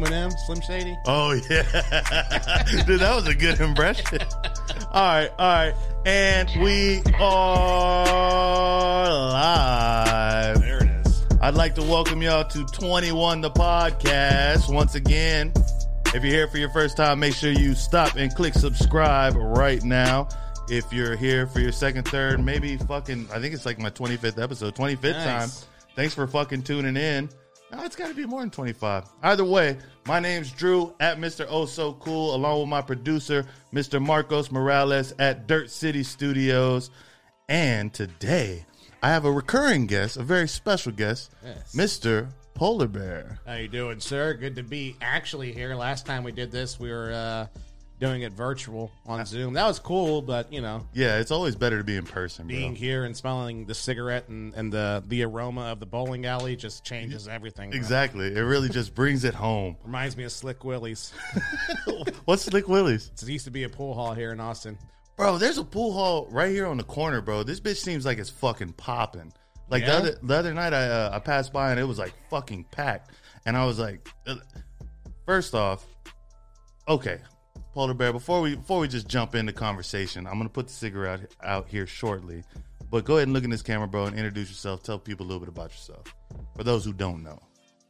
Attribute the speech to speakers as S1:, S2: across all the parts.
S1: Eminem, Slim Shady.
S2: Oh yeah, dude, that was a good impression. All right, all right, and we are live.
S1: There it is.
S2: I'd like to welcome y'all to 21 the podcast once again. If you're here for your first time, make sure you stop and click subscribe right now. If you're here for your second, third, maybe fucking, I think it's like my 25th episode, 25th
S1: Nice.
S2: time. Thanks for fucking tuning in. No, it's got to be more than 25. Either way, my name's Drew at Mr. Oh So Cool, along with my producer, Mr. Marcos Morales at Dirt City Studios. And today, I have a recurring guest, a very special guest,
S1: Yes.
S2: Mr. Polar Bear.
S1: How you doing, sir? Good to be actually here. Last time we did this, we were uh, doing it virtual on Zoom. That was cool, but you know,
S2: Yeah, it's always better to be in person, bro.
S1: being here and smelling the cigarette and, and the the aroma of the bowling alley just changes everything. bro.
S2: Exactly. It really just brings it home.
S1: Reminds me of Slick Willie's.
S2: What's Slick Willie's?
S1: it used to be a pool hall here in Austin.
S2: Bro, there's a pool hall right here on the corner, bro. This bitch seems like it's fucking popping. Like
S1: Yeah?
S2: the, other, the other night, I uh, I passed by and it was like fucking packed, and I was like, uh, first off, okay, polar bear. Before we before we just jump into conversation, I'm gonna put the cigarette out here shortly, but go ahead and look in this camera, bro, and introduce yourself. Tell people a little bit about yourself for those who don't know.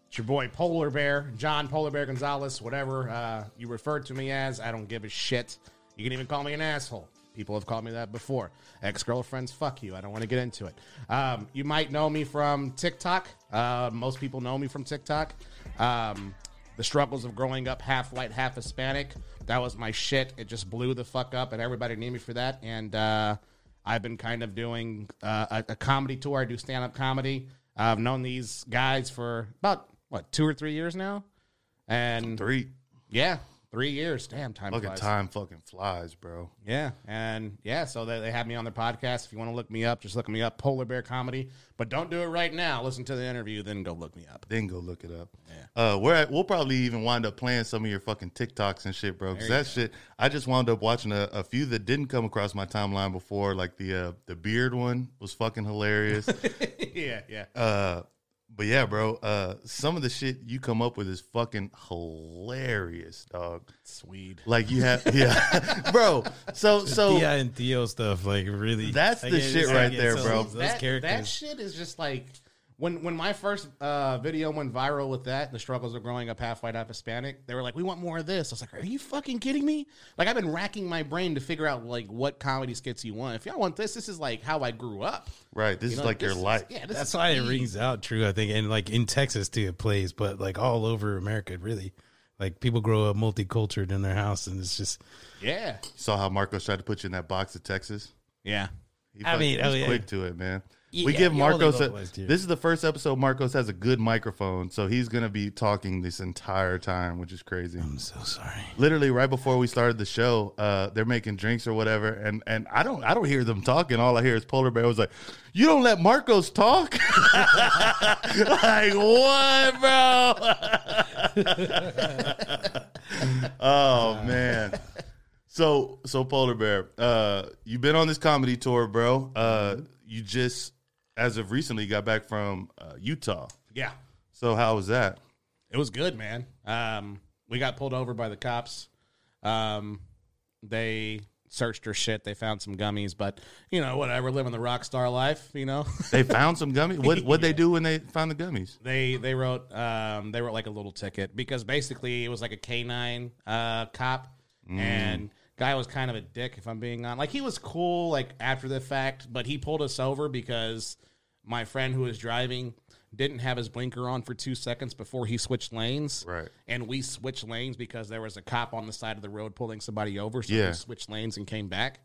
S1: It's your boy Polar Bear, John Polar Bear Gonzalez, whatever uh, you refer to me as. I don't give a shit. You can even call me an asshole. People have called me that before. Ex girlfriends, fuck you. I don't want to get into it. Um, you might know me from TikTok. Uh, most people know me from TikTok. Um, the struggles of growing up half white, half Hispanic. That was my shit. It just blew the fuck up, and everybody knew me for that. And uh, I've been kind of doing uh, a, a comedy tour. I do stand up comedy. I've known these guys for about what two or three years now, and
S2: Three
S1: yeah, three years. Damn, time
S2: fucking
S1: flies.
S2: time fucking flies, bro.
S1: Yeah, and yeah, so they, they had me on their podcast. If you want to look me up, just look me up, Polar Bear Comedy. But don't do it right now. Listen to the interview, then go look me up.
S2: Then go look it up.
S1: Yeah.
S2: Uh, we're at, we'll probably even wind up playing some of your fucking TikToks and shit, bro. Because
S1: There you
S2: that shit, I just wound up watching a, a few that didn't come across my timeline before. Like the uh, the beard one was fucking hilarious.
S1: yeah, yeah.
S2: uh, but yeah, bro, uh, some of the shit you come up with is fucking hilarious, dog.
S1: Swede.
S2: Like you have, yeah, bro. So so
S3: Tia and Theo stuff, like really.
S2: Oh. That's
S3: like,
S2: the
S3: it-
S2: shit
S3: it's-
S2: right
S3: it's
S2: there,
S3: those-
S2: bro.
S3: Those
S1: that,
S3: characters.
S1: that shit is just like when when my first uh, video went viral with that, the struggles of growing up half white, half Hispanic. They were like, "We want more of this." I was like, "Are you fucking kidding me?" Like I've been racking my brain to figure out like what comedy skits you want. If y'all want this, this is like how I grew up.
S2: right, this
S1: You
S2: is
S1: know,
S2: like your
S1: this is-
S2: life.
S1: Yeah, this
S3: That's
S1: is
S3: why it
S1: me.
S3: rings out true, I think, and like in Texas too, it plays, but like all over America, really. Like people grow up multicultural in their house, and it's just.
S1: Yeah,
S2: Saw how Marcos tried to put you in that box of Texas.
S1: yeah.
S2: He
S3: I
S2: fucking-
S3: mean,
S2: he's
S3: oh, yeah.
S2: quick to it, man.
S3: Yeah,
S2: we give
S3: yeah, all they
S2: Marcos. A,
S3: vocalized here.
S2: this is the first episode Marcos has a good microphone, so he's gonna be talking this entire time, which is crazy.
S3: I'm so sorry.
S2: Literally, right before we started the show, uh, they're making drinks or whatever, and and I don't I don't hear them talking. All I hear is Polar Bear was like, "You don't let Marcos talk." like what, bro? oh man. So so Polar Bear, uh, you've been on this comedy tour, bro. Uh, you just as of recently got back from uh, Utah.
S1: Yeah,
S2: So how was that?
S1: it was good, man. Um, we got pulled over by the cops. Um, they searched her shit. They found some gummies, but you know, whatever. Living the rock star life, you know.
S2: They found some gummies. What what they do when they found the gummies?
S1: They they wrote um they wrote like a little ticket because basically it was like a canine uh cop
S2: Mm.
S1: and guy was kind of a dick if I'm being honest. Like he was cool like after the fact, but he pulled us over because my friend who was driving didn't have his blinker on for 2 seconds before he switched lanes.
S2: Right.
S1: And we switched lanes because there was a cop on the side of the road pulling somebody over so
S2: Yeah.
S1: we switched lanes and came back.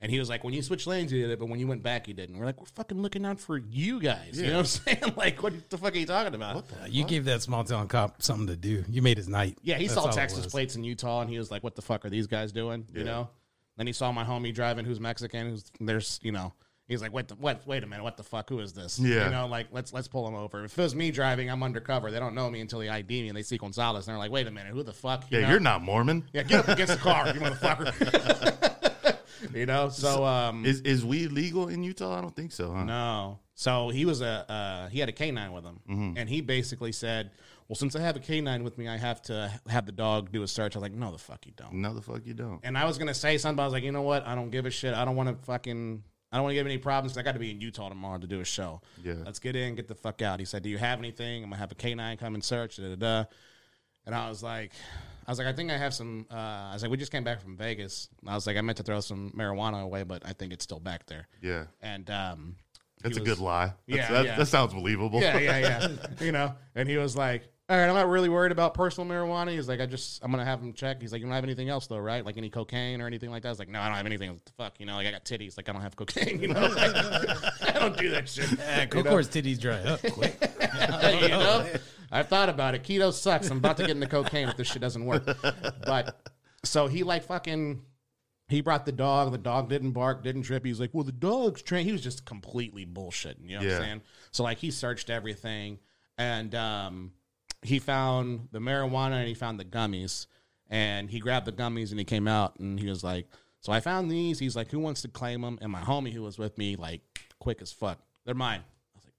S1: And he was like, when you switched lanes, you did it, but when you went back, you didn't. We're like, we're fucking looking out for you guys. You know what I'm saying? Like, what the fuck are you talking about?
S3: Uh, You gave that small town cop something to do. You made his night.
S1: Yeah, he
S3: That's all
S1: saw
S3: it
S1: Texas
S3: was.
S1: plates in Utah, and he was like, "What the fuck are these guys doing?" You know. Then he saw my homie driving, who's Mexican, who's there's, you know, he's like, "What? The, what? Wait a minute, what the fuck? Who is this?"
S2: Yeah.
S1: You know, like let's let's pull him over. If it was me driving, I'm undercover. They don't know me until they ID me, and they see Gonzalez, and they're like, "Wait a minute, who the fuck?" You
S2: Yeah,
S1: know?
S2: you're not Mormon.
S1: Yeah, get up against the car, you motherfucker. you know. So um,
S2: Is is weed legal in Utah? I don't think so, huh? Mm-hmm.
S1: No. So he was a uh, he had a canine with him, and he basically said, well, since I have a canine with me, I have to have the dog do a search. I was like, no, the fuck you don't.
S2: No, the fuck you don't.
S1: And I was gonna say something, but I was like, you know what? I don't give a shit. I don't want to fucking. I don't want to give any problems. 'cause I got to be in Utah tomorrow to do a show.
S2: Yeah.
S1: Let's get in, get the fuck out. He said, do you have anything? I'm gonna have a canine come and search. Da da da. And I was like, I was like, I think I have some. Uh, I was like, we just came back from Vegas. And I was like, I meant to throw some marijuana away, but I think it's still back there.
S2: Yeah,
S1: And um,
S2: that's a
S1: was-
S2: good lie. That's-
S1: Yeah,
S2: that,
S1: yeah.
S2: that sounds believable.
S1: yeah, yeah, yeah. you know, and he was like, "All right, I'm not really worried about personal marijuana." He's like, "I just, I'm gonna have him check." He's like, "You don't have anything else though, right? Like any cocaine or anything like that?" I was like, "No, I don't have anything." I was like, the fuck, you know, like I got titties, like I don't have cocaine. You know, like, I don't do that shit.
S3: Yeah, Cocor's titties dry up quick.
S1: you know, I've thought about it. Keto sucks. I'm about to get into cocaine if this shit doesn't work. But so he like fucking. He brought the dog. The dog didn't bark, didn't trip. He's like, "Well, the dog's trained." He was just completely bullshitting. You know what
S2: Yeah.
S1: I'm saying? So like, he searched everything, and um, he found the marijuana and he found the gummies, and he grabbed the gummies and he came out and he was like, "So I found these." He's like, "Who wants to claim them?" And my homie who was with me, like, quick as fuck, they're mine. I was like,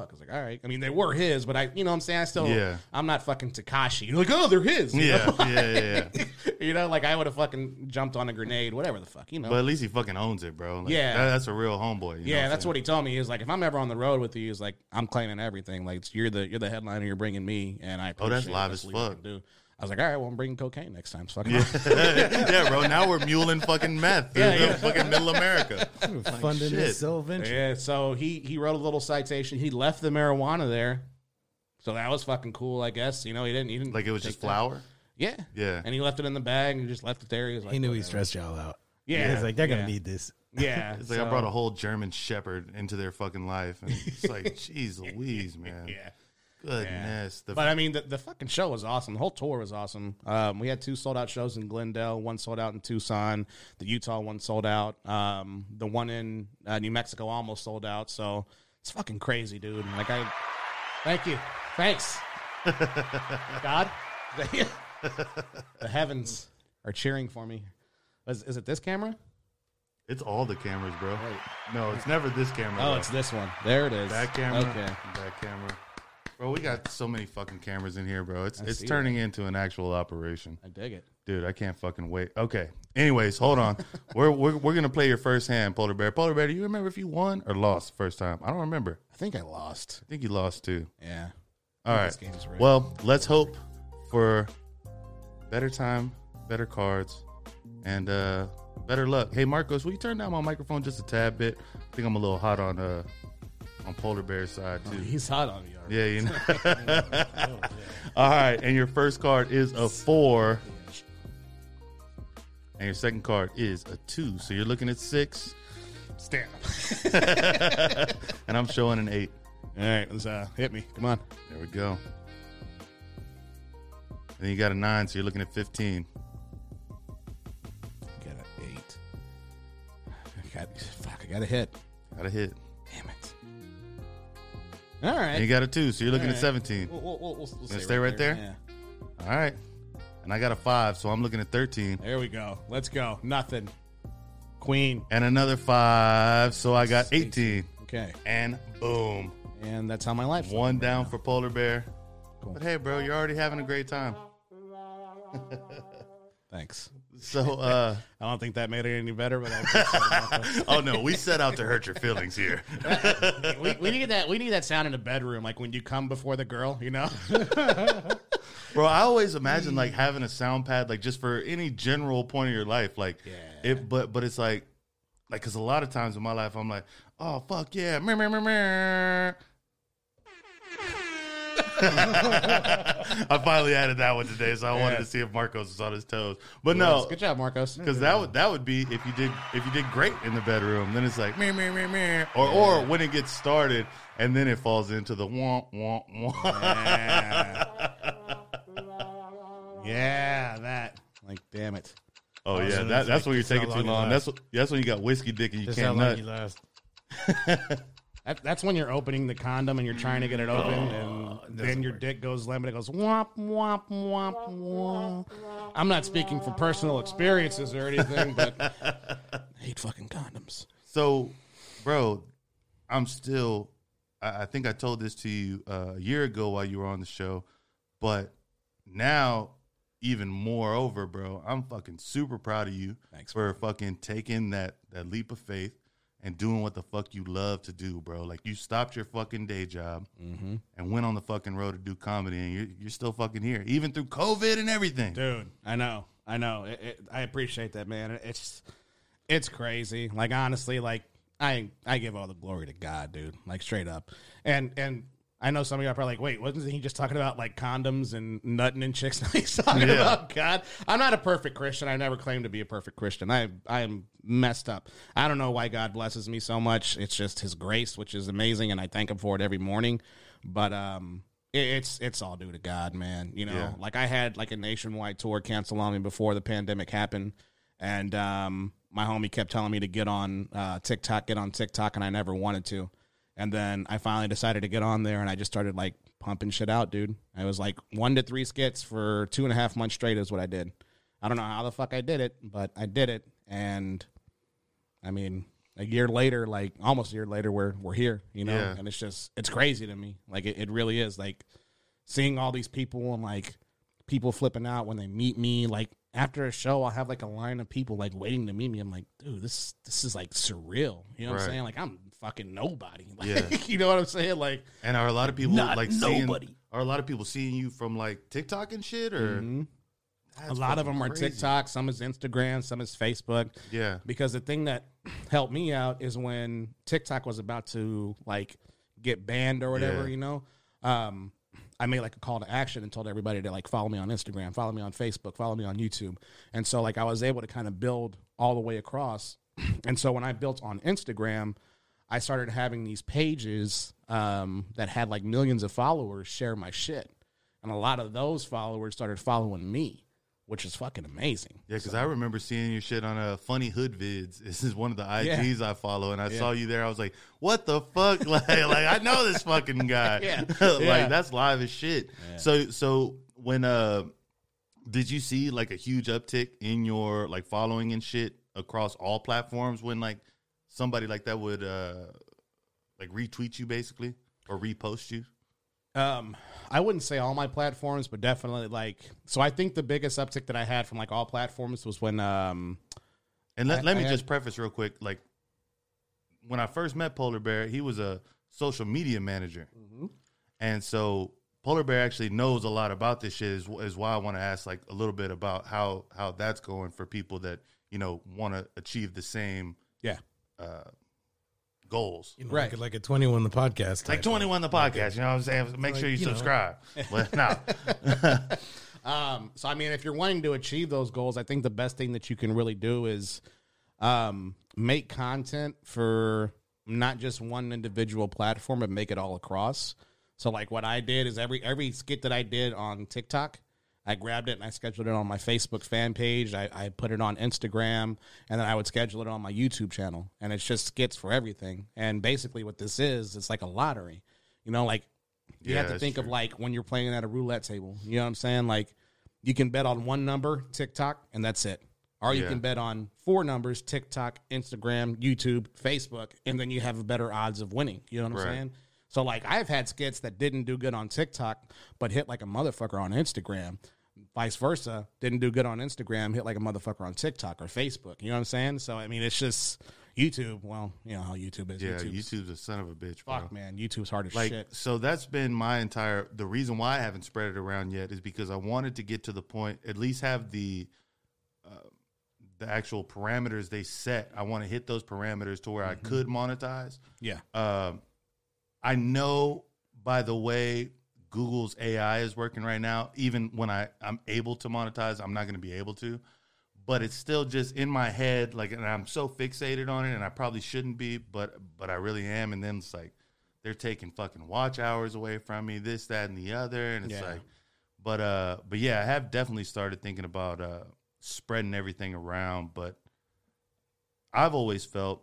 S1: "Fuck!" I was like, "All right." I mean, they were his, but I, you know, what I'm saying, I still,
S2: Yeah.
S1: I'm not fucking Takashi. You're like, "Oh, they're his." you
S2: yeah,
S1: know?
S2: yeah, yeah, yeah.
S1: you know, like I would have fucking jumped on a grenade, whatever the fuck, you know.
S2: But at least he fucking owns it, bro. Like,
S1: Yeah.
S2: that- that's a real homeboy. you know
S1: yeah,
S2: I'm
S1: that's
S2: saying?
S1: what he told me. He was like, if I'm ever on the road with you, he's like, I'm claiming everything. Like, it's, you're the you're the headliner. You're bringing me, and I.
S2: Oh, that's
S1: appreciate it.
S2: live as
S1: what you
S2: fuck.
S1: do. I was like, all right, well, I'm bringing cocaine next time. So yeah.
S2: yeah. yeah, bro. Now we're muling fucking meth in
S1: Yeah, yeah.
S2: fucking middle America.
S3: Funding
S2: shit.
S3: this sole venture.
S1: yeah. So he he wrote a little citation. He left the marijuana there, so that was fucking cool. I guess you know he didn't he didn't
S2: Like it was
S1: take
S2: just
S1: that.
S2: flour.
S1: Yeah,
S2: Yeah.
S1: and he left it in the bag and he just left it there. He was like,
S3: He knew he
S1: whatever.
S3: stressed y'all out.
S1: Yeah,
S3: He's like, they're
S1: yeah,
S3: gonna need this.
S1: Yeah,
S2: It's like I brought a whole German Shepherd into their fucking life, and it's like, jeez Louise, man,
S1: Yeah.
S2: goodness, the
S1: But I mean, the, the fucking show was awesome. The whole tour was awesome. Um, we had two sold out shows in Glendale, one sold out in Tucson, the Utah one sold out, um, the one in uh, New Mexico almost sold out. So it's fucking crazy, dude. And, Like I, thank you, thanks, God, the heavens are cheering for me. Is, is it this camera?
S2: it's all the cameras, bro. No, it's never this camera.
S1: Oh,
S2: bro.
S1: it's this one. There it is.
S2: back camera,
S1: Okay.
S2: back camera. Bro, we got so many fucking cameras in here, bro. It's it's
S1: see
S2: turning into an actual operation,
S1: I dig it.
S2: dude. I can't fucking wait. Okay. Anyways, hold on. we're, we're we're gonna play your first hand, Polar Bear. Polar Bear, do you remember if you won or lost the first time? I don't remember.
S1: I think I lost.
S2: I think you lost too.
S1: Yeah.
S2: All right.
S1: This game's rigged.
S2: Well, let's hope for better time, better cards, and uh, better luck. Hey, Marcos, will you turn down my microphone just a tad bit? I think I'm a little hot on uh, on polar bear side too.
S1: He's hot on you. already.
S2: Yeah, you know. All right, and your first card is a four, and your second card is a two. So you're looking at six,
S1: Stand up.
S2: and I'm showing an eight.
S1: All right, let's uh, hit me. Come on.
S2: There we go. Then you got a nine, so you're looking at fifteen.
S1: Got an eight. I got fuck. I got a hit.
S2: Got a hit.
S1: Damn it. All
S2: And you
S1: right.
S2: got a two, so you're looking
S1: All
S2: at
S1: right.
S2: 17.
S1: We'll, we'll, we'll, we'll
S2: stay right there? All right. And I got a five, so I'm looking at 13.
S1: Yeah. There we go. Let's go. Nothing. Queen.
S2: And another five, so I got
S1: Sweet.
S2: 18.
S1: Okay.
S2: And boom.
S1: And that's how my life.
S2: One down for Polar Bear.
S1: Cool.
S2: But hey, bro, you're already having a great time.
S1: Thanks.
S2: So, uh,
S1: I don't think that made it any better, but I
S2: oh no, we set out to hurt your feelings here.
S1: we, we need that. We need that sound in the bedroom, like when you come before the girl. You know.
S2: Bro, I always imagine like having a sound pad, like just for any general point of your life, like it. But but it's like, like because a lot of times in my life, I'm like, oh fuck yeah, meh, meh, meh, meh. I finally added that one today, so I wanted
S1: Yeah.
S2: to see if Marcos was on his toes. But no,
S1: Good job, Marcos.
S2: because that would that would be if you did if you did great in the bedroom, then it's like meh, meh, meh, meh. or or when it gets started and then it falls into the womp womp womp.
S1: Yeah. yeah, that. Like, damn it.
S2: Oh yeah,
S3: that's
S2: that, that's
S3: like
S2: when you're
S3: just how
S2: taking too
S3: long it
S2: long. That's
S3: lasts.
S2: what, that's when you got whiskey dick and you
S3: That's how
S2: can't
S3: long
S2: nut.
S3: you last.
S1: That, that's when you're opening the condom and you're trying to get it open, and then your dick goes limp and it goes womp womp womp womp. I'm not speaking from personal experiences or anything, but I hate fucking condoms.
S2: So, bro, I'm still. I, I think I told this to you uh, a year ago while you were on the show, But now, even moreover, bro, I'm fucking super proud of you
S1: Thanks,
S2: for fucking taking that that leap of faith and doing what the fuck you love to do, bro. Like you stopped your fucking day job
S1: Mm-hmm.
S2: and went on the fucking road to do comedy, and you're you're still fucking here, even through COVID and everything.
S1: dude. I know, I know. It, it, I appreciate that, man. It- It's it's crazy. Like honestly, like I I give all the glory to God, dude. Like straight up. And and I know some of y'all are probably like, wait, wasn't he just talking about like condoms and nutting and chicks? No, He's talking
S2: Yeah.
S1: about God. I'm not a perfect Christian. I never claimed to be a perfect Christian. I I am messed up. I don't know why God blesses me so much. It's just His grace, which is amazing, and I thank Him for it every morning. But um, it, it's it's all due to God, man. You know,
S2: Yeah.
S1: like I had like a nationwide tour canceled on me before the pandemic happened, and um, my homie kept telling me to get on uh, TikTok, get on TikTok, and I never wanted to. And then I finally decided to get on there, and I just started like pumping shit out, dude. I was like one to three skits for two and a half months straight is what I did. I don't know how the fuck I did it, but I did it, and I mean, a year later, like almost a year later, we're we're here, you know,
S2: Yeah.
S1: and it's just it's crazy to me. Like it, it really is. Like seeing all these people and like people flipping out when they meet me. Like after a show, I'll have like a line of people like waiting to meet me. I'm like, dude, this this is like surreal. You know what I'm
S2: Right.
S1: saying? Like I'm fucking nobody. Like,
S2: Yeah.
S1: you know what I'm saying? Like
S2: And are a lot of people
S1: Not
S2: like
S1: nobody.
S2: seeing? Are a lot of people seeing you from like TikTok and shit? Or
S1: Mm-hmm. a lot of them are TikTok, some is Instagram, some is Facebook.
S2: Yeah,
S1: because the thing that helped me out is when TikTok was about to like get banned or whatever,
S2: Yeah.
S1: you know. Um, I made like a call to action and told everybody to like follow me on Instagram, follow me on Facebook, follow me on YouTube, and so like I was able to kind of build all the way across. And so when I built on Instagram, I started having these pages um, that had like millions of followers share my shit, and a lot of those followers started following me, which is fucking amazing.
S2: yeah. Because I remember seeing your shit on a uh, funny hood vids. This is one of the IGs I follow, and I saw you there. I was like, "What the fuck?" like, like I know this fucking guy.
S1: Yeah.
S2: like
S1: Yeah.
S2: that's live as shit. So, so when uh, did you see like a huge uptick in your like following and shit across all platforms when like somebody like that would uh like retweet you basically or repost you?
S1: Um, I wouldn't say all my platforms, but definitely like so. I think the biggest uptick that I had from like all platforms was when um,
S2: And let,
S1: I-
S2: let me
S1: I had-
S2: just preface real quick. Like, when I first met Polar Bear, he was a social media manager. And so Polar Bear actually knows a lot about this shit, is, is why I want to ask, like, a little bit about how, how that's going for people that, you know, want to achieve the same
S1: yeah,
S2: uh, goals.
S3: You know,
S1: Right.
S3: like, like a 21 the podcast.
S2: Like
S3: type.
S2: 21 the podcast, you know what I'm saying? Make
S3: Like,
S2: sure you,
S3: you know.
S2: subscribe. But no.
S1: Um, so I mean, if you're wanting to achieve those goals, I think the best thing that you can really do is um, make content for not just one individual platform, but make it all across. So like what I did is every every skit that I did on TikTok, I grabbed it and I scheduled it on my Facebook fan page. I, I put it on Instagram, and then I would schedule it on my YouTube channel. And it's just skits for everything. And basically, what this is, it's like a lottery. You know, like you
S2: Yeah,
S1: have to
S2: that's
S1: think of
S2: true.
S1: like when you're playing at a roulette table. You know what I'm saying? Like you can bet on one number, TikTok, and that's it. Or you
S2: Yeah.
S1: can bet on four numbers, TikTok, Instagram, YouTube, Facebook, and then you have better odds of winning. You know what I'm
S2: Right.
S1: saying? So like I've had skits that didn't do good on TikTok, but hit like a motherfucker on Instagram. Vice versa, didn't do good on Instagram, hit like a motherfucker on TikTok or Facebook. You know what I'm saying? So I mean, it's just YouTube. Well, you know how YouTube is.
S2: yeah,
S1: YouTube's,
S2: YouTube's a son of a bitch, bro.
S1: fuck, man. YouTube's hard as
S2: like
S1: shit.
S2: so that's been my entire the reason why i haven't spread it around yet is because i wanted to get to the point at least have the uh, the actual parameters they set i want to hit those parameters to where i could monetize
S1: Yeah,
S2: um, I know by the way Google's AI is working right now, even when I, I'm able to monetize, I'm not going to be able to. But it's still just in my head, like, and I'm so fixated on it, and I probably shouldn't be, but but I really am. And then it's like they're taking fucking watch hours away from me, this, that, and the other, and it's
S1: Yeah.
S2: like, but uh, but yeah, I have definitely started thinking about uh spreading everything around. But I've always felt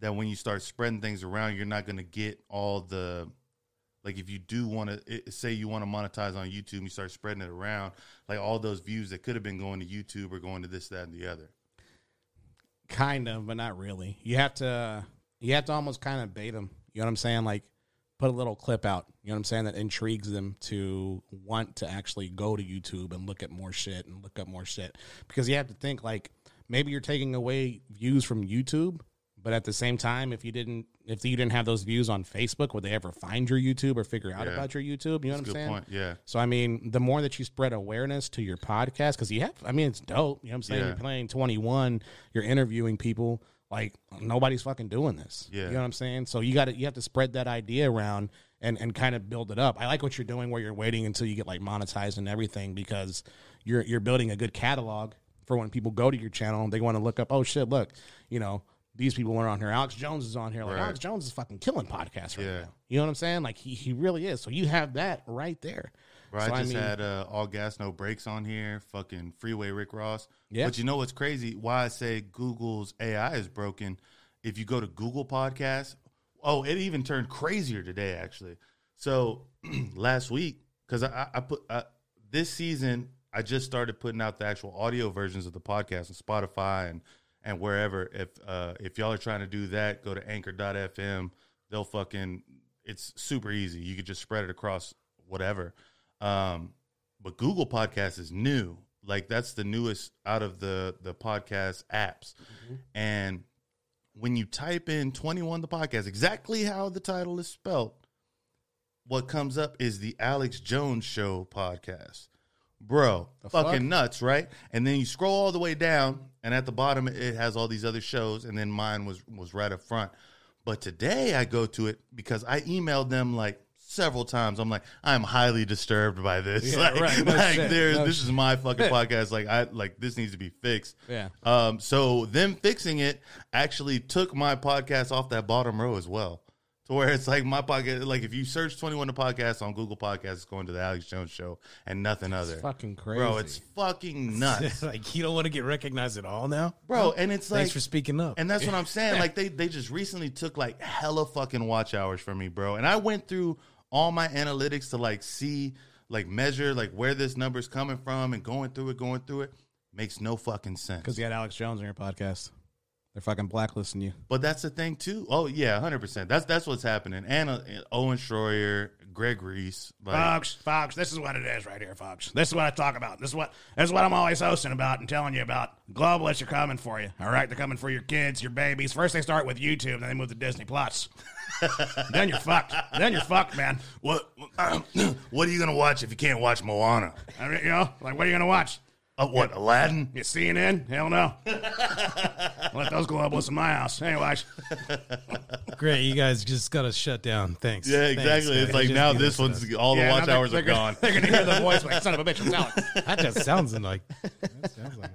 S2: that when you start spreading things around, you're not going to get all the like if you do want to say you want to monetize on YouTube, you start spreading it around, like all those views that could have been going to YouTube or going to this, that, and the other.
S1: kind of, but not really. You have to you have to almost kind of bait them. You know what I'm saying? Like put a little clip out. You know what I'm saying? That intrigues them to want to actually go to YouTube and look at more shit and look up more shit. Because you have to think like maybe you're taking away views from YouTube, but at the same time, if you didn't if you didn't have those views on Facebook, would they ever find your YouTube or figure out
S2: Yeah.
S1: about your YouTube? You know what I'm
S2: Good
S1: saying?
S2: point. Yeah.
S1: So I mean, the more that you spread awareness to your podcast, because you have, I mean, it's dope. You know what I'm saying?
S2: Yeah.
S1: You're playing 21, you're interviewing people. Like nobody's fucking doing this.
S2: Yeah.
S1: You know what I'm saying? So you got to you have to spread that idea around and and kind of build it up. I like what you're doing where you're waiting until you get like monetized and everything because you're you're building a good catalog for when people go to your channel and they want to look up. Oh shit, look, you know. These people are on here. Alex Jones is on here. Like
S2: Right.
S1: Alex Jones is fucking killing podcasts right
S2: Yeah.
S1: now. You know what I'm saying? Like he, he really is. So you have that right there.
S2: Bro,
S1: So,
S2: I
S1: I
S2: just
S1: mean-
S2: had uh, all gas, no brakes on here. Fucking freeway Rick Ross.
S1: Yeah.
S2: But you know what's crazy? Why I say Google's AI is broken. If you go to Google Podcasts, oh, it even turned crazier today. Actually, so last week because I, I- I put uh, this season, I just started putting out the actual audio versions of the podcast on Spotify and and wherever. If uh, if y'all are trying to do that, go to Anchor.fm. They'll fucking it's super easy. You could just spread it across whatever. Um, but Google Podcast is new. Like that's the newest out of the the podcast apps. And when you type in 21 the podcast, exactly how the title is spelled, what comes up is the Alex Jones show podcast. Bro,
S1: fuck?
S2: fucking nuts, right? And then you scroll all the way down and at the bottom it has all these other shows and then mine was was right up front. But today I go to it because I emailed them like several times. I'm like, I'm highly disturbed by this.
S1: Yeah,
S2: like,
S1: right. No
S2: like
S1: shit.
S2: there's
S1: No
S2: this is my fucking podcast. Like I like this needs to be fixed.
S1: Yeah.
S2: Um, so them fixing it actually took my podcast off that bottom row as well. To where it's like my podcast, like if you search 21 the podcast on Google Podcasts, it's going to the Alex Jones show and nothing other.
S1: fucking crazy.
S2: Bro, it's fucking nuts.
S3: like you don't want to get recognized at all now.
S2: Bro, and it's like
S3: Thanks for speaking up.
S2: and that's what I'm saying. Like they they just recently took like hella fucking watch hours from me, bro. And I went through all my analytics to like see, like measure, like where this number's coming from, and going through it, going through it makes no fucking sense.
S1: because you had Alex Jones on your podcast. They're fucking blacklisting you.
S2: But that's the thing too. Oh yeah, hundred percent. That's that's what's happening. And uh, Owen Schroyer, Greg Reese, like
S1: Fox, Fox, this is what it is right here, Fox. This is what I talk about. This is what this is what I'm always hosting about and telling you about. Globalists are coming for you. All right, they're coming for your kids, your babies. First they start with YouTube, then they move to Disney Plus. then you're fucked. Then you're fucked, man.
S2: what what are you gonna watch if you can't watch Moana?
S1: I mean, you know, like what are you gonna watch?
S2: Uh, what Aladdin?
S1: You CNN? Hell no. Let those globalists in my house. Anyways,
S3: Great, you guys just gotta shut down. Thanks.
S2: Yeah,
S3: Thanks,
S2: exactly.
S3: guys.
S2: it's like
S3: Just
S2: now
S3: give us
S2: this
S3: that.
S2: one's all the
S1: Yeah,
S2: watch
S1: no,
S2: hours
S1: they're,
S2: are
S1: they're
S2: gone.
S1: Gonna, they're gonna hear the voice like son of a bitch. It's Alex.
S3: that just sounds like. That sounds like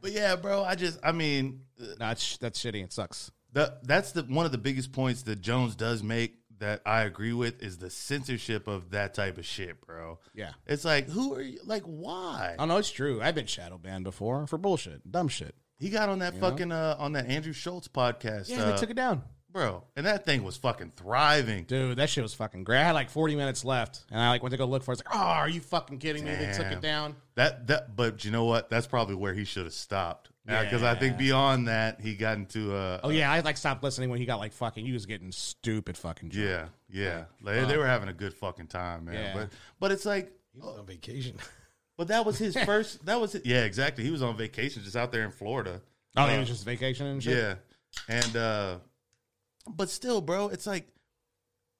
S2: But yeah, bro, I just I mean,
S1: No, that's that's shitty. It sucks.
S2: The, that's the one of the biggest points that Jones does make that I agree with is the censorship of that type of shit, bro.
S1: Yeah.
S2: It's like who are you like why?
S1: Oh no, it's true. I've been shadow banned before for bullshit, dumb shit.
S2: He got on that fucking uh on that Andrew Schultz podcast.
S1: Yeah,
S2: uh,
S1: they took it down,
S2: bro, and that thing was fucking thriving.
S1: dude. That shit was fucking great. I had like forty minutes left, and I like went to go look for. it. It's like, oh, are you fucking kidding me? They took
S2: Damn.
S1: it down.
S2: That that but you know what? That's probably where he should have stopped. Because I think beyond that, he got into uh
S1: Oh yeah, I like stopped listening when he got like fucking. He was getting stupid fucking. drunk.
S2: yeah, yeah. Like, they were having a good fucking time, man.
S1: Yeah.
S2: But but it's like
S3: he was on vacation.
S2: but that was his first that was it. yeah, exactly. He was on vacation just out there in Florida.
S1: Oh, he was just vacationing and shit.
S2: Yeah. And uh but still, bro, it's like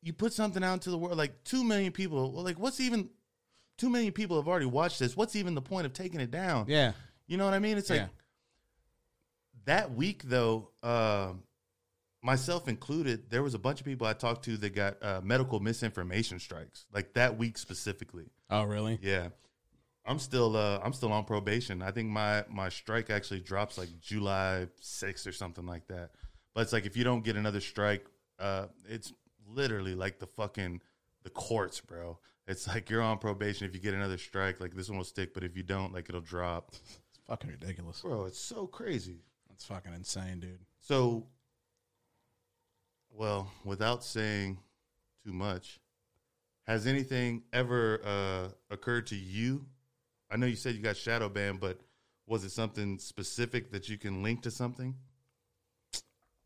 S2: you put something out into the world like 2 million people, well, like what's even 2 million people have already watched this. What's even the point of taking it down?
S1: Yeah.
S2: You know what I mean? It's like
S1: Yeah.
S2: that week though, um myself included, there was a bunch of people I talked to that got uh, medical misinformation strikes, like that week specifically.
S1: Oh really?
S2: Yeah. I'm still uh I'm still on probation. I think my my strike actually drops like July 6th or something like that. But it's like if you don't get another strike, uh it's literally like the fucking the courts, bro. It's like you're on probation if you get another strike, like this one will stick, but if you don't, like it'll drop.
S1: It's fucking ridiculous.
S2: Bro, it's so crazy.
S1: That's fucking insane, dude.
S2: So well, without saying too much, has anything ever uh, occurred to you? I know you said you got shadow banned, but was it something specific that you can link to something?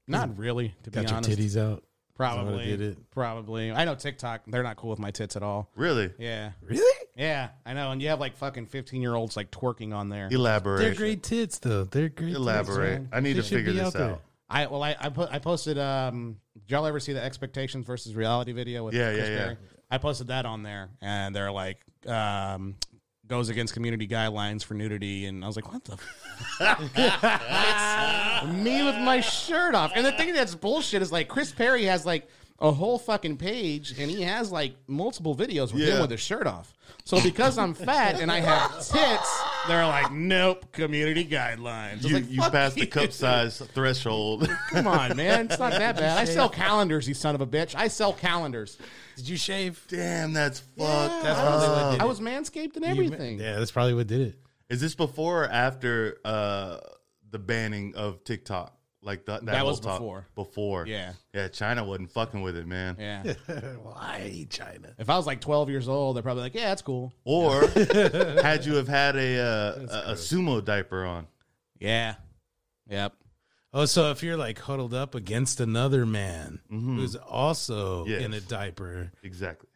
S1: Not really, to be
S3: Got your
S1: honest.
S3: titties out.
S1: Probably.
S3: did it?
S1: Probably. I know TikTok. They're not cool with my tits at all.
S2: Really?
S1: Yeah.
S3: Really?
S1: Yeah, I know. And you have like fucking 15 year olds like twerking on there.
S3: They're
S2: Elaborate.
S3: great tits though. They're great. tits,
S2: Elaborate.
S3: man.
S2: I need
S3: They
S2: to
S3: should
S2: figure
S3: be
S2: this
S3: there.
S2: out.
S1: I well, I I, put, I posted. Um, did y'all ever see the expectations versus reality video with
S2: Yeah,
S1: Chris
S2: yeah, yeah.
S1: Berry? I posted that on there, and they're like, um, goes against community guidelines for nudity, and I was like, what the. f- Me with my shirt off, and the thing that's bullshit is like Chris Perry has like a whole fucking page, and he has like multiple videos with him
S2: Yeah.
S1: with his shirt off. So because I'm fat and I have tits, they're like, nope, community guidelines. I was
S2: You,
S1: like,
S2: you
S1: "Fuck
S2: passed the
S1: you."
S2: cup size threshold.
S1: Come on, man. It's not that bad. I sell calendars, you son of a bitch. I sell calendars.
S3: Did you shave?
S2: Damn, Uh, that's fucked.
S3: That's probably what did
S1: I
S3: it.
S1: was manscaped and
S3: Oh. You ma-
S1: everything.
S3: Yeah, that's probably what did it.
S2: Is this before or after uh, the banning of TikTok? Like that, that,
S1: That
S2: whole
S1: was
S2: talk-
S1: before.
S2: Before,
S1: Yeah.
S2: yeah. China wasn't fucking with it, man.
S1: Yeah.
S3: well, I hate China.
S1: If I was like 12 years old, they're probably like, yeah, that's cool.
S2: Or had you have had a uh, a, a sumo diaper on?
S1: Yeah. Yep.
S3: Oh, so if you're like huddled up against another man who's also
S2: Mm-hmm. Yes.
S3: in a diaper,
S2: Exactly.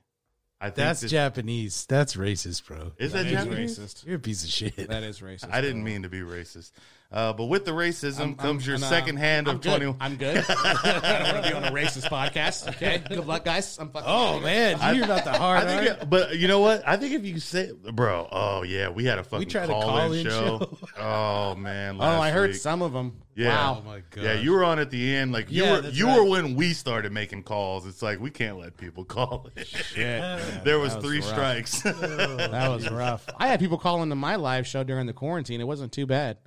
S2: I think
S3: that's
S2: this-
S3: Japanese. That's racist, bro.
S2: Is that
S1: That is
S2: Japanese?
S1: racist.
S3: You're a piece of shit.
S1: That is racist.
S2: I didn't mean to be racist, uh, but with the racism
S1: I'm-
S2: comes your
S1: and, uh,
S2: second hand
S1: I'm
S2: of
S1: good.
S2: twenty.
S1: I'm good. I don't want to be on a racist podcast. Okay. Good luck, guys. I'm fucking.
S3: oh man, you're not the hard.
S2: I think,
S3: R.
S2: it- but you know what? I think if you say, bro, oh yeah, we had a fucking
S3: tried a
S2: call, in
S3: call-in
S2: show.
S3: show.
S2: oh man,
S1: Oh, I
S2: last
S1: heard
S2: week.
S1: some of them.
S2: Yeah.
S1: Wow.
S3: oh my god.
S2: Yeah, you were on at the end. Like you
S3: Yeah,
S2: were,
S3: that's
S2: you
S3: right.
S2: were when we started making calls. It's like we can't let people call it.
S1: Yeah.
S2: there was
S1: that was
S2: three
S1: rough.
S2: strikes.
S1: That was rough. I had people call into my live show during the quarantine. It wasn't too bad.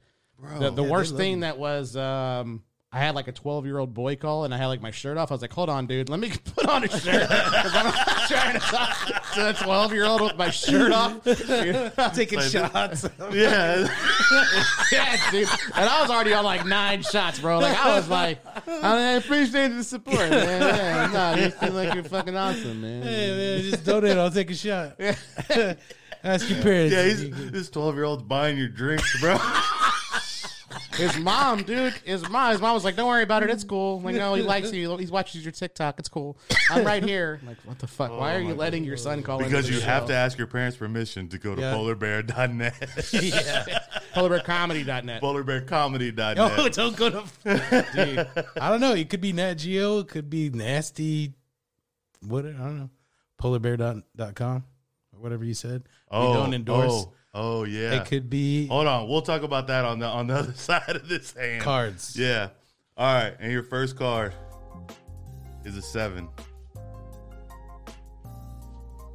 S1: the the worst thing that was um, I had like a 12 year old boy call and I had like my shirt off. I was like, hold on, dude, let me put on a shirt 'cause I'm not trying to talk to a 12 year old with my shirt off.
S3: taking shots.
S2: yeah,
S1: yeah, dude. And I was already on like nine shots, bro. Like I was like, I appreciate the support, man. Yeah, no, you seem like you're fucking awesome, man.
S3: hey man, just donate. I'll take a shot. Ask your parents.
S2: yeah. He's, this twelve year old's buying your drinks, bro.
S1: His mom, dude, his mom, his mom was like, "Don't worry about it. It's cool." Like, no, he likes you. He watches your TikTok. It's cool. I'm right here. like, what the fuck? Why are you letting your son call?
S2: Oh because
S1: into
S2: you
S1: the
S2: have
S1: show?
S2: to ask your parents' permission to go to
S3: Yeah.
S2: polarbear.net,
S3: yeah.
S1: polarbearcomedy.net.
S2: polarbearcomedy.net.
S3: No, don't go to. Dude, I don't know. It could be Nat Geo. It could be nasty. What I don't know. Polarbear.com or whatever you said. we don't endorse.
S2: Oh, oh, yeah.
S3: It could be
S2: Hold on, we'll talk about that on the on the other side of this hand.
S3: cards.
S2: Yeah. All right, and your first card is a seven. I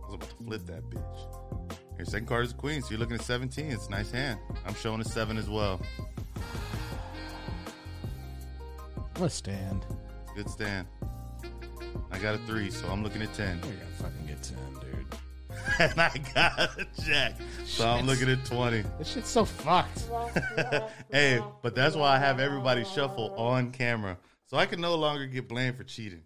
S2: was about to flip that bitch. Your second card is a queen, so you're looking at 17. It's a nice hand. I'm showing a seven as well.
S1: I'm a stand.
S2: Good stand. I got a three, so I'm looking at 10.
S1: We're gonna fucking get ten, dude.
S2: and I got a jack, so I'm looking at 20.
S1: This shit's so fucked.
S2: Hey, but that's why I have everybody shuffle on camera, so I can no longer get blamed for cheating.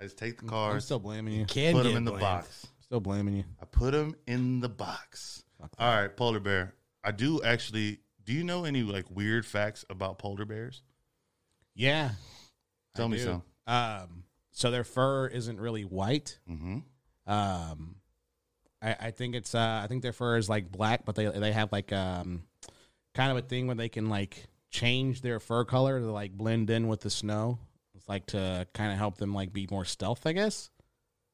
S2: I just take the
S1: I'm
S2: cards,
S1: still blaming you.
S3: Can
S2: put
S3: get
S2: them in the
S3: blamed.
S2: box.
S1: Still blaming you.
S2: I put them in the box. All right, polar bear. I do actually. Do you know any like weird facts about polar bears?
S1: Yeah.
S2: Tell
S1: I
S2: me
S1: do.
S2: some.
S1: Um, so their fur isn't really white.
S2: Mm-hmm.
S1: Um, I, I think it's uh, I think their fur is like black, but they they have like um, kind of a thing where they can like change their fur color to like blend in with the snow. It's like to kind of help them like be more stealth, I guess.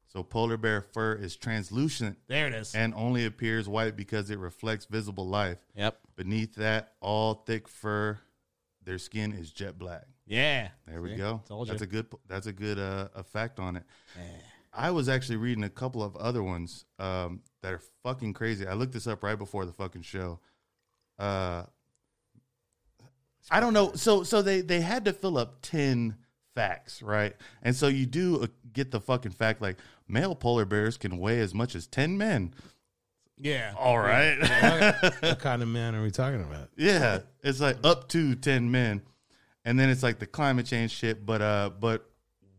S2: So polar bear fur is translucent
S1: There it is.
S2: and only appears white because it reflects visible light.
S1: Yep.
S2: Beneath that, all thick fur, their skin is jet black.
S1: Yeah.
S2: There we
S1: See?
S2: go.
S1: Told you.
S2: That's a good. That's a good uh, effect on it. I was actually reading a couple of other ones um, that are fucking crazy. I looked this up right before the fucking show. Uh, I don't know. So so they they had to fill up ten facts, right? And so you do uh, get the fucking fact like male polar bears can weigh as much as ten men.
S1: yeah.
S2: All right.
S3: What kind of man are we talking about?
S2: Yeah, it's like up to ten men, and then it's like the climate change shit. But uh, but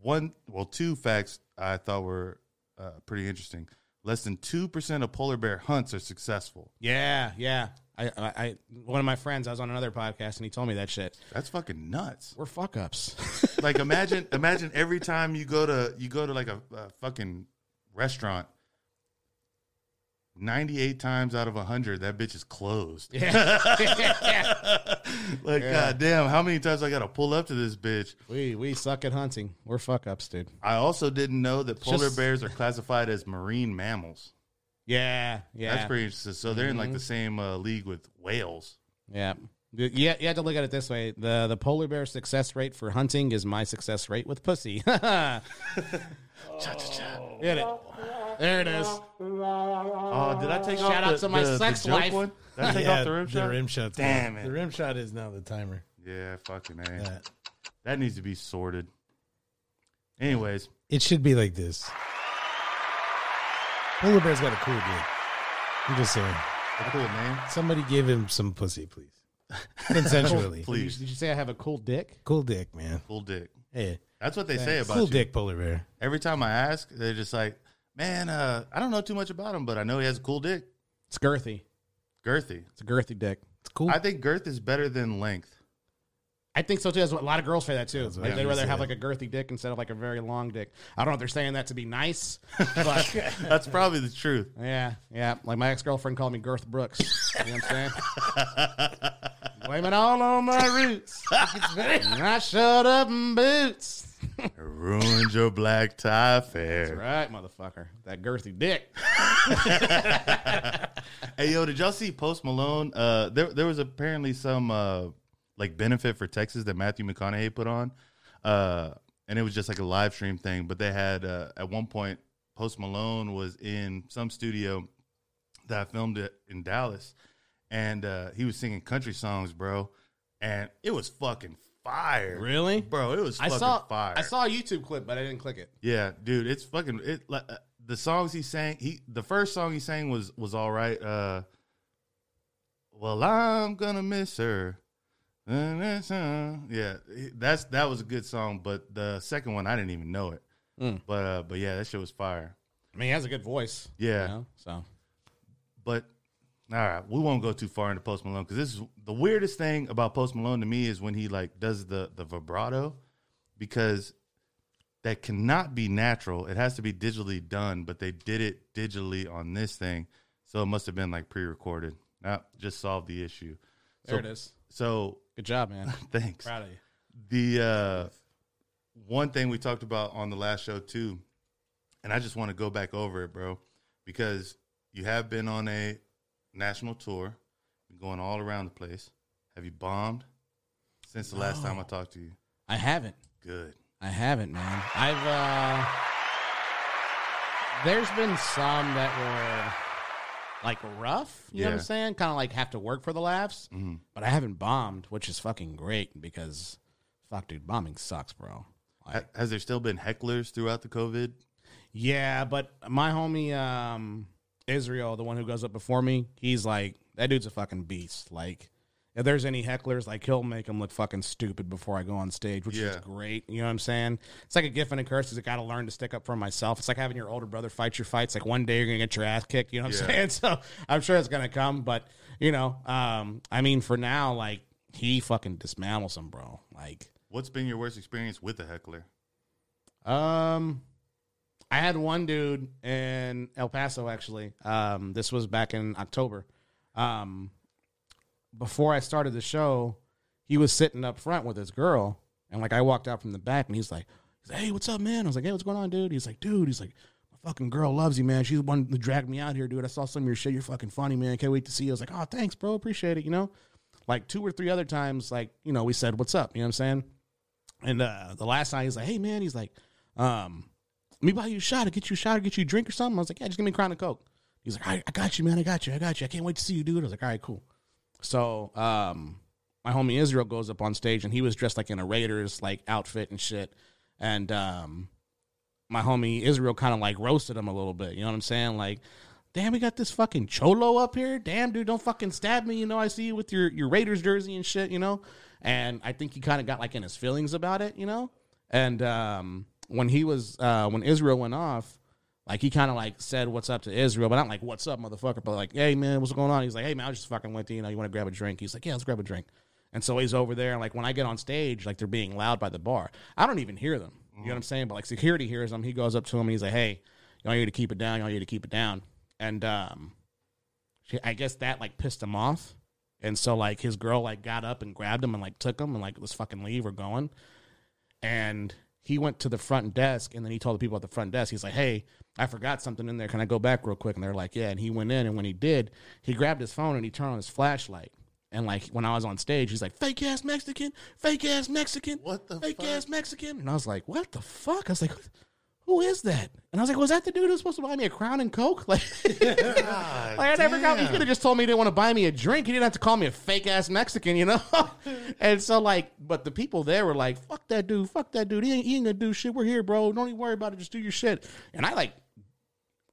S2: one, well, two facts I thought were uh, pretty interesting. Less than two percent of polar bear hunts are successful.
S1: Yeah. Yeah. I, I, I, one of my friends, I was on another podcast, and he told me that shit.
S2: That's fucking nuts.
S1: We're fuck ups.
S2: Like imagine, imagine every time you go to you go to like a, a fucking restaurant. Ninety eight times out of hundred, that bitch is closed.
S1: yeah.
S2: like goddamn, how many times I gotta pull up to this bitch?
S1: we we suck at hunting. We're fuck ups, dude.
S2: I also didn't know that polar
S3: Just-
S2: bears are classified as marine mammals.
S1: Yeah, yeah, Mm-hmm.
S2: That's pretty interesting. So they're in like the same uh, league with whales.
S1: yeah. You, you have to look at it this way: the the polar bear success rate for hunting is my success rate with pussy. Get it? There it is.
S2: Oh, did I take
S1: Shout
S2: off
S1: out
S2: the-
S1: to my
S2: the- the
S1: sex
S2: joke
S1: life.
S2: One? Did I take
S3: Yeah,
S2: off the rim shot?
S3: shot's
S2: Damn
S3: now-
S2: it.
S3: The rim shot is now the timer.
S2: Yeah, fucking a.
S3: Yeah.
S2: That needs to be sorted. Anyways,
S3: It should be like this. Polar bear's got a cool name. I'm just saying.
S2: a cool name,
S3: Somebody give him some pussy, please. Consensually.
S1: Did you,
S2: please.
S1: did you say I have a cool dick?
S3: Cool dick, man.
S2: Cool dick.
S3: Hey,
S2: That's what they say about
S3: cool
S2: you.
S3: dick polar bear.
S2: Every time I ask, they're just like, "Man, uh, I don't know too much about him, but I know he has a cool dick,
S1: It's girthy.
S2: girthy."
S1: It's a girthy dick.
S3: It's cool.
S2: I think girth is better than length.
S1: I think so too. That's what- A lot of girls say that too.
S3: what
S1: Like,
S3: I
S1: they'd
S3: was
S1: rather
S3: gonna
S1: have
S3: say.
S1: like a girthy dick instead of like a very long dick. I don't know if they're saying that to be nice, but
S2: That's probably the truth.
S1: yeah, yeah. Like my ex girlfriend called me Girth Brooks. You know what I'm saying? Blame it all on my roots. And I shut up in boots.
S2: Ruined your black tie fair.
S1: Right, motherfucker. That girthy dick.
S2: Hey yo, did y'all see Post Malone? Uh, there there was apparently some uh like benefit for Texas that Matthew McConaughey put on, uh, and it was just like a live stream thing. But they had uh, at one point Post Malone was in some studio that I filmed it in Dallas, and uh, he was singing country songs, bro, and it was fucking fire,
S1: Really?
S2: bro. It was
S1: I
S2: fucking
S1: saw
S2: fire.
S1: I saw a YouTube clip, but I didn't click it.
S2: Yeah, dude, it's fucking it. Like, uh, the songs he sang, he the first song he sang was was all right. Uh, well, I'm gonna miss her. And it's, uh, Yeah, he- that's that was a good song, but the second one I didn't even know it.
S1: Mm.
S2: But uh, but yeah, that shit was fire.
S1: I mean, he has a good voice.
S2: Yeah,
S1: You know? So
S2: but all right, we won't go too far into Post Malone because this is the weirdest thing about Post Malone to me is when he like does the the vibrato because that cannot be natural. It has to be digitally done, but they did it digitally on this thing, so it must have been like pre-recorded. Now, just solved the issue.
S1: there
S2: So-
S1: it is.
S2: So
S1: Good job, man.
S2: thanks
S1: Proud of you.
S2: the uh, one thing we talked about on the last show too, and I just want to go back over it, bro, because you have been on a national tour, been going all around the place. Have you bombed since the last time I talked to you?
S1: I haven't.
S2: Good.
S1: I haven't, man. I've uh there's been some that were like rough, you know what I'm
S2: Yeah.
S1: saying? Kind of like have to work for the laughs,
S2: Mhm.
S1: but I haven't bombed, which is fucking great because fuck dude, bombing sucks, bro.
S2: Ha- has there still been hecklers throughout the COVID?
S1: Yeah, but my homie um Israel, the one who goes up before me, he's like that dude's a fucking beast. Like if there's any hecklers, like he'll make them look fucking stupid before I go on stage, which is
S2: Yeah.
S1: great. You know what I'm saying? It's like a gift and a curse. Is I got to learn to stick up for myself. It's like having your older brother fight your fights. Like one day you're gonna get your ass kicked. You know what I'm
S2: Yeah.
S1: saying? So I'm sure it's gonna come, but you know, um, I mean, for now, like he fucking dismantles him, bro. Like
S2: What's been your worst experience with a heckler?
S1: um, I had one dude in El Paso actually. Um, this was back in October. Um, before I started the show, he was sitting up front with his girl, and like I walked out from the back, and he's like, he's like, "Hey, what's up, man?" I was like, "Hey, what's going on, dude?" He's like, "Dude," he's like. "My Fucking girl loves you, man. She's the one that dragged me out here, dude. I saw some of your shit. You're fucking funny, man. Can't wait to see you. I was like, oh, thanks, bro. Appreciate it, you know? Like two or three other times, like, you know, we said, what's up? You know what I'm saying? And uh, the last time he's like, "Hey man," he's like, um, "Let me buy you a shot or get you a shot or get you a drink or something." I was like, "Yeah, just give me a crown of coke." He's like, I, "I got you, man. I got you. I got you. I can't wait to see you, dude." I was like, "All right, cool." So, um, my homie Israel goes up on stage and he was dressed like in a Raiders like outfit and shit, and um, my homie Israel kind of like roasted him a little bit. You know what I'm saying? Like, damn, we got this fucking cholo up here. Damn, dude, don't fucking stab me. You know, I see you with your your Raiders jersey and shit. You know, and I think he kind of got like in his feelings about it. You know, and um, when he was uh, when Israel went off, Like he kind of like said what's up to Israel, but not like what's up, motherfucker. But like, hey man, what's going on? He's like, hey man, I was just fucking with you. You know, you want to grab a drink? He's like, yeah, let's grab a drink. And so he's over there, and like when I get on stage, like they're being loud by the bar. I don't even hear them. You know what I'm saying? But like security hears him. He goes up to him and he's like, hey, y'all need to keep it down. Y'all need to keep it down. And um, she, I guess that like pissed him off. And so like his girl like got up and grabbed him and like took him and like let's fucking leave. We're going. And he went to the front desk and then he told the people at the front desk, he's like, Hey, I forgot something in there. Can I go back real quick? And they're like, Yeah. And he went in and when he did, he grabbed his phone and he turned on his flashlight. And like when I was on stage, he's like, Fake ass Mexican, fake ass Mexican,
S2: What the
S1: fake
S2: fuck?
S1: ass Mexican. And I was like, What the fuck? I was like, who is that? And I was like, was that the dude who's supposed to buy me a crown and coke? Like,
S2: God
S1: Like, I never got. He
S2: damn.
S1: could have just told me he didn't want to buy me a drink. He didn't have to call me a fake ass Mexican, you know. and so, like, but the people there were like, "Fuck that dude! Fuck that dude! He ain't, he ain't gonna do shit. We're here, bro. Don't even worry about it. Just do your shit." And I like,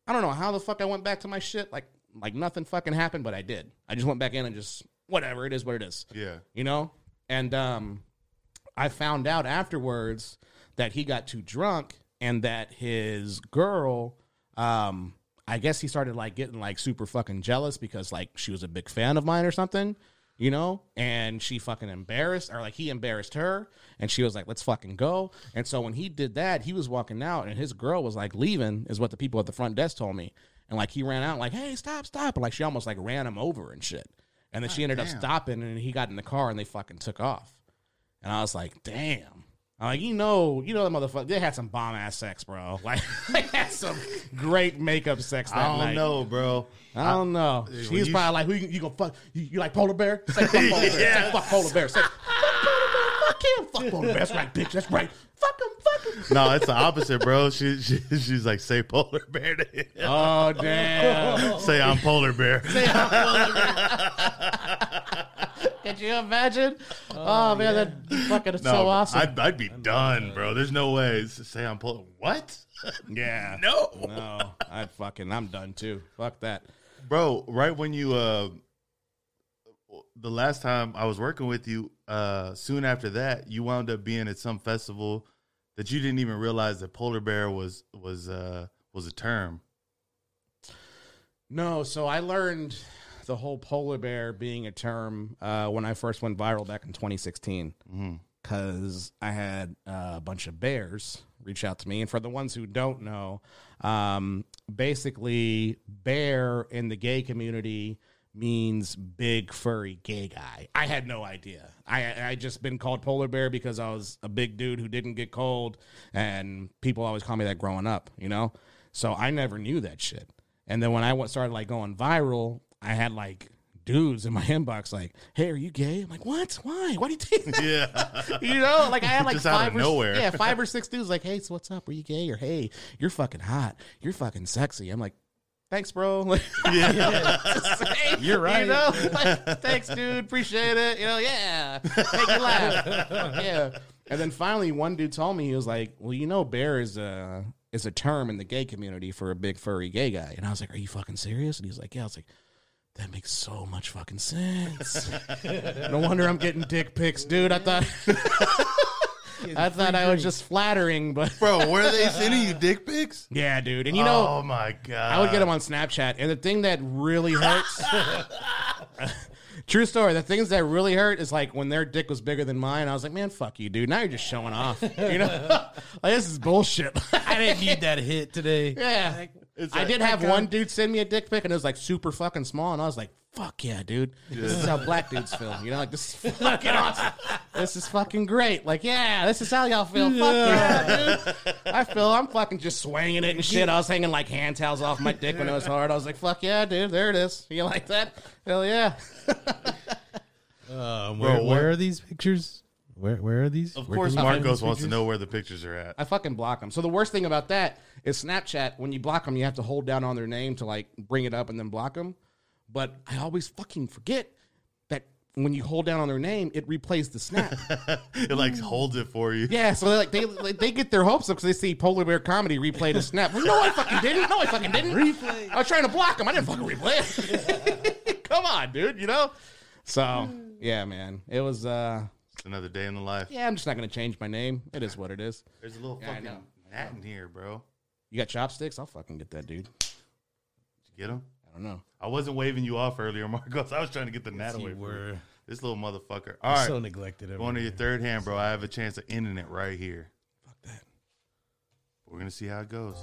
S1: I don't know how the fuck I went back to my shit. Like, like nothing fucking happened, but I did. I just went back in and just whatever it is, what it is
S2: Yeah.
S1: you know and um i found out afterwards that he got too drunk and that his girl um i guess he started like getting like super fucking jealous because like she was a big fan of mine or something you know and she fucking embarrassed or like he embarrassed her and she was like let's fucking go and so when he did that he was walking out and his girl was like leaving is what the people at the front desk told me and like he ran out like hey stop stop and like she almost like ran him over and shit and then she ended up
S2: damn.
S1: stopping and he got in the car and they fucking took off. And I was like, damn. I'm like, you know, you know that motherfucker. They had some bomb ass sex, bro. Like they had some great makeup sex that
S2: I don't
S1: night.
S2: know, bro.
S1: I don't know. She was
S2: you-
S1: probably like, who you, you gonna fuck? You, you like polar bear? Say fuck polar bear. Say
S2: Yes.
S1: fuck polar bear. Say fuck polar bear. Fuck him. Fuck polar bear. That's right, bitch. That's right. Fuck him. Fuck him.
S2: No, it's the opposite, bro. She, she she's like, say polar bear to him.
S1: Oh damn.
S2: Say I'm polar bear.
S1: Could you imagine? Oh, man, that fucking is
S2: No,
S1: so awesome.
S2: I'd, I'd be done, bro. There's no way. S- Say I'm polar. What?
S1: yeah.
S2: No,
S1: No, I fucking I'm done too. Fuck that.
S2: bro. Right when you uh, the last time I was working with you, uh, soon after that, you wound up being at some festival that you didn't even realize that polar bear was was uh was a term.
S1: No, so I learned the whole polar bear being a term uh, when I first went viral back in 2016
S2: Mhm.
S1: because I had uh, a bunch of bears reach out to me. And for the ones who don't know, um, basically, bear in the gay community means big furry gay guy. I had no idea. I I just been called polar bear because I was a big dude who didn't get cold, and people always call me that growing up. You know, so I never knew that shit. And then when I went- started like going viral, I had like dudes in my inbox like, "Hey, are you gay?" I'm like, "What? Why? Why do you think?" that?"
S2: Yeah,
S1: you know, like I had like
S2: Just out of
S1: five or
S2: nowhere.
S1: yeah, five or six dudes like, "Hey, so what's up? Are you gay?" Or "Hey, you're fucking hot. You're fucking sexy." I'm like, "Thanks, bro." Like,
S3: You're right.
S1: You know, like, thanks, dude. Appreciate it. You know, yeah, make you laugh. Fuck yeah. And then finally, one dude told me he was like, "Well, you know, bear is a is a term in the gay community for a big furry gay guy." And I was like, "Are you fucking serious?" And he was like, "Yeah." I was like. That makes so much fucking sense. no wonder I'm getting dick pics, dude. I thought I thought I was just flattering, but
S2: bro. Were they sending you dick pics?
S1: yeah, dude. And you know,
S2: oh my god,
S1: I would get them on Snapchat. And the thing that really hurts, true story, the things that really hurt is like when their dick was bigger than mine. I was like, man, fuck you, dude. Now you're just showing off. You know, like this is bullshit.
S3: I didn't need that hit today.
S1: yeah.
S2: It's
S1: I
S2: like-
S1: did have one dude send me a dick pic and it was like super fucking small, and I was like, "Fuck yeah, dude! This is how black dudes feel, you know? Like this is fucking awesome. This is fucking great. Like yeah, this is how y'all feel. Fuck yeah, dude! I feel I'm fucking just swinging it and shit. I was hanging like hand towels off my dick when it was hard. I was like, "Fuck yeah, dude! There it is. You like that? Hell yeah!
S3: Uh, where,
S2: Bro, what-
S3: where are these pictures? Where where are these?
S2: Of
S3: Where
S2: course,
S3: can we find
S2: Marcos
S3: these
S2: wants to
S3: pictures?
S2: know where the pictures are at.
S1: I fucking block them. So the worst thing about that is Snapchat. When you block them, you have to hold down on their name to like bring it up and then block them. But I always fucking forget that when you hold down on their name, it replays the snap.
S2: it like holds it for you.
S1: yeah, so they like they like, they get their hopes up because they see polar bear comedy replay the snap. No, I fucking didn't. No, I fucking didn't. Replay. I was trying to block them. I didn't fucking replay it. Come on, dude. You know. So yeah, man, it was. uh
S2: It's another day in the life.
S1: Yeah, I'm just not gonna change my name. It is what it is.
S2: There's a little
S1: Yeah, I
S2: fucking
S1: know.
S2: gnat in here, bro.
S1: You got chopsticks? I'll fucking get that dude.
S2: you get him?
S1: I don't know.
S2: I wasn't waving you off earlier, Marcos. I was trying to get the gnat
S3: You
S2: away from you.
S3: were
S2: This little motherfucker. All right.
S3: so neglected. over
S2: Going to
S3: there.
S2: your third hand, bro. I have a chance of ending it right here.
S1: Fuck that.
S2: We're gonna see how it goes.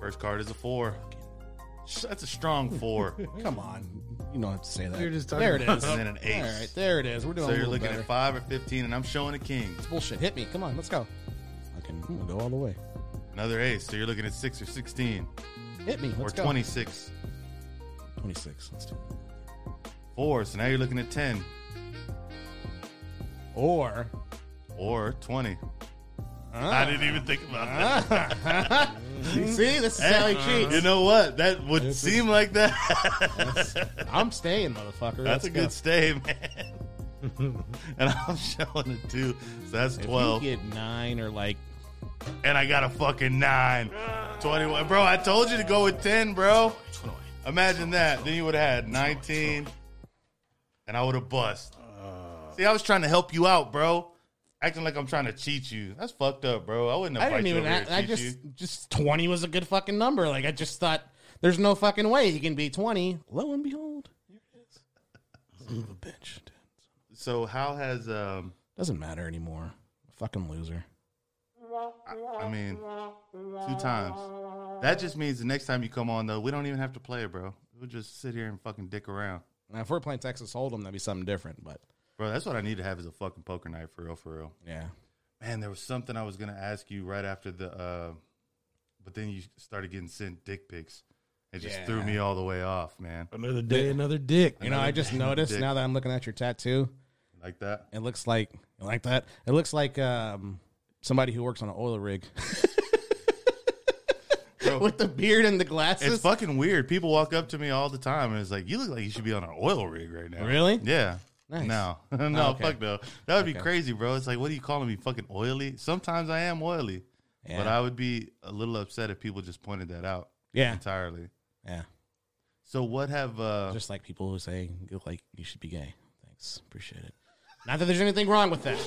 S2: First card is a four. Sh- That's a strong four, and
S1: Come on. You don't have to say that.
S3: We were just talking
S1: there it
S3: about-
S1: is.
S2: then an eight.
S1: All right, there it is. We're doing
S2: so
S1: a
S2: you're
S1: little
S2: looking
S1: better.
S2: at five or fifteen, and I'm showing a king.
S1: Bullshit. Hit me. Come on. Let's go. I can I'm gonna go all the way.
S2: Another ace. So you're looking at six or sixteen
S1: Hit me. Let's
S2: or
S1: go.
S2: twenty-six.
S1: 26. Let's do it.
S2: Four. So now you're looking at ten
S1: Or.
S2: or twenty. I
S1: Ah.
S2: didn't even think about that.
S1: See, this is how he cheats.
S2: You know what? That would seem like that.
S1: I'm staying, motherfucker. Let's
S2: that's a
S1: go.
S2: good stay, man. and I'm showing a two, so that's
S1: If
S2: twelve.
S1: you get nine or like
S2: and I got a fucking nine. 21. Bro, I told you to go with 10, bro. Imagine that. Then you would have had 19, and I would have bust.
S1: Uh,
S2: See, I was trying to help you out, bro. Acting like I'm trying to cheat you. That's fucked up, bro. I wouldn't
S1: I
S2: invite
S1: didn't
S2: you
S1: even.
S2: over
S1: I,
S2: here to
S1: I
S2: cheat
S1: just
S2: you.
S1: just twenty was a good fucking number. Like I just thought, there's no fucking way he can be twenty. Lo and behold, here it is. Son of a bitch. dude.
S2: So how has um
S1: Doesn't matter anymore. Fucking loser.
S2: I mean two times. That just means the next time you come on though, we don't even have to play it, bro. We'll just sit here and fucking dick around.
S1: Now, if we're playing Texas Hold'em, that'd be something different. But
S2: Bro, that's what I need to have is a fucking poker night for real, for real.
S1: yeah,
S2: Man, there was something I was gonna ask you right after the, uh, but then you started getting sent dick pics. It just threw
S1: Yeah.
S2: me all the way off, man.
S3: another day, another dick.
S1: you know, I just noticed now that I'm looking at your tattoo.
S2: Like that.
S1: It looks like you like that. It looks like um, somebody who works on an oil rig
S2: Bro,
S1: with the beard and the glasses.
S2: it's fucking weird. People walk up to me all the time and it's like, "You look like you should be on an oil rig right now."
S1: Really?
S2: Yeah.
S1: Nice. Oh,
S2: No, no,
S1: okay.
S2: fuck no. That would be crazy, bro. It's like, what are you calling me? Fucking oily? Sometimes I am oily, but
S1: Yeah.
S2: I would be a little upset if people just pointed that out
S1: yeah,
S2: entirely.
S1: yeah.
S2: So what have uh,
S1: Just like people who say you look like you should be gay. Thanks, appreciate it. Not that there's anything wrong with that.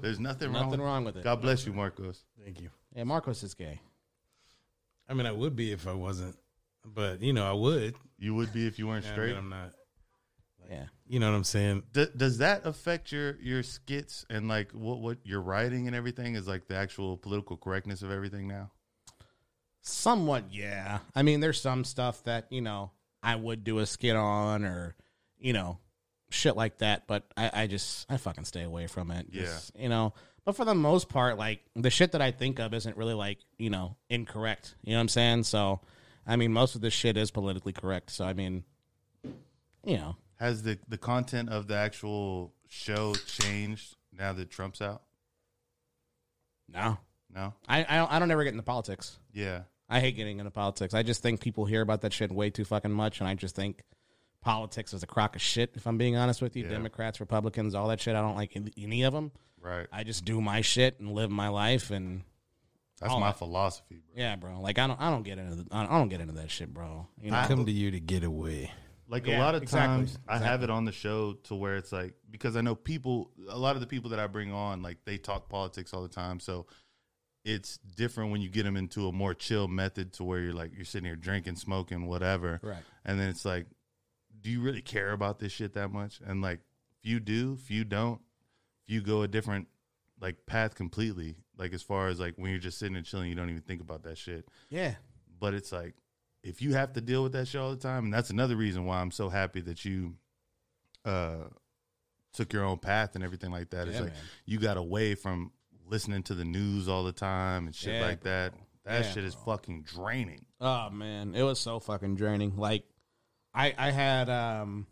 S2: There's nothing,
S1: Nothing
S2: wrong.
S1: wrong with it.
S2: With, God bless you, Marcos.
S3: Thank you.
S1: Yeah, Marcos is gay.
S3: I mean, I would be if I wasn't, but you know, I would.
S2: You would be if you weren't
S3: Yeah, but
S2: straight.
S3: I'm not.
S1: Yeah.
S3: You know what I'm saying?
S2: D- does that affect your your skits and like what what your writing and everything is like the actual political correctness of everything now?
S1: Somewhat, yeah. I mean, there's some stuff that, you know, I would do a skit on or, you know, shit like that, but I, I just, I fucking stay away from it.
S2: Yeah.
S1: Just, You know, but for the most part, like, the shit that I think of isn't really, like, you know, incorrect. You know what I'm saying? So, I mean, most of this shit is politically correct. So, I mean, you know,
S2: Has the the content of the actual show changed now that Trump's out?
S1: no.
S2: No.
S1: I, I, don't, I don't ever get into politics.
S2: Yeah.
S1: I hate getting into politics. I just think people hear about that shit way too fucking much, and I just think politics is a crock of shit. If I'm being honest with you,
S2: Yeah.
S1: Democrats, Republicans, all that shit, I don't like any- any of them.
S2: Right.
S1: I just do my shit and live my life, and
S2: That's
S1: all
S2: my
S1: that.
S2: philosophy, bro.
S1: yeah, bro. Like I don't, I don't get into, the, I don't- I don't get into that shit, bro. You know,
S3: I come to you to get away.
S2: Like
S1: Yeah,
S2: a lot of
S1: exactly,
S2: times, I have it on the show to where it's like because I know people, a lot of the people that I bring on, like they talk politics all the time, so it's different when you get them into a more chill method to where you're like you're sitting here drinking, smoking, whatever,
S1: Right.
S2: And then it's like, do you really care about this shit that much? And like, few do, few don't, few go a different like path completely. Like as far as like when you're just sitting and chilling, you don't even think about that shit
S1: yeah,
S2: but it's like if you have to deal with that shit all the time and that's another reason why i'm so happy that you uh took your own path and everything like that it's
S1: Yeah,
S2: like
S1: man.
S2: you got away from listening to the news all the time and shit
S1: Yeah,
S2: like that that
S1: Yeah,
S2: shit is fucking draining
S1: Oh man, it was so fucking draining. Like I I had um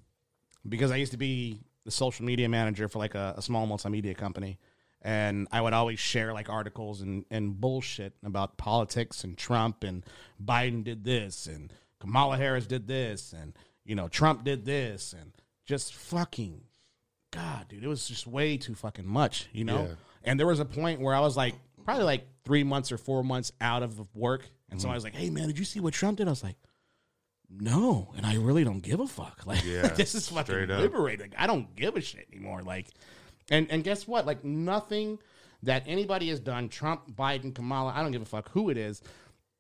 S1: because I used to be the social media manager for like a, a small multimedia company and I would always share like articles and, and bullshit about politics and Trump and Biden did this and Kamala Harris did this and you know Trump did this and just fucking God, dude, it was just way too fucking much, you know?
S2: Yeah.
S1: And there was a point where I was like, probably like three months or four months out of work. And so I was like, hey, man, did you see what Trump did? I was like, no. And I really don't give a fuck. Like,
S2: Yeah,
S1: this is fucking
S2: straight up.
S1: liberating. I don't give a shit anymore. Like, and, and guess what? Like, nothing that anybody has done, Trump, Biden, Kamala, I don't give a fuck who it is,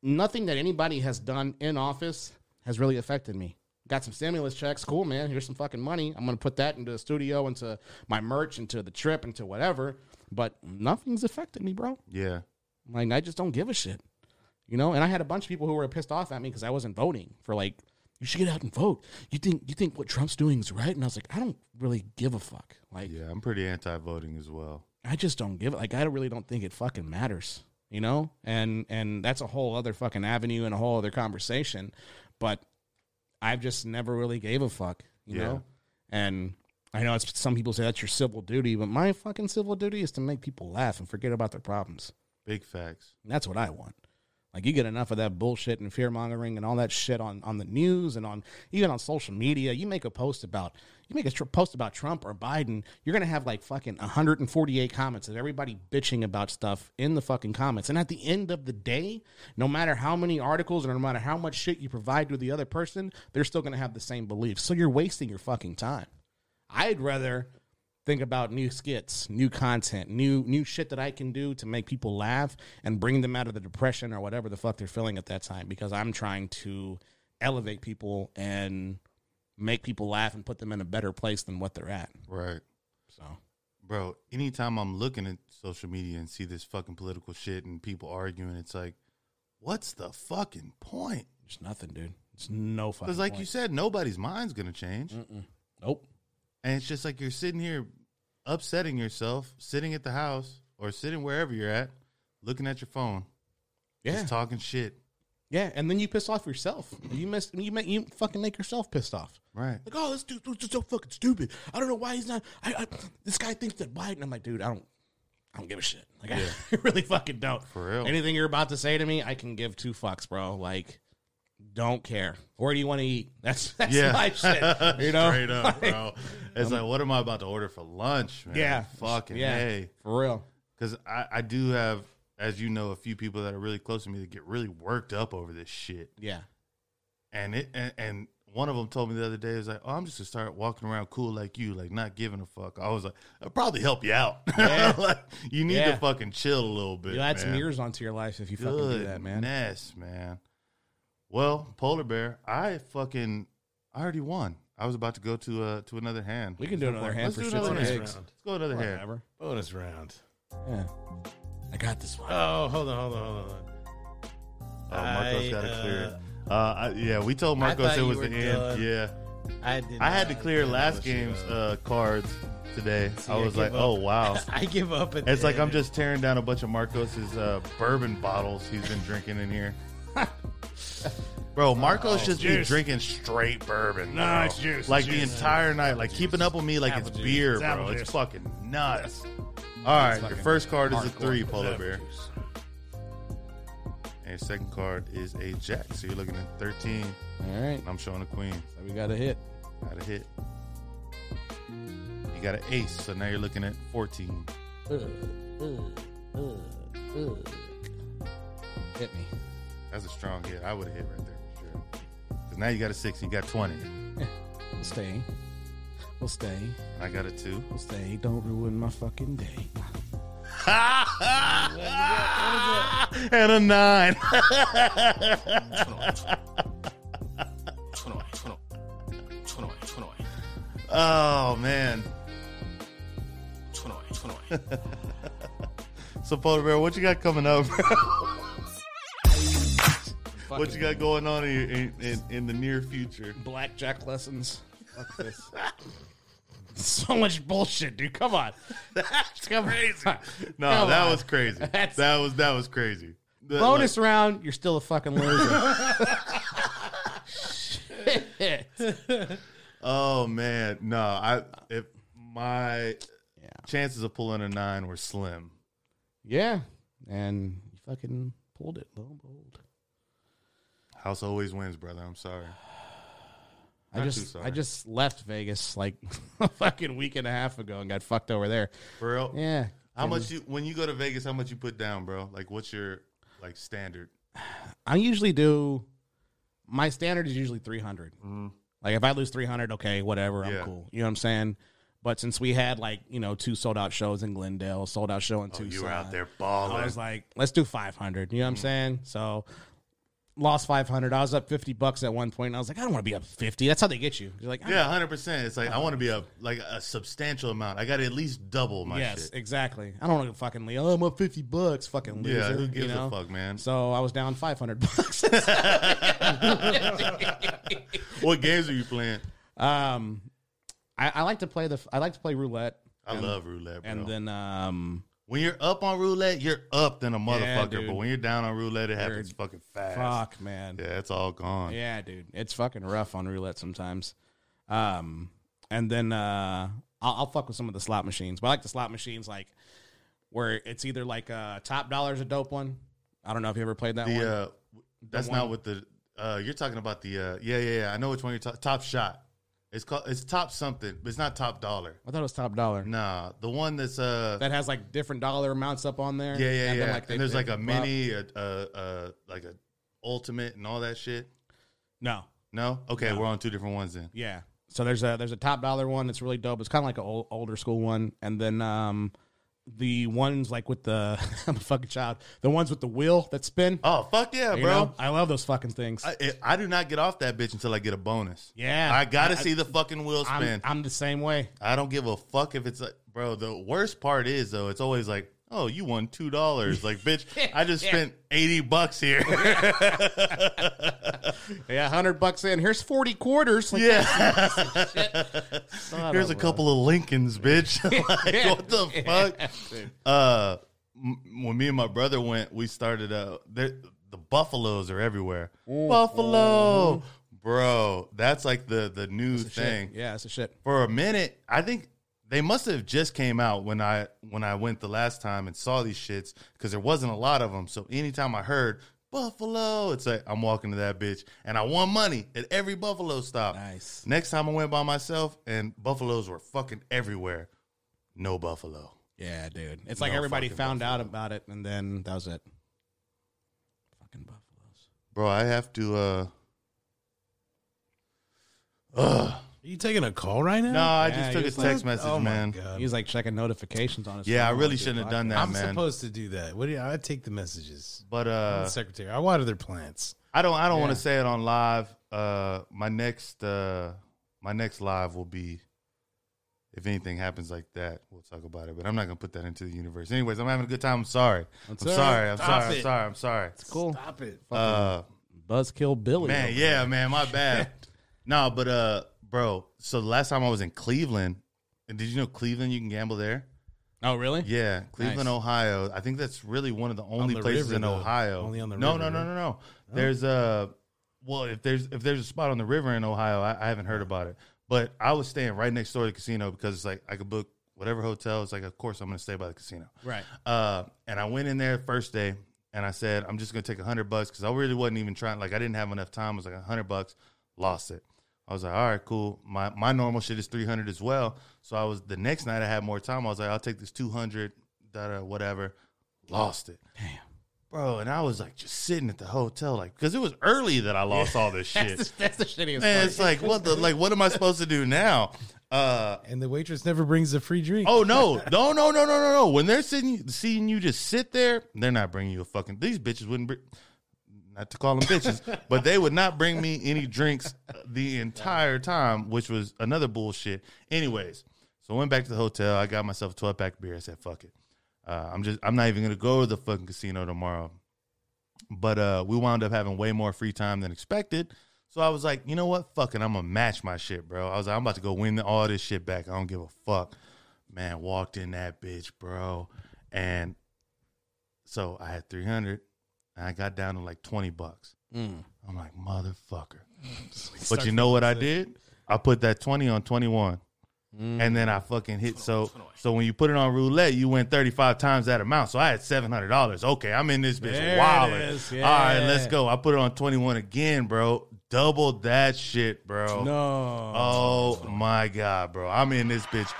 S1: nothing that anybody has done in office has really affected me. Got some stimulus checks. Cool, man. Here's some fucking money. I'm going to put that into the studio, into my merch, into the trip, into whatever. But nothing's affected me, bro.
S2: Yeah.
S1: Like, I just don't give a shit. You know, and I had a bunch of people who were pissed off at me because I wasn't voting for like, you should get out and vote. You think you think what Trump's doing is right? And I was like, I don't really give a fuck. Like,
S2: Yeah, I'm pretty anti-voting as well.
S1: I just don't give it. Like I really don't think it fucking matters, you know. And and that's a whole other fucking avenue and a whole other conversation. But I've just never really gave a fuck, you
S2: Yeah.
S1: know. And I know it's some people say that's your civil duty, but my fucking civil duty is to make people laugh and forget about their problems.
S2: Big facts.
S1: And that's what I want. Like you get enough of that bullshit and fear mongering and all that shit on, on the news and on even on social media. You make a post about you make a tr- post about Trump or Biden, you're gonna have like fucking 148 comments of everybody bitching about stuff in the fucking comments. And at the end of the day, no matter how many articles or no matter how much shit you provide to the other person, they're still gonna have the same beliefs. So you're wasting your fucking time. I'd rather think about new skits, new content, new new shit that I can do to make people laugh and bring them out of the depression or whatever the fuck they're feeling at that time because I'm trying to elevate people and make people laugh and put them in a better place than what they're at.
S2: Right.
S1: So
S2: Bro, anytime I'm looking at social media and see this fucking political shit and people arguing, it's like, what's the fucking point?
S1: there's nothing, dude. It's no fucking.
S2: Because,
S1: point.
S2: like
S1: Mm-hmm.
S2: you said, nobody's mind's gonna change,
S1: nope.
S2: and it's just like you're sitting here upsetting yourself, sitting at the house or sitting wherever you're at, looking at your phone,
S1: Yeah,
S2: just talking shit.
S1: yeah, and then you piss off yourself. You miss. You make. You fucking make yourself pissed off.
S2: Right.
S1: Like, oh, this dude was just so fucking stupid. I don't know why he's not. I, I this guy thinks that Biden. I'm like, dude, I don't, I don't give a shit. Like, I really fucking don't.
S2: For real.
S1: Anything you're about to say to me, I can give two fucks, bro. Like, don't care. Where do you want to eat? That's that's
S2: Yeah.
S1: my shit. You know,
S2: Straight up,
S1: Like,
S2: bro. It's like, what am I about to order for lunch, man?
S1: yeah,
S2: Fucking
S1: yeah,
S2: hey.
S1: for real.
S2: Because I, I do have, as you know, a few people that are really close to me that get really worked up over this shit.
S1: Yeah,
S2: And it and, and one of them told me the other day, it was like, oh, I'm just going to start walking around cool like you, like not giving a fuck. I was like, I'll probably help you out.
S1: Yeah.
S2: like, you need
S1: Yeah.
S2: to fucking chill a little bit.
S1: you add
S2: man.
S1: some years onto your life if you fucking do that, man.
S2: Goodness, man. Well, polar bear, I fucking, I already won. I was about to go to uh to another hand.
S1: We can do another hand
S2: Let's
S1: for
S2: do
S1: shits
S2: another
S1: and
S3: Bonus
S2: hand.
S1: gigs.
S3: round.
S2: Let's go another hand.
S1: Whatever.
S3: Bonus round.
S1: Yeah, I got this one.
S3: Oh, hold on, hold on, hold on.
S2: Oh, Marcos
S3: I,
S2: got to clear
S3: uh,
S2: it. Uh, I, yeah, we told Marcos
S3: thought
S2: it
S3: you
S2: was
S3: were
S2: the end.
S3: done.
S2: Yeah,
S3: I did.
S2: I had to
S3: not
S2: clear
S3: do
S2: last
S3: that shit
S2: game's
S3: up.
S2: uh, cards today.
S3: See,
S2: I was
S3: give
S2: like,
S3: up.
S2: oh wow.
S3: I give up. At
S2: It's
S3: the
S2: like I'm
S3: end.
S2: just tearing down a bunch of Marcos's uh, bourbon bottles he's been drinking in here. Bro, Marcos just be
S1: Oh, juice.
S2: drinking straight bourbon.
S1: No,
S2: bro.
S1: it's juice,
S2: Like
S1: it's
S2: the
S1: juice.
S2: entire night, like keeping up with me like
S3: Apple
S2: it's
S3: juice.
S2: beer,
S1: It's
S2: bro.
S1: apple
S2: It's
S1: juice.
S2: fucking nuts. All right, your
S1: fucking
S2: first card is a
S1: hardcore.
S2: three, polar
S3: Apple
S2: bear.
S3: juice.
S2: And your second card is a jack. So you're looking at 13.
S1: All right,
S2: And I'm showing a queen.
S1: so we got a hit.
S2: Got a hit. You got an ace. So now you're looking at 14.
S1: Hit me.
S2: That's a strong hit. I would have hit right there for sure. Because now you got a six and you got 20.
S1: We'll stay. We'll stay.
S2: I got a two.
S1: We'll stay. Don't ruin my fucking day.
S2: and a nine. oh man. So Polar Bear, what you got coming up? bro? what you got going on in, in, in, in the near future?
S1: Blackjack lessons. Fuck this. so much bullshit, dude. Come on. That's crazy.
S2: No, that was crazy.
S1: That's-
S2: that was that was crazy. That,
S1: bonus round. You're still a fucking loser. Shit.
S2: like- oh man, no, I if my
S1: Yeah.
S2: chances of pulling a nine were slim.
S1: Yeah, and you fucking pulled it. Lo and behold.
S2: House always wins, brother. I'm sorry.
S1: I
S2: Not too
S1: just
S2: sorry.
S1: I just left Vegas like a fucking week and a half ago and got fucked over there.
S2: For real.
S1: Yeah.
S2: How much you when you go to Vegas? How much you put down, bro? Like, what's your like standard?
S1: I usually do my standard is usually 300. Like if I lose 300, okay, whatever,
S2: Mm-hmm. Yeah.
S1: I'm cool. You know what I'm saying? But since we had like you know two sold out shows in Glendale, sold out show in
S2: Oh,
S1: Tucson,
S2: you were out there Mm.
S1: I
S2: balling.
S1: was like, let's do 500. You know what I'm saying? So lost 500. I was up 50 bucks at one point. And I was like, I don't want to be up 50. That's how they get you. You're like,
S2: yeah, hundred percent. It's like I want to be up like a substantial amount. I got to at least double my
S1: "Ah, yes,
S2: shit.
S1: exactly. I don't want to fucking leave. Oh, I'm up 50 bucks. Fucking loser.
S2: Yeah, who gives
S1: you know?
S2: a fuck, man?
S1: So I was down 500 bucks.
S2: what games are you playing?
S1: um, I, I like to play the I like to play roulette.
S2: I
S1: and,
S2: love roulette, bro.
S1: And then um,
S2: when you're up on roulette, you're up than a motherfucker.
S1: dude.
S2: but when you're down on roulette, it happens
S1: Word.
S2: fucking fast.
S1: fuck man,
S2: Yeah, it's all gone.
S1: Yeah, dude, it's fucking rough on roulette sometimes. Um, and then uh, I'll, I'll fuck with some of the slot machines, but I like the slot machines like where it's either like uh, top dollar's a dope one. I don't know if you ever played that one.
S2: The uh, that's
S1: one-
S2: not what the uh, you're talking about. The uh, yeah, yeah, yeah. I know which one you're talking. Top shot. It's called it's top something, but it's not top dollar.
S1: I thought it was top dollar.
S2: Nah, the one that's uh
S1: That has like different dollar amounts up on there.
S2: yeah, yeah,
S1: and
S2: yeah.
S1: then, like, they
S2: and there's
S1: pick
S2: like a
S1: up.
S2: mini, a, a, a like a ultimate, and all that shit.
S1: No,
S2: No, okay, we're on two different ones then.
S1: yeah. So there's a there's a top dollar one that's really dope. It's kind of like an old, older school one, and then um, the ones like with the I'm a fucking child. The ones with the wheel that spin.
S2: Oh fuck yeah,
S1: you
S2: bro!
S1: know? I love those fucking things.
S2: I, it- I do not get off that bitch until I get a bonus.
S1: Yeah.
S2: I gotta see the fucking wheel
S1: I'm,
S2: spin.
S1: I'm the same way.
S2: I don't give a fuck if it's like, bro. The worst part is though, it's always like, oh, you won two dollars. Like, bitch, I just spent eighty bucks here.
S1: Yeah, hundred bucks in. Here's forty quarters. Like,
S2: yeah,
S1: son
S2: here's a
S1: of
S2: couple of Lincolns, bitch. like,
S1: Yeah.
S2: what the fuck? Uh, m- when me and my brother went, we started. Uh, there- the buffaloes are everywhere. Buffalo, bro. That's like the the new
S1: shit.
S2: thing.
S1: Yeah, it's a shit.
S2: for a minute i think they must have just came out when i when i went the last time and saw these shits because there wasn't a lot of them so anytime i heard buffalo it's like i'm walking to that bitch and i won money at every buffalo stop
S1: Nice.
S2: next time i went by myself and buffaloes were fucking everywhere no buffalo
S1: Yeah, dude. It's like
S2: No
S1: everybody
S2: fucking
S1: found out about it, and then that was it. Fucking buffaloes.
S2: bro i have to uh Ugh.
S3: Are you taking a call right now?
S2: no i
S1: Yeah,
S2: just took
S1: you're
S2: a
S1: like-
S2: text message
S3: oh my
S2: man
S3: God.
S1: He was like checking notifications on his.
S2: yeah i
S1: phone while
S2: really
S1: we
S2: shouldn't have
S1: did
S2: done that
S3: I'm
S2: man
S3: supposed to do that. What do you, I take the messages?
S2: but
S3: I'm
S2: uh
S3: the secretary. I water their plants.
S2: I don't I don't want
S1: Yeah.
S2: to say it on live. Uh my next uh my next live will be if anything happens like that, we'll talk about it. But I'm not gonna put that into the universe. Anyways, I'm having a good time. I'm sorry. I'm
S1: That's all
S2: sorry.
S1: right.
S2: I'm
S3: Stop
S2: sorry. I'm
S3: it.
S2: sorry. I'm sorry.
S1: podcast. Cool.
S3: Stop it.
S2: Uh
S1: Buzzkill Billy.
S2: man,
S1: over
S2: yeah, man, my bad. no, but uh bro, so the last time I was in Cleveland, and did you know Cleveland you can gamble there?
S1: there. Oh, really?
S2: Yeah, Cleveland,
S1: Nice.
S2: Ohio. I think that's really one of the only
S3: the
S2: places
S3: river,
S2: in
S3: though.
S2: Ohio.
S3: Only on the
S2: no,
S3: river,
S2: No, no,
S3: right?
S2: no, no. There's a well, if there's if there's a spot on the river in Ohio, I, I haven't heard about it. But I was staying right next door to the casino because it's like I could book whatever hotel. It's like, of course, I'm going to stay by the casino.
S1: Right.
S2: Uh, and I went in there first day, and I said, I'm just gonna take a hundred bucks because I really wasn't even trying. Like I didn't have enough time. It was like a hundred bucks. Lost it. I was like, all right, cool. My my normal shit is three hundred as well. So I was the next night I had more time. I was like, I'll take this two hundred, da da, whatever. Lost it. Damn. Bro, and I was like just sitting at the hotel, like, because it was early that I lost all this shit.
S1: That's the, that's the shittiest.
S2: Man,
S1: part.
S2: it's like, what the like, what am I supposed to do now? Uh,
S3: And the waitress never brings a free drink.
S2: Oh no, no, no, no, no, no, no! When they're sitting, seeing you just sit there, they're not bringing you a fucking. These bitches wouldn't bring. Not to call them bitches, but they would not bring me any drinks the entire time, which was another bullshit. Anyways, so I went back to the hotel. I got myself a twelve pack of beer. I said, "Fuck it, uh, I'm just. I'm not even gonna go to the fucking casino tomorrow." But uh, we wound up having way more free time than expected. So I was like, you know what? Fucking, I'm gonna match my shit, bro. I was like, I'm about to go win all this shit back. I don't give a fuck. Man, walked in that bitch, bro. And so I had 300 and I got down to like 20 bucks.
S1: Mm.
S2: I'm like, motherfucker.
S3: Start
S2: But you know what I did? I put that 20 on 21.
S1: Mm.
S2: And then I fucking hit so so when you put it on roulette, you win thirty five times that amount. So I had seven hundred dollars. Okay, I'm in this
S1: There
S2: bitch
S1: it
S2: wild.
S1: is.
S2: All right, let's
S1: Yeah.
S2: go. I put it on twenty one again, bro. Doubled that shit, bro.
S1: No.
S2: Oh my god, bro! I'm in this bitch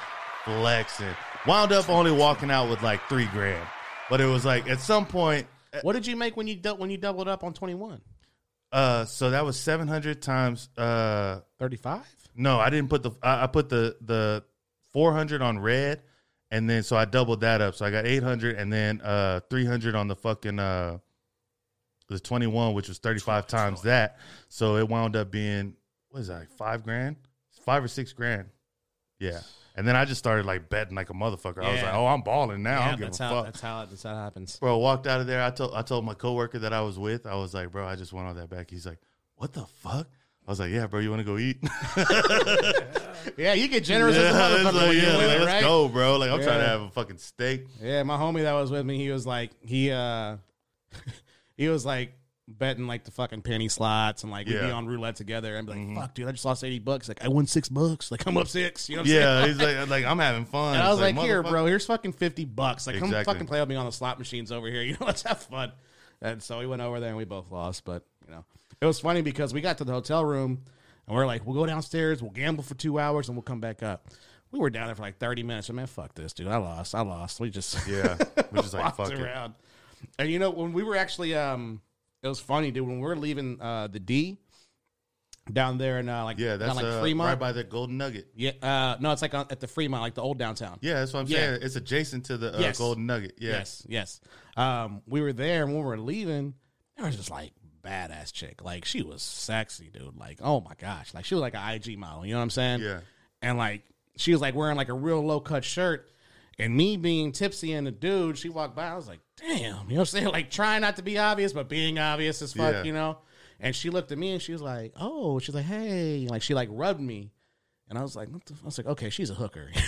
S2: flexing. Wound up only walking out with like three grand, but it was like at some point.
S1: What did you make when you dou- when you doubled up on twenty one?
S2: Uh, so that was seven hundred times. Uh,
S1: Thirty five.
S2: no, I didn't put the. I, I put the the 400 on red, and then so I doubled that up. So I got 800, and then uh 300 on the fucking uh the 21, which was 35 times that. So it wound up being what is that? Like five grand, five or six grand. Yeah. And then I just started like betting like a motherfucker. I was
S1: Yeah.
S2: like, oh, I'm balling now. I don't give
S1: that's
S2: a
S1: how,
S2: fuck.
S1: that's how that's how it happens.
S2: Bro, walked out of there. I told I told my coworker that I was with. I was like, bro, I just want all that back. He's like, what the fuck? I was like, yeah, bro, you want to go eat?
S1: Yeah, you get generous as a
S2: Yeah, it's
S1: motherfucker
S2: like,
S1: when you
S2: yeah,
S1: win,
S2: like, let's
S1: right?
S2: go, bro. Like, I'm trying to
S1: Yeah.
S2: have a fucking steak.
S1: Yeah, my homie that was with me, he was like, he uh, he was like betting like the fucking penny slots and like we'd be
S2: Yeah.
S1: on roulette together and be like, fuck, dude, I just lost eighty bucks. Like I won six bucks. Like I'm up six. You know what I'm saying?
S2: Yeah, he's like, like I'm having fun.
S1: And I
S2: It's
S1: was like, here,
S2: motherfucker.
S1: bro, here's fucking 50 bucks. Like, come
S2: Exactly.
S1: fucking play with me on the slot machines over here. You know, let's have fun. And so we went over there and we both lost. But, you know, it was funny because we got to the hotel room and we are like, we'll go downstairs, we'll gamble for two hours, and we'll come back up. We were down there for like 30 minutes. And man, fuck this, dude. I lost. I lost. We just
S2: Yeah, we're just like,
S1: walked
S2: fuck it.
S1: around. And, you know, when we were actually, um, it was funny, dude, when we were leaving uh, the D down there in uh, like,
S2: Yeah, that's
S1: down, like
S2: uh,
S1: Fremont.
S2: right by the Golden Nugget.
S1: yeah, uh, no, it's like on, at the Fremont, like the old downtown.
S2: Yeah, that's what I'm
S1: Yeah.
S2: saying. It's adjacent to the uh,
S1: Yes.
S2: Golden Nugget. Yeah.
S1: Yes, yes. Um, we were there, and when we were leaving, there was just like badass chick. Like she was sexy, dude. Like oh my gosh, like she was like an IG model. You know what I'm saying?
S2: Yeah.
S1: And like she was like wearing like a real low cut shirt, and me being tipsy and a dude, she walked by. I was like, damn. You know what I'm saying? Like trying not to be obvious, but being obvious as fuck.
S2: Yeah.
S1: You know. And she looked at me and she was like, "Oh," she's like, "Hey," like she like rubbed me, and I was like, "What the?" I was like, "Okay, she's a hooker."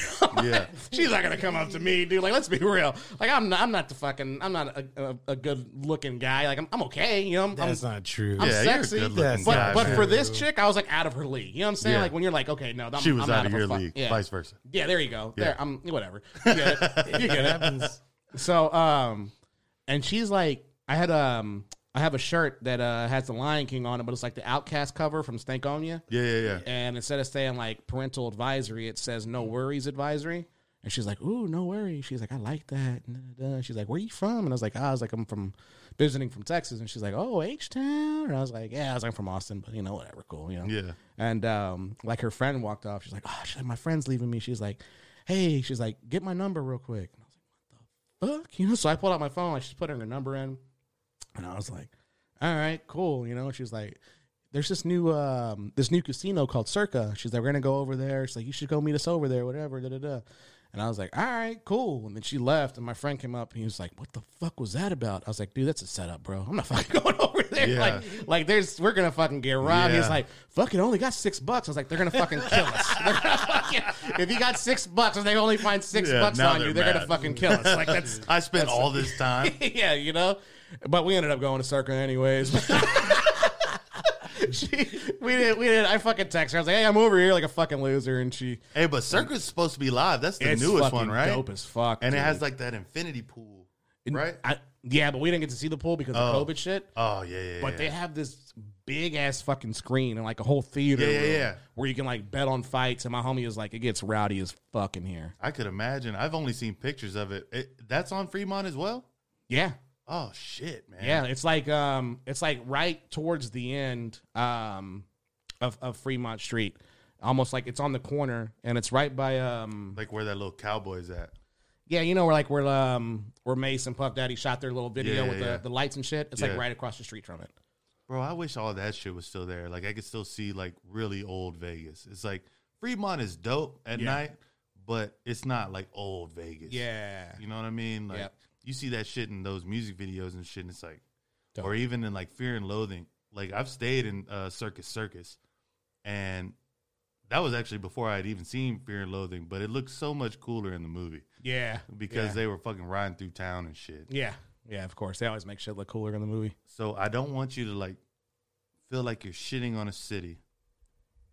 S2: Yeah.
S1: She's not gonna come up to me, dude. Like, let's be real. Like, I'm not. I'm not the fucking. I'm not a, a, a good looking guy. Like, I'm, I'm okay. You know, I'm, I'm,
S3: That's not true.
S1: I'm
S2: Yeah, you're a
S1: sexy.
S2: good-looking
S1: but
S2: guy,
S1: but
S2: man.
S1: for this chick, I was like out of her league. You know what I'm saying?
S2: Yeah.
S1: Like when you're like, okay, no, I'm,
S2: She was
S1: I'm
S2: out of
S1: her
S2: your
S1: fuck-
S2: league,
S1: Yeah.
S2: vice versa.
S1: yeah, there you go.
S2: Yeah.
S1: There, I'm whatever. You get it. You get it. So, um, and she's like, I had um, I have a shirt that uh has the Lion King on it, but it's like the Outcast cover from Stankonia
S2: Yeah, yeah, yeah.
S1: and instead of saying like parental advisory, it says no worries advisory. And she's like, "Ooh, no worries." She's like, "I like that." And da, da, da. She's like, "Where you from?" And I was like, "Ah, I was like, I'm from visiting from Texas." And she's like, "Oh, H Town." And I was like, "Yeah, I was like, I'm from Austin, but you know, whatever, cool, you know."
S2: Yeah.
S1: And um, like her friend walked off. She's like, "Oh, she's like, my friend's leaving me." She's like, "Hey," she's like, "Get my number real quick." And I was like, "What the fuck?" You know. So I pulled out my phone. Like she's putting her number in, and I was like, "All right, cool," you know. And she was like, there's this new um this new casino called Circa. She's like, we're gonna go over there. She's like, you should go meet us over there, whatever, da da da. And I was like, all right, cool. And then she left, and my friend came up and he was like, what the fuck was that about? I was like, dude, that's a setup, bro. I'm not fucking going over there.
S2: Yeah.
S1: Like, like there's we're gonna fucking get robbed.
S2: Yeah.
S1: He's like, fuck it, I only got six bucks. I was like, they're gonna fucking kill us. They're gonna fucking- if you got six bucks and they only find six
S2: Yeah,
S1: bucks
S2: now
S1: on you,
S2: they're
S1: they're gonna
S2: mad.
S1: fucking kill us. Like that's
S2: I spent all this time.
S1: yeah, you know. But we ended up going to Circa anyways. she, we did. We did. I fucking text her. I was like, "Hey, I'm over here like a fucking loser," and she
S2: Hey, but Circus supposed to be live. That's the
S1: it's
S2: newest
S1: fucking
S2: one, right?
S1: Dope as fuck.
S2: and it
S1: dude.
S2: has like that infinity pool, right?
S1: I, yeah, but we didn't get to see the pool because
S2: Oh.
S1: of COVID shit.
S2: oh yeah, yeah.
S1: But
S2: yeah.
S1: they have this big ass fucking screen and like a whole theater,
S2: Yeah, yeah,
S1: room
S2: yeah.
S1: where you can like bet on fights. And my homie is like, "It gets rowdy as fuck in here."
S2: I could imagine. I've only seen pictures of it. it. That's on Fremont as well.
S1: Yeah,
S2: Oh shit, man.
S1: Yeah, it's like um, it's like right towards the end um, of of Fremont Street, almost like it's on the corner, and it's right by um,
S2: Like where that little cowboy's at.
S1: yeah, you know where like where um, where Mace and Puff Daddy shot their little video
S2: Yeah,
S1: with
S2: yeah.
S1: the, the lights and shit. It's
S2: Yeah.
S1: like right across the street from it.
S2: Bro, I wish all that shit was still there. Like I could still see like really old Vegas. It's like Fremont is dope at
S1: Yeah.
S2: night, but it's not like old Vegas.
S1: Yeah,
S2: You know what I mean? Like
S1: Yep.
S2: you see that shit in those music videos and shit, and it's like,
S1: Dope.
S2: or even in like Fear and Loathing. Like I've stayed in uh, Circus Circus, and that was actually before I had even seen Fear and Loathing. But it looked so much cooler in the movie
S1: yeah,
S2: because
S1: yeah.
S2: they were fucking riding through town and shit.
S1: yeah, yeah. Of course, they always make shit look cooler in the movie.
S2: So I don't want you to like feel like you're shitting on a city,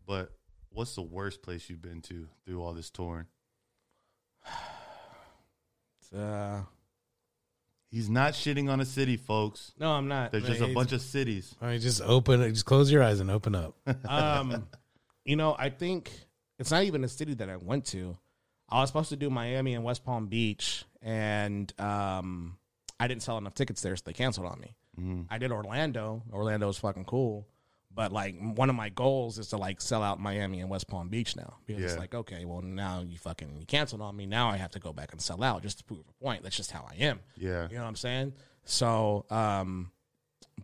S2: but what's the worst place you've been to through all this touring?
S1: Uh,
S2: He's not shitting on a city, folks.
S1: no, I'm not.
S2: There's just a
S3: Right.
S2: bunch of cities.
S3: All right, just open. Just close your eyes and open up.
S1: Um, you know, I think it's not even a city that I went to. I was supposed to do Miami and West Palm Beach, and um, I didn't sell enough tickets there, so they canceled on me. I did Orlando. Orlando was fucking cool, But like one of my goals is to like sell out Miami and West Palm Beach now because it's
S2: Yeah.
S1: like okay, well now you fucking you canceled on me. Now I have to go back and sell out just to prove a point. That's just how I am.
S2: Yeah.
S1: You know what I'm saying? So, um,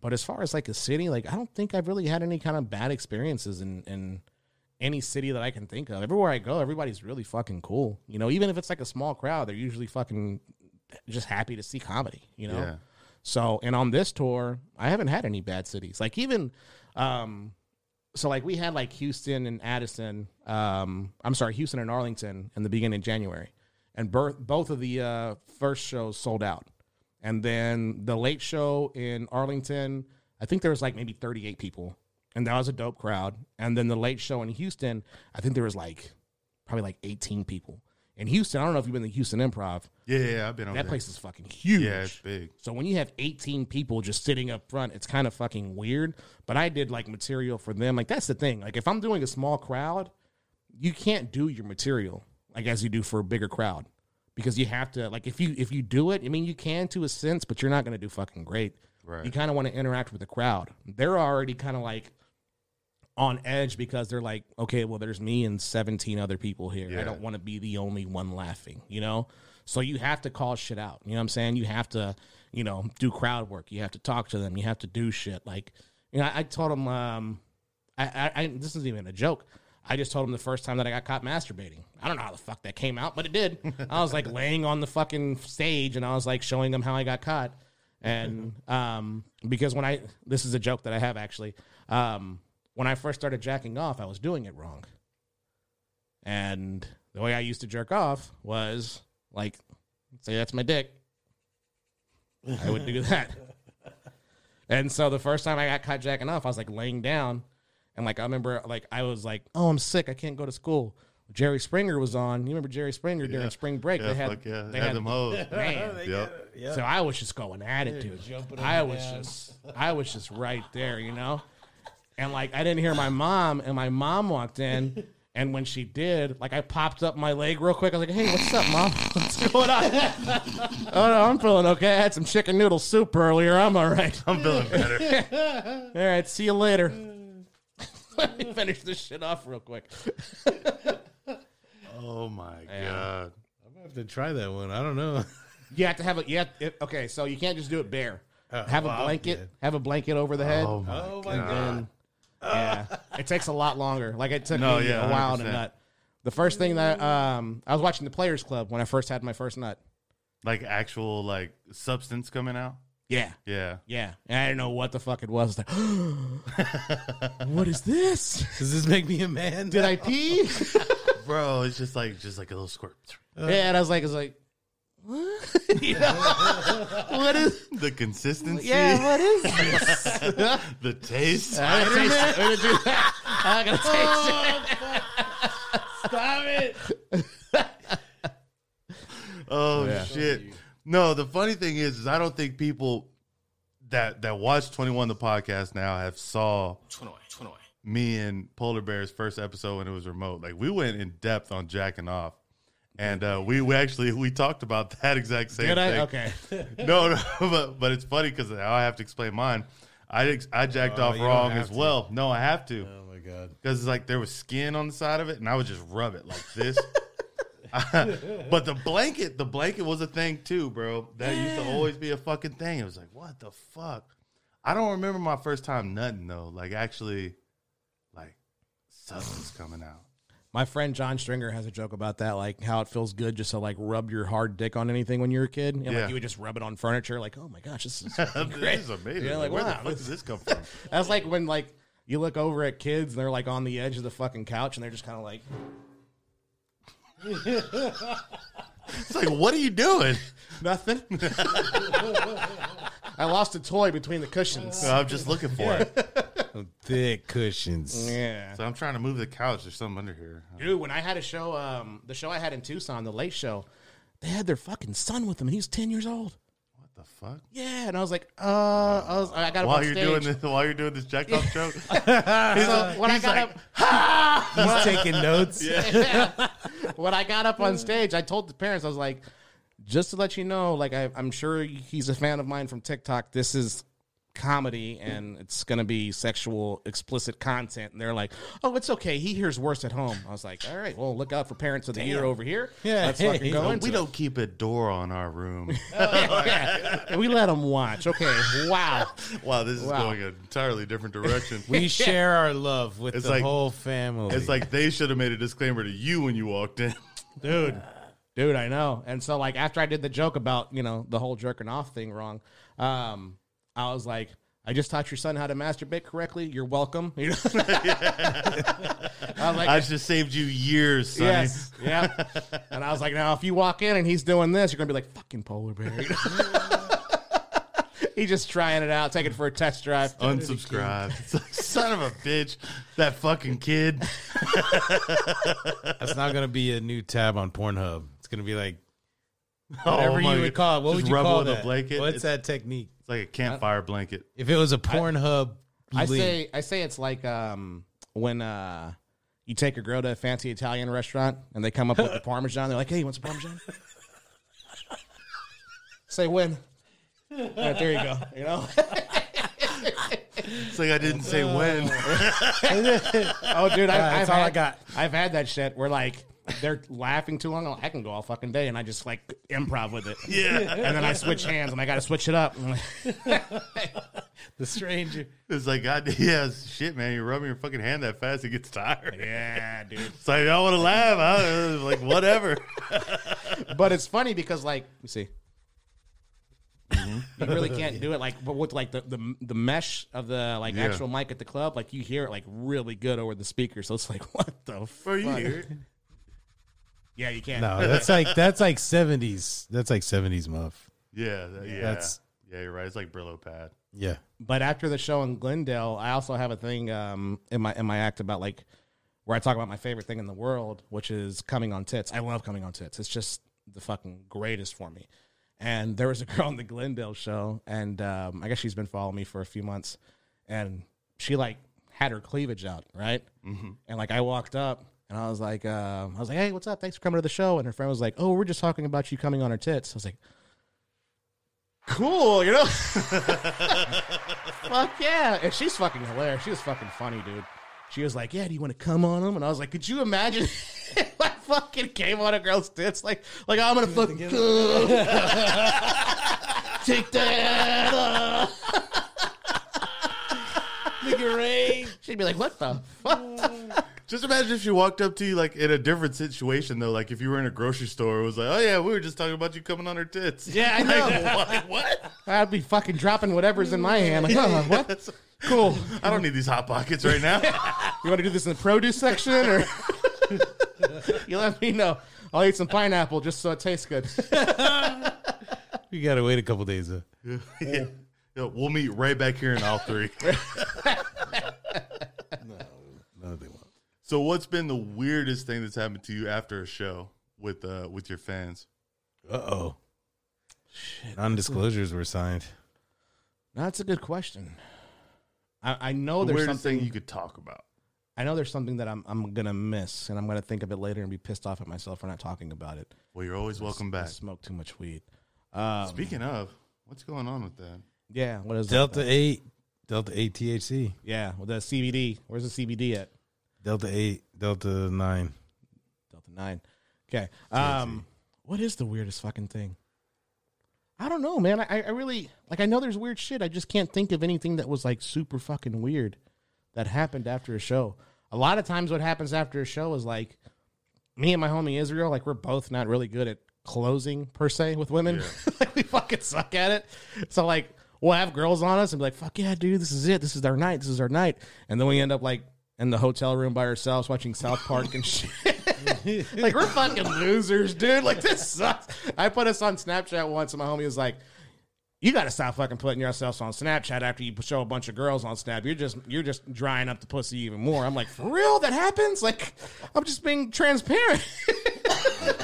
S1: but as far as like a city, like I don't think I've really had any kind of bad experiences in in any city that I can think of. Everywhere I go, everybody's really fucking cool. You know, even if it's like a small crowd, they're usually fucking just happy to see comedy. You know.
S2: Yeah.
S1: So, and on this tour, I haven't had any bad cities. Like even, um, so like we had like Houston and Addison. Um, I'm sorry, Houston and Arlington in the beginning of January, and birth, both of the uh, first shows sold out. And then the late show in Arlington, I think there was like maybe 38 people, and that was a dope crowd. And then the late show in Houston, I think there was like probably like 18 people. In Houston, I don't know if you've been to Houston Improv.
S2: Yeah, yeah, I've been on
S1: That place is fucking huge.
S2: Yeah, it's big.
S1: So when you have 18 people just sitting up front, it's kind of fucking weird. But I did like material for them. Like that's the thing. Like if I'm doing a small crowd, you can't do your material like as you do for a bigger crowd because you have to like if you if you do it, I mean you can to a sense, but you're not going to do fucking great.
S2: Right.
S1: You kind of want to interact with the crowd. They're already kind of like on edge because they're like, okay, well, there's me and 17 other people here. I
S2: Yeah.
S1: don't want to be the only one laughing, you know? So you have to call shit out. You know what I'm saying? You have to, you know, do crowd work. You have to talk to them. You have to do shit. Like, you know, I, I told him, um, I, I, I, this isn't even a joke. I just told him the first time that I got caught masturbating. I don't know how the fuck that came out, but it did. I was like laying on the fucking stage and I was like showing him how I got caught. And um, because when I, this is a joke that I have actually. Um, when I first started jacking off, I was doing it wrong. And the way I used to jerk off was like, say that's my dick. I would do that. And so the first time I got caught jacking off, I was like laying down, and like I remember, like I was like, "Oh, I'm sick. I can't go to school." Jerry Springer was on. You remember Jerry Springer during spring break?
S2: Yeah,
S1: they had,
S2: fuck yeah.
S1: they
S2: had,
S1: had,
S2: them hoes.
S1: man.
S2: yep.
S1: So I was just going at it, dude.
S3: jumping up
S1: I
S3: and
S1: was
S3: down.
S1: just, I was just right there, you know. And like, I didn't hear my mom, and my mom walked in, and when she did, like, I popped up my leg real quick. I was like, "Hey, what's up, mom? What's going on? oh no, I'm feeling okay. I had some chicken noodle soup earlier. I'm all right.
S2: I'm feeling better.
S1: All right, see you later."
S3: Mm.
S1: Let me finish this shit off real quick.
S2: oh my god.
S3: I'm gonna have to try that one. I don't know.
S1: You have to have a you have it, okay, so you can't just do it bare. have a
S3: Oh, well,
S1: blanket,
S3: yeah.
S1: have a blanket over the head.
S2: Oh my
S3: Oh my
S2: god.
S3: God.
S1: And, yeah, it takes a lot longer. Like it took
S2: No,
S1: me
S2: yeah,
S1: a while to
S2: 100%.
S1: nut. The first thing that um, I was watching the Players Club when I first had my first nut.
S2: Like actual like substance coming out.
S1: Yeah,
S2: Yeah.
S1: yeah. And I didn't know what the fuck it was. I was like, what is this?
S3: Does this make me a man?
S1: Did I pee?
S2: Bro, it's just like just like a little squirt.
S1: yeah, and I was like, it's like, what? You know? what is?
S2: The consistency.
S1: Yeah, what is this?
S2: The taste.
S1: I'm gonna taste it. I'm gonna do that. I'm gonna taste Oh,
S3: Stop it.
S2: Oh
S1: Yeah.
S2: shit! No, the funny thing is, is I don't think people that that watch Twenty One the podcast now have saw me and Polar Bear's first episode when it was remote. Like we went in depth on jacking off, and uh, we we actually we talked about that exact
S1: it.
S2: same
S1: Did I?
S2: thing.
S1: Okay.
S2: No, no, but but it's funny because now I have to explain mine. I ex- I jacked
S3: Oh,
S2: off
S3: you don't
S2: wrong
S3: have
S2: as
S3: to.
S2: well. No, I have to
S3: Oh my god.
S2: because it's like there was skin on the side of it, and I would just rub it like this. but the blanket, the blanket was a thing too, bro. That used to always be a fucking thing. It was like, what the fuck? I don't remember my first time nutting though. Like actually, like substance coming out.
S1: My friend John Stringer has a joke about that, like how it feels good just to like rub your hard dick on anything when you're a kid. And,
S2: Yeah.
S1: Like you would just rub it on furniture, like, oh my gosh, this is fucking great.
S2: this is amazing.
S1: Yeah, like,
S2: like, where
S1: wow,
S2: the fuck
S1: this-
S2: did this come from?
S1: That's like when like you look over at kids and they're like on the edge of the fucking couch and they're just kind of like,
S2: It's like, what are you doing?
S1: nothing. I lost a toy between the cushions.
S2: So I'm just looking for it.
S3: Thick cushions.
S1: Yeah.
S2: So I'm trying to move the couch. There's something under here.
S1: Dude, when I had a show, um, the show I had in Tucson, the late show, they had their fucking son with them and he was 10 years old.
S2: What the fuck?
S1: Yeah. And I was like, uh, I, was, I got up
S2: While
S1: on
S2: you're
S1: stage.
S2: doing this, while you're doing this jacked off joke,
S1: So when I
S2: he's
S1: got
S2: like-
S1: up.
S3: He's taking notes.
S1: when I got up on stage, I told the parents, I was like, just to let you know, like I, I'm sure he's a fan of mine from TikTok. This is comedy and it's going to be sexual explicit content and they're like oh it's okay he hears worse at home i was like all right well look out for parents of the year over here
S3: Yeah,
S1: let's
S3: hey,
S1: fucking go
S3: no,
S1: into
S2: we
S1: it.
S2: don't keep a door on our room.
S1: yeah. And we let them watch okay wow
S2: wow, this is
S1: Wow.
S2: going an entirely different direction.
S3: We share our love with
S2: It's
S3: the
S2: like-
S3: whole family.
S2: it's like they should have made a disclaimer to you when you walked in.
S1: dude dude i know and so like after i did the joke about you know the whole jerking off thing wrong um i was like i just taught your son how to masturbate correctly you're welcome you know i was like
S2: I just saved you years, sonny.
S1: yes yeah and i was like now if you walk in and he's doing this you're gonna be like fucking polar bear he's just trying it out taking it for a test drive
S2: Unsubscribe. It's like, Son of a bitch. That fucking kid.
S3: That's not gonna be a new tab on Pornhub. It's gonna be like
S2: Oh
S3: whatever
S2: my
S3: you would
S2: God.
S3: call it. What
S2: Just
S3: would you
S2: rub it
S3: call
S2: with
S3: that?
S2: A blanket.
S3: What's
S2: it's,
S3: that technique?
S2: it's like a campfire blanket.
S3: If it was a Pornhub,
S1: I
S3: link,
S1: say I say it's like um when uh you take a girl to a fancy Italian restaurant and they come up with the parmesan, they're like, Hey, you want some parmesan? say when. All right, there you go. You know?
S2: It's like I didn't say when.
S1: Oh dude, I,
S3: that's
S1: I've
S3: all I
S1: had,
S3: got.
S1: I've had that shit where like they're laughing too long. I'm like, I can go all fucking day, and I just like improv with it,
S2: yeah.
S1: and then I switch hands, and I got to switch it up. I'm like,
S3: the stranger.
S2: It's like, God, yeah, shit, man. You're rubbing your fucking hand that fast, it gets tired.
S1: yeah, dude.
S2: It's like, I don't want to laugh. I don't, like, whatever.
S1: But it's funny because like let me see. You really can't do it like but with like the, the the mesh of the like
S2: Yeah.
S1: actual mic at the club, like you hear it like really good over the speaker. So it's like what the f-
S2: Are you here?
S1: Yeah, you can't.
S3: No, that's like that's like seventies. That's like seventies muff.
S2: Yeah, that- yeah.
S3: That's-
S2: yeah, you're right. It's like Brillo pad.
S3: Yeah.
S1: But after the show in Glendale, I also have a thing um in my in my act about like where I talk about my favorite thing in the world, which is coming on tits. I love coming on tits. It's just the fucking greatest for me. And there was a girl on the Glendale show, and um, I guess she's been following me for a few months, and she like had her cleavage out, right? Mm-hmm. And like I walked up, and I was like, um, I was like, hey, what's up? Thanks for coming to the show. And her friend was like, oh, we're just talking about you coming on her tits. I was like, cool, you know? Fuck yeah. And she's fucking hilarious. She was fucking funny, dude. She was like, Yeah, do you want to come on them? And I was like, Could you imagine if I fucking came on a girl's tits? Like, like I'm gonna fucking take that. uh." She'd be like, What the fuck?
S2: Just imagine if she walked up to you like in a different situation though, like if you were in a grocery store, it was like, oh yeah, we were just talking about you coming on her tits.
S1: Yeah, I know.
S2: like, what?
S1: I'd be fucking dropping whatever's in my hand. Like, oh, what? Cool.
S2: I don't need these hot pockets right now.
S1: You want to do this in the produce section, or you let me know. I'll eat some pineapple just so it tastes good.
S3: You gotta wait a couple days uh, though.
S2: yeah. Yeah, we'll meet right back here in all three.
S3: None of they want.
S2: so, what's been the weirdest thing that's happened to you after a show with uh with your fans?
S3: Uh oh. Non disclosures were signed.
S1: That's a good question. I, I know
S2: The
S1: there's
S2: weirdest
S1: something
S2: thing you could talk about.
S1: I know there's something that I'm I'm gonna miss, and I'm gonna think of it later and be pissed off at myself for not talking about it.
S2: Well, you're always welcome
S1: I
S2: back.
S1: smoked too much weed. Um,
S2: Speaking of, what's going on with that?
S1: yeah, what is
S3: Delta
S1: That?
S3: eight, Delta eight THC,
S1: Yeah, well, the CBD. Where's the CBD at?
S3: Delta eight, Delta nine.
S1: Delta nine. Okay. Um, what is the weirdest fucking thing? I don't know, man. I, I really like. I know there's weird shit. I just can't think of anything that was like super fucking weird that happened after a show. A lot of times, what happens after a show is like me and my homie Israel. Like we're both not really good at closing per se with women. like we fucking suck at it. So like we'll have girls on us and be like, "Fuck yeah, dude, this is it. This is our night. This is our night." And then we end up like in the hotel room by ourselves watching South Park and shit. like we're fucking losers, dude. Like this sucks. I put us on Snapchat once, and my homie was like, "You got to stop fucking putting yourselves on Snapchat after you show a bunch of girls on Snap. You're just you're just drying up the pussy even more." I'm like, "For real? That happens? Like, I'm just being transparent."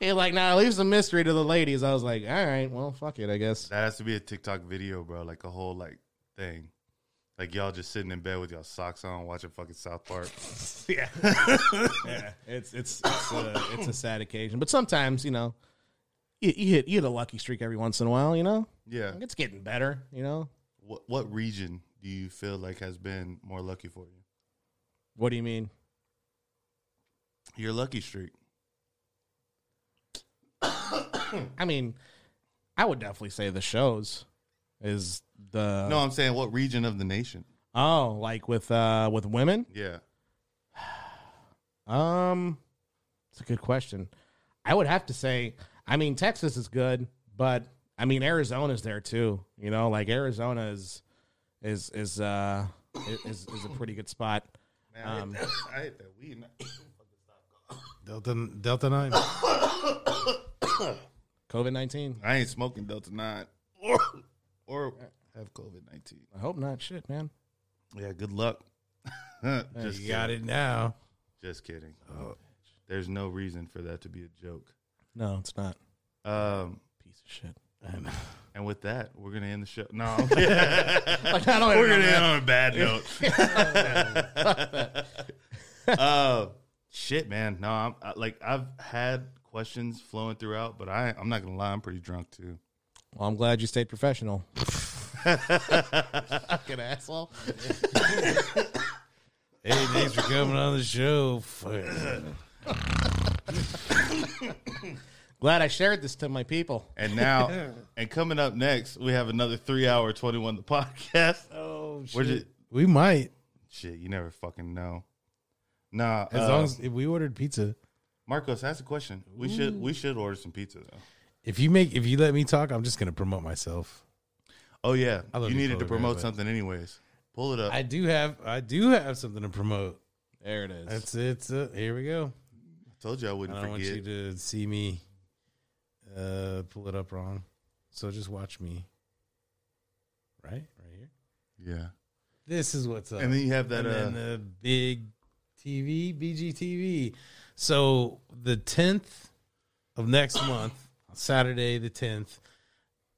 S1: He like, nah, leaves the mystery to the ladies. I was like, all right, well, fuck it, I guess.
S2: That has to be a TikTok video, bro. Like a whole like thing. Like y'all just sitting in bed with y'all socks on, watching fucking South Park.
S1: yeah. yeah. It's it's it's a, it's a sad occasion, but sometimes you know, you, you hit you hit a lucky streak every once in a while. You know,
S2: Yeah,
S1: it's getting better. You know,
S2: What what region do you feel like has been more lucky for you?
S4: What do you mean?
S2: Your lucky streak.
S4: I mean, I would definitely say the shows is the
S2: No, I'm saying what region of the nation?
S4: oh, like with uh with women.
S2: Yeah.
S4: Um, it's a good question. I would have to say, I mean, Texas is good, but I mean, Arizona's there too. You know, like Arizona is is is uh is is is a pretty good spot.
S2: Man, I,
S4: Um,
S2: hate that, I hate that weed.
S3: Delta Delta Nine.
S4: COVID nineteen.
S2: I ain't smoking Delta 9 or have COVID 19.
S4: I hope not. Shit, man.
S2: Yeah, good luck. just,
S3: you got it now.
S2: just kidding. There's no reason for that to be a joke.
S4: No, it's not.
S2: Um,
S4: Piece of shit.
S2: and with that, we're going to end the show. No, I'm kidding. We're gonna end on a bad note. uh, shit, man. No, I'm I, like I've had questions flowing throughout, but I I'm not gonna lie, I'm pretty drunk too.
S4: Well, I'm glad you stayed professional.
S1: Fucking asshole.
S3: Hey, thanks for coming on the show. Fuck.
S4: Glad I shared this to my people.
S2: And now, and coming up next, we have another three hour twenty one the podcast.
S3: Oh
S2: We're just,
S3: we might
S2: shit, you never fucking know. Nah,
S3: as
S2: uh,
S3: long as if we ordered pizza.
S2: Marcos, ask a question. We should we should order some pizza though.
S3: If you make if you let me talk, I'm just gonna promote myself.
S2: Oh yeah,
S3: I love
S2: you
S3: you,
S2: needed to
S3: Polar Bear,
S2: promote
S3: but-
S2: something anyways. Pull it up.
S3: I do have I do have something to promote.
S4: There it is.
S3: That's it's uh, here we go.
S2: told you I
S3: I
S2: wouldn't
S3: don't want
S2: forget.
S3: you to see me uh pull it up wrong. So just watch me. Right? Right here.
S2: yeah,
S3: This is what's up.
S2: and then you have that. uh,
S3: and then the big TV, BGTV. So the tenth of next month, Saturday the tenth,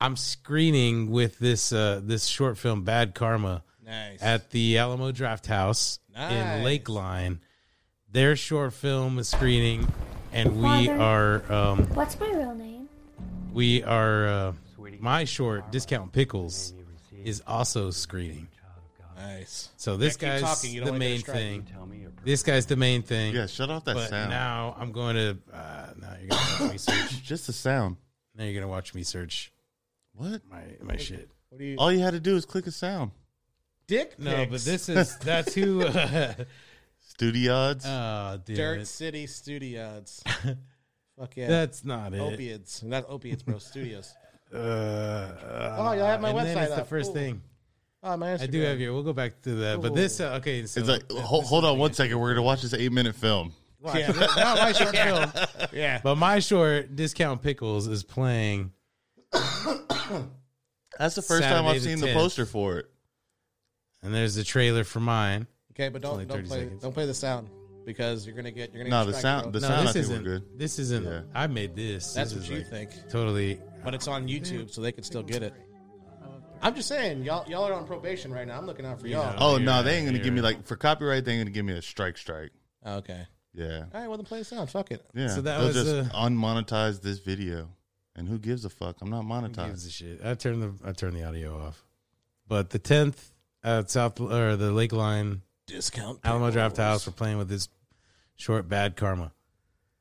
S3: I'm screening with this uh, this short film, Bad Karma,
S4: nice.
S3: at the Alamo Draft House in
S4: Nice.
S3: Lake Line. Their short film is screening, and we are um,
S5: What's my real name?
S3: we are uh, my short discount pickles is also screening.
S4: nice.
S3: So this
S1: Yeah,
S3: guy's
S1: keep talking. You don't
S3: the
S1: wanna get
S3: main
S1: distracted.
S3: thing. This guy's the main thing.
S2: Yeah, shut off that
S3: but
S2: sound.
S3: now I'm going to. Uh, now you're gonna watch me search.
S2: Just the sound.
S3: Now you're gonna watch me search
S2: What?
S3: my my shit.
S1: What do you?
S2: All you had to do is click a sound.
S1: Dick
S3: No,
S1: pics.
S3: but this is that's who. Uh,
S2: Studio odds.
S3: oh, damn
S1: Dirt
S3: it.
S1: City Studios. Fuck yeah.
S3: That's not it.
S1: opiates. Not opiates, bro. Studios.
S3: Uh, oh,
S1: Oh, you have my
S3: and then
S1: website
S3: it's the
S1: up.
S3: first
S1: Ooh.
S3: thing.
S1: Oh, my
S3: I do have you. We'll go back to that. But this uh, okay. So
S2: it's like
S3: th-
S2: hold,
S3: this
S2: hold
S3: is
S2: on
S3: the-
S2: one second. We're gonna watch this eight minute film.
S3: Yeah, not my short film.
S1: Yeah.
S3: But my short discount pickles is playing.
S2: That's the first time
S3: Saturday
S2: I've
S3: the
S2: seen the
S3: 10th.
S2: poster for it.
S3: And there's the trailer for mine.
S1: Okay, but
S3: only
S1: don't don't
S3: 30
S1: play
S3: seconds.
S1: don't play the sound because you're gonna get you're gonna
S2: No, the
S1: distracted,
S2: sound-
S1: bro.
S2: the- sound, I
S3: this
S2: think, we're
S3: isn't.
S2: good.
S3: This isn't.
S2: Yeah.
S3: I made this.
S1: That's
S3: This
S1: what
S3: is
S1: you
S3: like
S1: think,
S3: Totally.
S1: but it's on YouTube, so they can still get it. I'm just saying, y'all y'all are on probation right now. I'm looking out for y'all.
S2: Oh
S3: yeah,
S2: no, they ain't gonna give me
S3: yeah.
S2: like for copyright. They ain't gonna give me a strike. Strike.
S1: Oh, okay.
S2: Yeah,
S1: All right, well then play the sound. Fuck it.
S2: yeah.
S3: So that
S2: They'll
S3: was,
S2: just
S3: uh,
S2: unmonetize this video, and who gives a fuck? I'm not
S3: Who gives a
S2: monetized.
S3: shit? I turned the I turned the audio off. But the tenth at South or the Lake Line
S4: Discount.
S3: Alamo
S4: pickles.
S3: Draft House, we're playing with this short bad karma.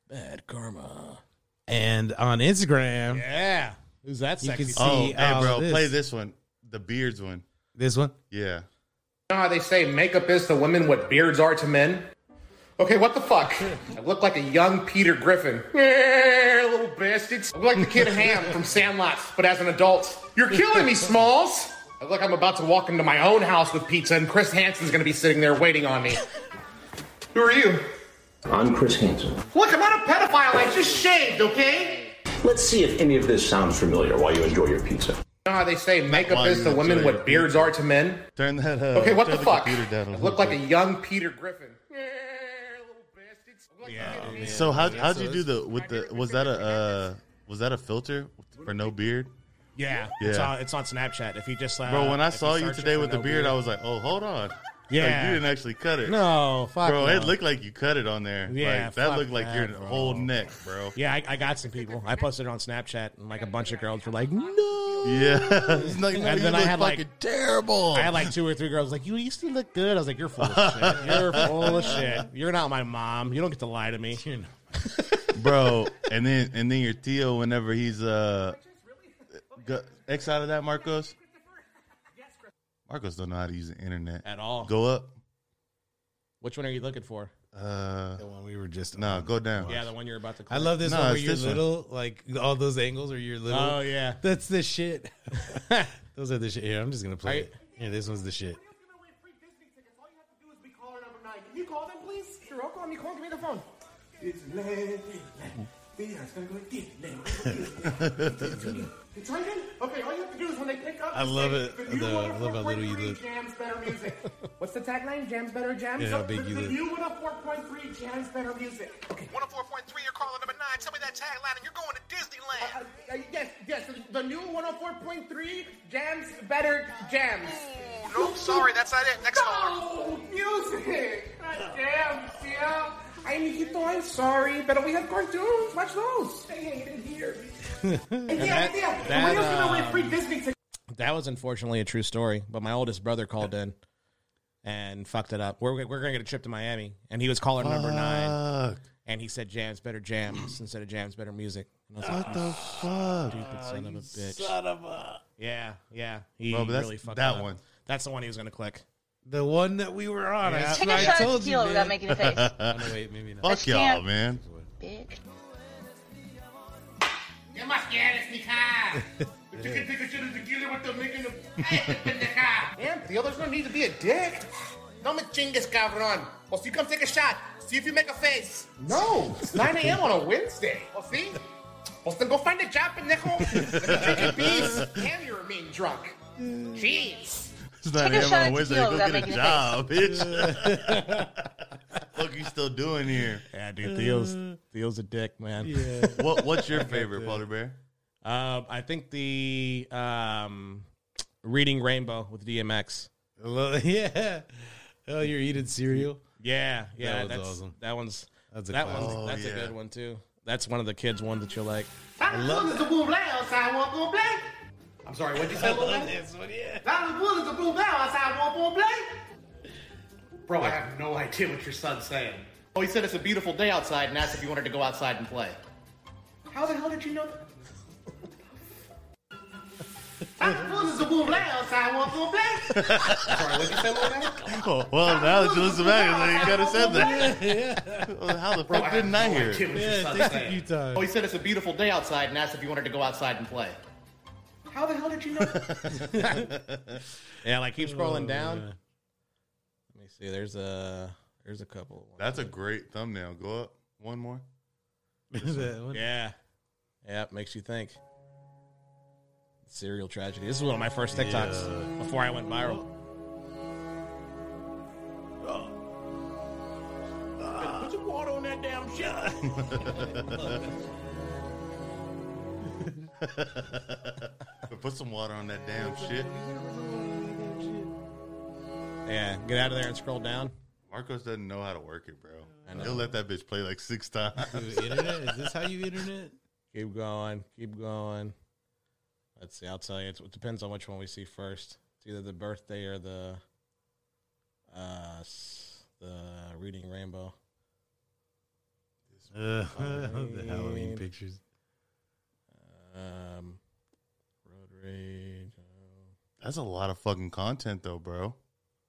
S4: Bad karma.
S3: And on Instagram,
S4: Yeah. Who's that
S3: You
S4: sexy?
S3: can see-
S2: Oh, hey,
S3: all
S2: bro,
S3: this.
S2: play this one, the beards one.
S3: this one.
S2: Yeah,
S6: You know how they say makeup is to women what beards are to men? Okay, what the fuck? I look like a young Peter Griffin. Eh, little bastards. I look like the kid Ham from Sandlot, but as an adult. You're killing me, Smalls! I look like I'm about to walk into my own house with pizza, and Chris Hansen's gonna be sitting there waiting on me. Who are you?
S7: I'm Chris Hansen.
S6: Look, I'm not a pedophile, I just shaved, okay?
S7: Let's see if any of this sounds familiar while you enjoy your pizza.
S6: You know how they say makeup
S2: why
S6: is
S2: you
S6: to women
S2: enjoy your
S6: what beards are to men?
S2: turn that. Uh,
S6: Okay, what
S2: turn
S6: the fuck?
S2: computer down a
S6: I
S2: little
S6: look like a
S2: bit.
S6: young Peter Griffin. Eh, little bastards. I look like the kid Ham.
S2: So how how'd you do the with the was that a uh, was that a filter for no beard?
S1: Yeah.
S2: Yeah.
S1: It's on it's on Snapchat. If you just uh,
S2: Bro, when I
S1: if
S2: saw you
S1: search it
S2: today
S1: for
S2: with the
S1: no
S2: beard, I was like, oh, hold on. Like,
S1: Yeah.
S2: you didn't actually cut it.
S1: No, fuck.
S2: Bro,
S1: no.
S2: it looked like you cut it on there.
S1: Yeah,
S2: Like, that
S1: fuck
S2: looked like your
S1: that, bro.
S2: whole neck, bro.
S1: Yeah, I, I got some people. I posted it on Snapchat, and like a bunch of girls were like, "No."
S2: Yeah. He's like, "Man,
S1: And
S2: you
S1: then I
S2: look
S1: had, like-
S2: fucking terrible.
S1: I had like two or three girls like, "You used to look good." I was like, "You're full of shit. You're full of shit. You're not my mom. You don't get to lie to me."
S2: bro. And then and then your Theo, whenever he's uh, go, X out of that, Marcos. Marcos don't know how to use the internet
S1: At all.
S2: Go up.
S1: Which one are you looking for?
S2: Uh,
S3: The one we were just on.
S2: no, go down.
S1: Yeah, the one you're about to.
S3: I love this
S2: No,
S3: one where
S2: it's
S3: you're
S2: this one.
S3: little, like all those angles are your little.
S1: Oh yeah.
S3: That's the shit. those are the shit. Here, I'm just gonna play.
S1: Right.
S3: it. Here, this one's the shit.
S5: giving away free Disney tickets. All you have to do is be caller number nine. Can you call them, please? Sure, I'll call them. You call them. Give me the phone. Disney. Dina's gonna go to Disney. It's right in. Okay, all you have to do is when they pick up.
S3: I
S5: just
S3: love
S5: say,
S3: it,
S5: "The new
S3: though. I
S5: one of
S3: love how little you
S5: 4.3
S3: look.
S5: Jams better music. What's the tagline? Jams better jams.
S3: Yeah, how big
S5: the,
S3: you
S5: the
S3: look.
S5: new 104.3 jams better music. Okay.
S8: 104.3, you're calling number nine. Tell me that tagline and you're going to Disneyland.
S5: Uh, uh, yes, yes, the- the new 104.3 jams better jams.
S8: Oh, no, sorry, that's not it. Next caller.
S5: No! Music! God damn, Sia! I Nikito, I'm sorry, but we have cartoons. Watch those. I hate it here. and yeah, yeah.
S1: that,
S5: Mario's giving away
S1: um,
S5: free Disney tickets.
S1: That was unfortunately a true story, but my oldest brother called in and fucked it up. We're, we're going to get a trip to Miami, and he was caller number nine,
S2: Fuck.
S1: and he said jams better jams instead of jams better music. And I was like,
S2: What the fuck?
S1: stupid son of a bitch. Son of a. Yeah, yeah. He
S2: Bro, but that's-
S1: really fucked
S2: that
S1: up.
S2: one.
S1: That's the one he was going to click.
S3: The one that we were on. I,
S9: Take
S3: I
S9: a shot of
S3: told
S9: tequila
S3: you,
S9: without
S3: man.
S9: making a face.
S3: Oh, no, wait, maybe not.
S2: Fuck y'all,
S9: can't-
S2: man.
S9: Bitch.
S5: You must get it, Nika. The chicken tickets should have together with the making of. Damn, Theo, there's no need to be a dick.
S10: No me chingues, cabrón. Well, so you come take a shot. See if you make a face.
S5: No, it's 9 a.m.
S10: I'm on a Wednesday. Well, see? Well, then go find a job, pendejo. Let me drink a beers. Damn, you're a mean drunk.
S5: Mm.
S10: Jeez.
S2: It's not
S9: Take a
S2: him
S9: shot
S2: on
S9: of
S2: Wednesday.
S9: tequila
S2: Go
S9: without
S2: get a
S9: making a
S2: job, bitch. fuck you still doing here?
S1: Yeah, dude. Theo's, Theo's a dick, man.
S2: What What's your favorite, Polar Bear?
S1: Um, I think the um, Reading Rainbow with DMX.
S3: I love- yeah. Oh, you're eating cereal.
S1: Yeah, yeah,
S3: was
S1: that's
S3: awesome.
S1: That one's
S3: That's a
S1: that
S3: classic.
S1: one's that's
S2: yeah.
S1: a good one too. That's one of the kids' ones that you like.
S5: I'm willing to boom play outside, won't boom play. I'm sorry, what'd you say, Boom
S3: This one, yeah.
S5: I'm willing to boom play outside, won't boom play. Bro, I have no idea what your son's saying.
S10: Oh, he said it's a beautiful day outside and asked if you wanted to go outside and play.
S5: How the hell did you know that? I'm willing to boom play outside, won't boom play. sorry, what'd you say, Boom Blay?
S2: Oh, well, now that you listen back, you gotta said that. Well, How the fuck didn't I hear? it?
S10: Kid was
S3: Yeah,
S10: just
S3: it
S10: upset.
S3: takes a few times.
S10: Oh, he said it's a beautiful day outside and asked if you wanted to go outside and play.
S5: How the hell did you know that?
S1: Yeah, like keep
S3: Oh,
S1: scrolling down.
S3: yeah.
S1: Let me see. There's a there's a couple.
S2: That's a great thumbnail. Go up one more.
S3: That one.
S1: Yeah, yeah, it makes you think. Serial tragedy. This is one of my first TikToks before I went viral.
S5: Put your water on that damn shit.
S2: Put some water on that damn shit.
S1: Yeah, get out of there and scroll down.
S2: Marcos doesn't know how to work it, bro. He'll let that bitch play like six
S3: You
S2: times.
S3: Internet? Is this how you internet?
S1: Keep going. Keep going. Let's see. I'll tell you. It's, it depends on which one we see first. It's either the birthday or the uh s- the reading rainbow.
S3: Uh, the Halloween pictures.
S1: Um, road rage. uh,
S2: That's a lot of fucking content, though, bro.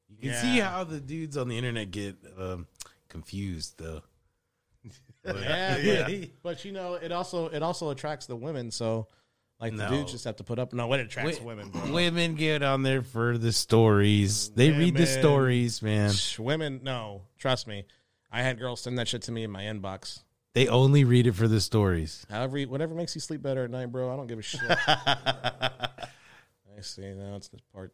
S3: You can see how the dudes on the internet get um, confused, though.
S1: Yeah,
S3: Yeah.
S1: But, but, you know, it also it also attracts the women. So like the
S3: No.
S1: dudes just have to put up. No, it attracts
S3: Wi-
S1: women. Bro.
S3: Women get on there for the stories. They read the
S1: Women.
S3: stories, man.
S1: Shh, women, no, trust me. I had girls send that shit to me in my inbox.
S3: They only read it for the stories.
S1: However, you- whatever makes you sleep better at night, bro. I don't give a shit. I see. Now it's the part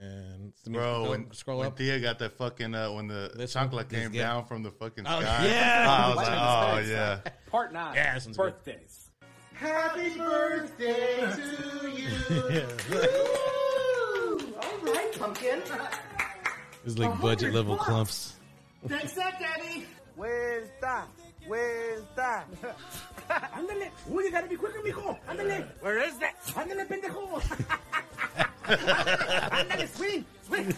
S1: ten. It's the-
S2: Bro,
S1: go-
S2: when,
S1: scroll
S2: when
S1: up.
S2: Thea got that fucking uh, when the
S1: This one?
S2: chocolate came
S3: guy.
S2: down from the fucking
S1: Oh,
S2: sky.
S3: yeah.
S2: I was like, oh yeah.
S11: Part nine.
S1: Yeah, this one's good.
S11: Birthdays.
S5: Happy birthday to you. Woo! All right, pumpkin.
S3: It's like budget level clumps.
S5: Thanks, that, Daddy.
S11: Where's that?
S12: Where's that?
S5: Ándale. Uy, you gotta be quicker, mijo. Ándale.
S12: Where is that?
S5: Ándale, pendejo. Ándale, swing. Swing.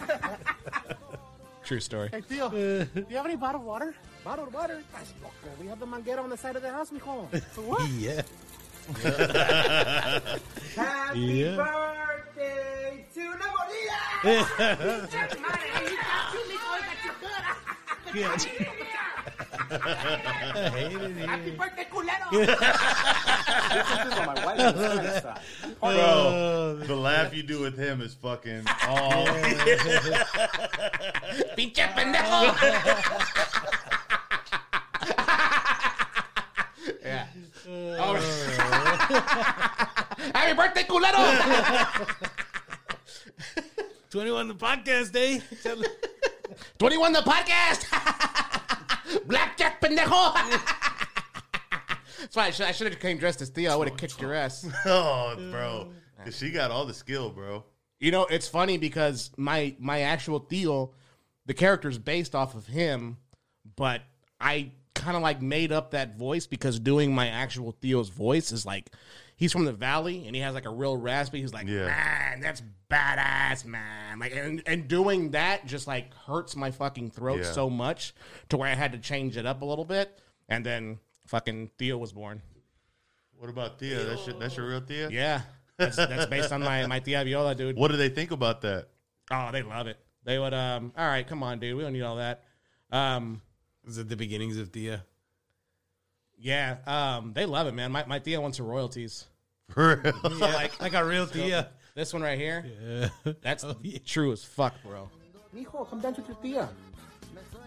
S1: True story.
S5: Hey, Theo, do you have any bottled water? Bottled water? That's loco. We have the manguera on the side of the house, mijo. For what?
S3: Yeah.
S5: Happy
S3: Yeah.
S5: birthday to La Morilla!
S3: I hated it.
S5: Happy birthday, culero!
S12: my wife is Vanessa.
S2: Bro, the laugh you do with him is fucking all.
S1: Pinche pendejo. yeah. All right. Happy birthday, culero!
S3: 21 the podcast eh? day. Tell-
S1: 21 the podcast. Blackjack pendejo. That's why I should, I should have came dressed as Theo. I would have kicked your ass.
S2: Oh, bro. 'Cause she got all the skill, bro.
S1: You know, it's funny because my my actual Theo, the character's based off of him, but I kind of like made up that voice because doing my actual Theo's voice is like he's from the valley and he has like a real raspy. He's like,
S2: Yeah.
S1: man, that's badass, man. Like, and and doing that just like hurts my fucking throat
S2: Yeah.
S1: so much to where I had to change it up a little bit, and then fucking Theo was born.
S2: What about Thea? That's your, that's your real Thea?
S1: Yeah, that's, that's based on my my Thea Viola, dude.
S2: What do they think about that?
S1: Oh, they love it. They would. Um. All right, come on, dude. We don't need all that. Um.
S3: Is it the beginnings of Thea?
S1: Yeah. Um. They love it, man. My my Thea wants her royalties.
S2: For real?
S3: Yeah, like, like a real Thea.
S1: This one right here. That's true as fuck, bro.
S5: Mijo, come dance with your tia.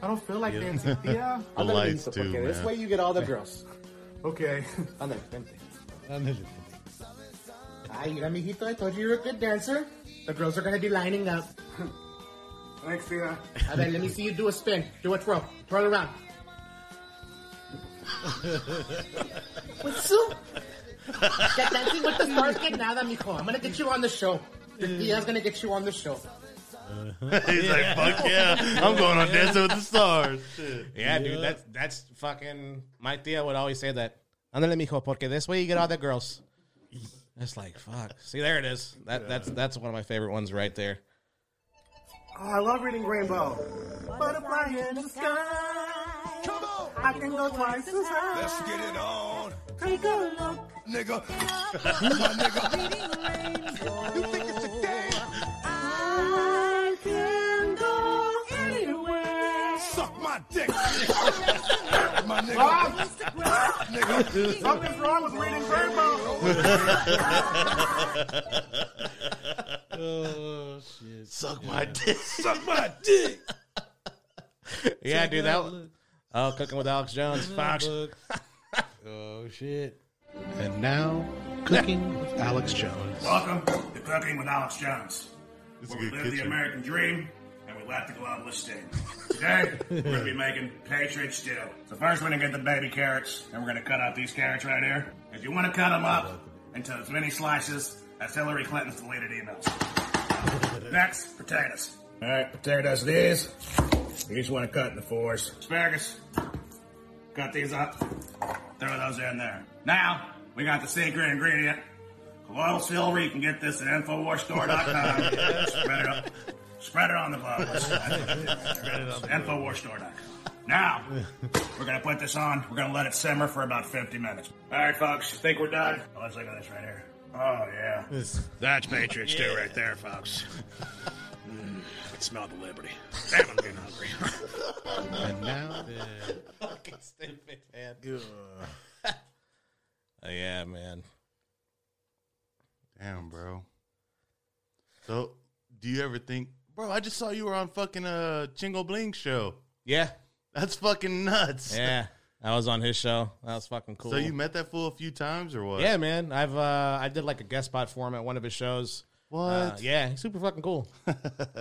S5: I don't feel like dancing, tia.
S2: The lights too,
S5: Okay, this
S2: man.
S5: way you get all the girls. okay. Ándale, vente. Ay, mira, mijito, I told you you're a good dancer. The girls are gonna be lining up. Thanks, tia. All right, let me see you do a spin. Do a twirl. Twirl around. What's up? Get dancing with the stars get nada, mijo. I'm gonna get you on the show. The tia's gonna get you on the show.
S2: He's like, fuck yeah. I'm going on Dancing with the Stars. Shit.
S1: Yeah, dude. That's that's fucking. My Thea would always say that. Andale, mijo, porque this way you get all the girls. It's like fuck. See, there it is. That that's that's one of my favorite ones right there.
S12: Oh, I love reading Rainbow. Butterfly in the sky. Come on. I can go twice as high.
S9: Let's get it on,
S12: Take a look.
S9: nigga.
S12: I can go anywhere.
S9: Suck my dick, my nigga. nigga.
S12: Something's wrong with reading Rainbow.
S3: Oh, shit.
S2: Suck my dick.
S9: Suck my dick.
S1: Yeah, dude. That.
S3: Look,
S1: Oh, cooking with Alex Jones. Fox.
S3: look. Oh, shit.
S13: And now, Cooking with Alex Jones.
S9: Welcome to Cooking with Alex Jones.
S2: It's a
S9: where we
S2: good
S9: live the
S2: kitchen.
S9: American dream and we laugh the global sting. Today, we're going to be making Patriot stew. So first, we're going to get the baby carrots, and we're going to cut out these carrots right here. If you want to cut them up into as many slices as Hillary Clinton's deleted emails. Next, potatoes. All right, potatoes it is. You just want to cut into fours. Asparagus. Cut these up. Throw those in there. Now, we got the secret ingredient. Colloidal silver. You can get this at InfoWarsStore.com. Spread it up. Spread it on the globe. Spread it on the InfoWarsStore.com. Now, we're going to put this on. We're going to let it simmer for about 50 minutes. All right, folks. You think we're done? Oh, let's look at this right here. Oh, yeah. That's Patriot stew right there, folks. Mm, I smell the liberty. Damn, I'm getting hungry.
S13: And now,
S1: fucking stupid, man. Oh, yeah, man.
S2: Damn, bro. So, do you ever think, bro, I just saw you were on fucking uh, Chingo Bling show.
S1: Yeah,
S2: That's fucking nuts.
S1: yeah. I was on his show. That was fucking cool.
S2: So you met that fool a few times or what?
S1: yeah, man. I've uh, I did like a guest spot for him at one of his shows.
S2: What?
S1: Uh, yeah, he's super fucking cool.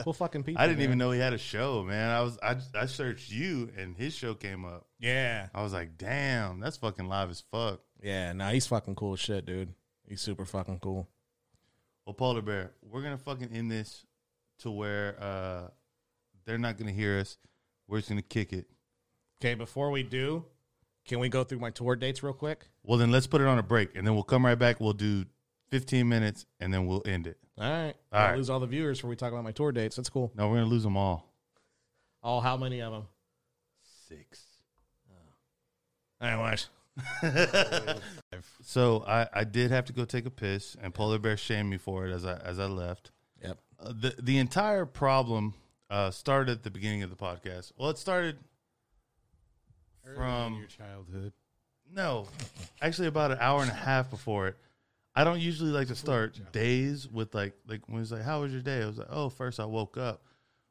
S1: cool fucking people.
S2: I didn't
S1: man.
S2: even know he had a show, man. I was I, I searched you and his show came up.
S1: Yeah,
S2: I was like, damn, that's fucking live as fuck.
S1: yeah. Nah, he's fucking cool as shit, dude. He's super fucking cool.
S2: Well, Polar Bear, we're gonna fucking end this to where uh they're not gonna hear us. We're just gonna kick it.
S1: Okay, before we do, Can we go through my tour dates real quick?
S2: Well, then let's put it on a break, and then we'll come right back. We'll do 15 minutes, and then we'll end it.
S1: All right.
S2: All
S1: I'll
S2: right.
S1: lose all the viewers before we talk about my tour dates. That's cool.
S2: No, we're gonna lose them all.
S1: Oh, how many of them?
S2: Six.
S1: I watch.
S2: So I, I did have to go take a piss, and Polar Bear shamed me for it as I as I left.
S1: Yep.
S2: Uh, the The entire problem uh, started at the beginning of the podcast. Well, it started
S3: From
S2: From-
S3: your childhood.
S2: No, actually, about an hour and a half before it. I don't usually like to start days with like like when it's like, "How was your day?" I was like, "Oh, first I woke up."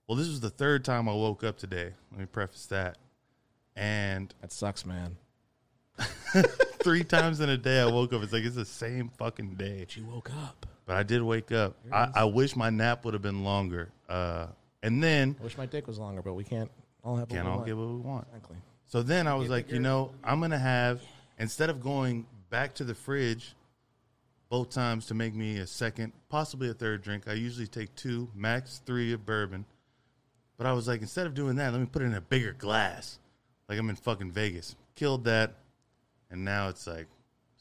S2: Well, this was the third time I woke up today. Let me preface that. And
S1: That sucks, man.
S2: three times in a day I woke up. It's like it's the same fucking day.
S1: You woke up.
S2: But I did wake up. I, I wish my nap would have been longer. Uh, and then
S1: I wish my dick was longer, but we can't all have. what
S2: Can't
S1: we
S2: all
S1: want.
S2: get what we want.
S1: Exactly.
S2: So then I was like, you know, I'm gonna have instead of going back to the fridge both times to make me a second, possibly a third drink. I usually take two, max three of bourbon. But I was like, instead of doing that, let me put it in a bigger glass, like I'm in fucking Vegas. Killed that, and now it's like,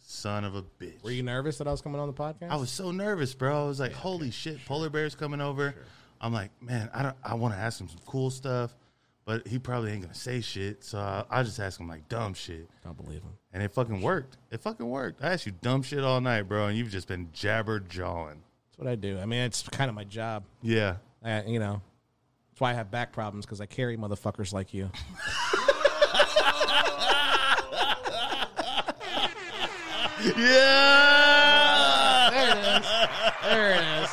S2: son of a bitch.
S1: Were you nervous that I was coming on the podcast?
S2: I was so nervous, bro. I was like, "Holy shit, polar bear's coming over." I'm like, "Man, I don't. I want to ask him some cool stuff, but he probably ain't gonna say shit." So I, I just ask him like dumb shit,
S1: Don't believe him.
S2: and it fucking worked. It fucking worked. I asked you dumb shit all night, bro, and you've just been jabber jawing.
S1: That's what I do. I mean, it's kind of my job.
S2: Yeah,
S1: I, you know, that's why I have back problems because I carry motherfuckers like you.
S2: yeah.
S1: There it is.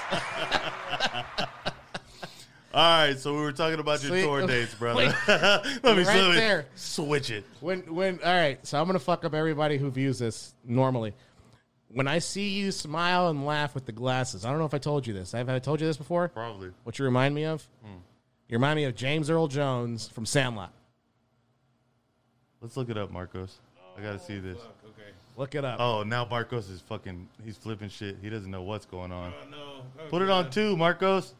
S2: All right, so we were talking about your
S1: See?
S2: tour dates, brother. let me
S1: Right
S2: let me
S1: there.
S2: switch it.
S1: When when all right, so I'm gonna fuck up everybody who views this normally. When I see you smile and laugh with the glasses, I don't know if I told you this. Have I told you this before?
S2: Probably.
S1: What you remind me of? You remind me of James Earl Jones from Sandlot.
S2: Let's look it up, Marcos. I gotta see this.
S3: Okay.
S1: Look it up.
S2: Oh, now Marcos is fucking. He's flipping shit. He doesn't know what's going on.
S3: no.
S2: Put it on two, Marcos.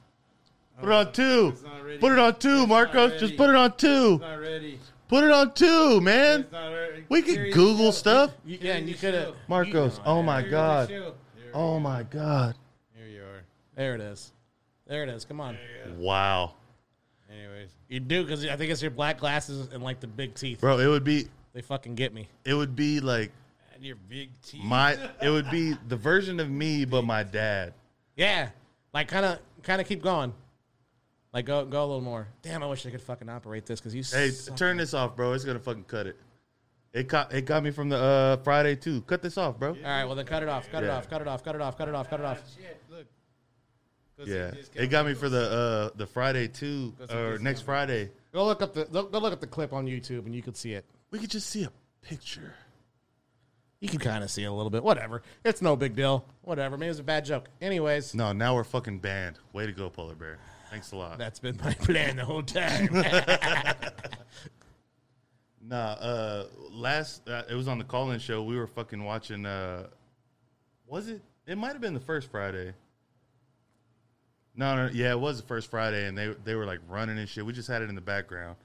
S2: Put it on two.
S3: Uh, it's not ready.
S2: Put it on two, Marcos.
S3: ready.
S2: Just put it on two.
S3: Not ready.
S2: Put it on two, man. We can Google stuff.
S1: You- yeah, and you could have.
S2: Marcos, oh my God. Oh my God.
S3: Here you are.
S1: There it is. There it is. Come on.
S2: Wow.
S3: Anyways,
S1: You do because I think it's your black glasses and like the big teeth.
S2: Bro, it would be,
S1: They fucking get me.
S2: it would be like
S3: and your big teeth.
S2: my, it would be the version of me, but my dad.
S1: Yeah, like kind of kind of keep going. Like go go a little more. Damn, I wish I could fucking operate this because you.
S2: Hey,
S1: suck.
S2: turn this off, bro. It's gonna fucking cut it. It caught, it got me from the uh, Friday too. Cut this off, bro.
S1: All right, well then cut it off, cut it
S2: Yeah.
S1: off, cut it off, cut it off, cut it off, cut it off.
S3: Shit, look. 'Cause
S2: Yeah,
S3: just
S2: it got me for the uh, the Friday too, or next Friday.
S1: Go look up the go go look up the clip on YouTube and you could see it.
S2: We could just see a picture.
S1: You can kind of see it a little bit. Whatever, it's no big deal. Whatever, maybe it was a bad joke. Anyways,
S2: No, now we're fucking banned. Way to go, polar bear. Thanks a lot.
S1: that's been my plan the whole time.
S2: nah, uh, last uh, it was on the call-in show. We were fucking watching. Uh, was it? It might have been the first Friday. No, no, yeah, it was the first Friday, and they they were like running and shit. We just had it in the background,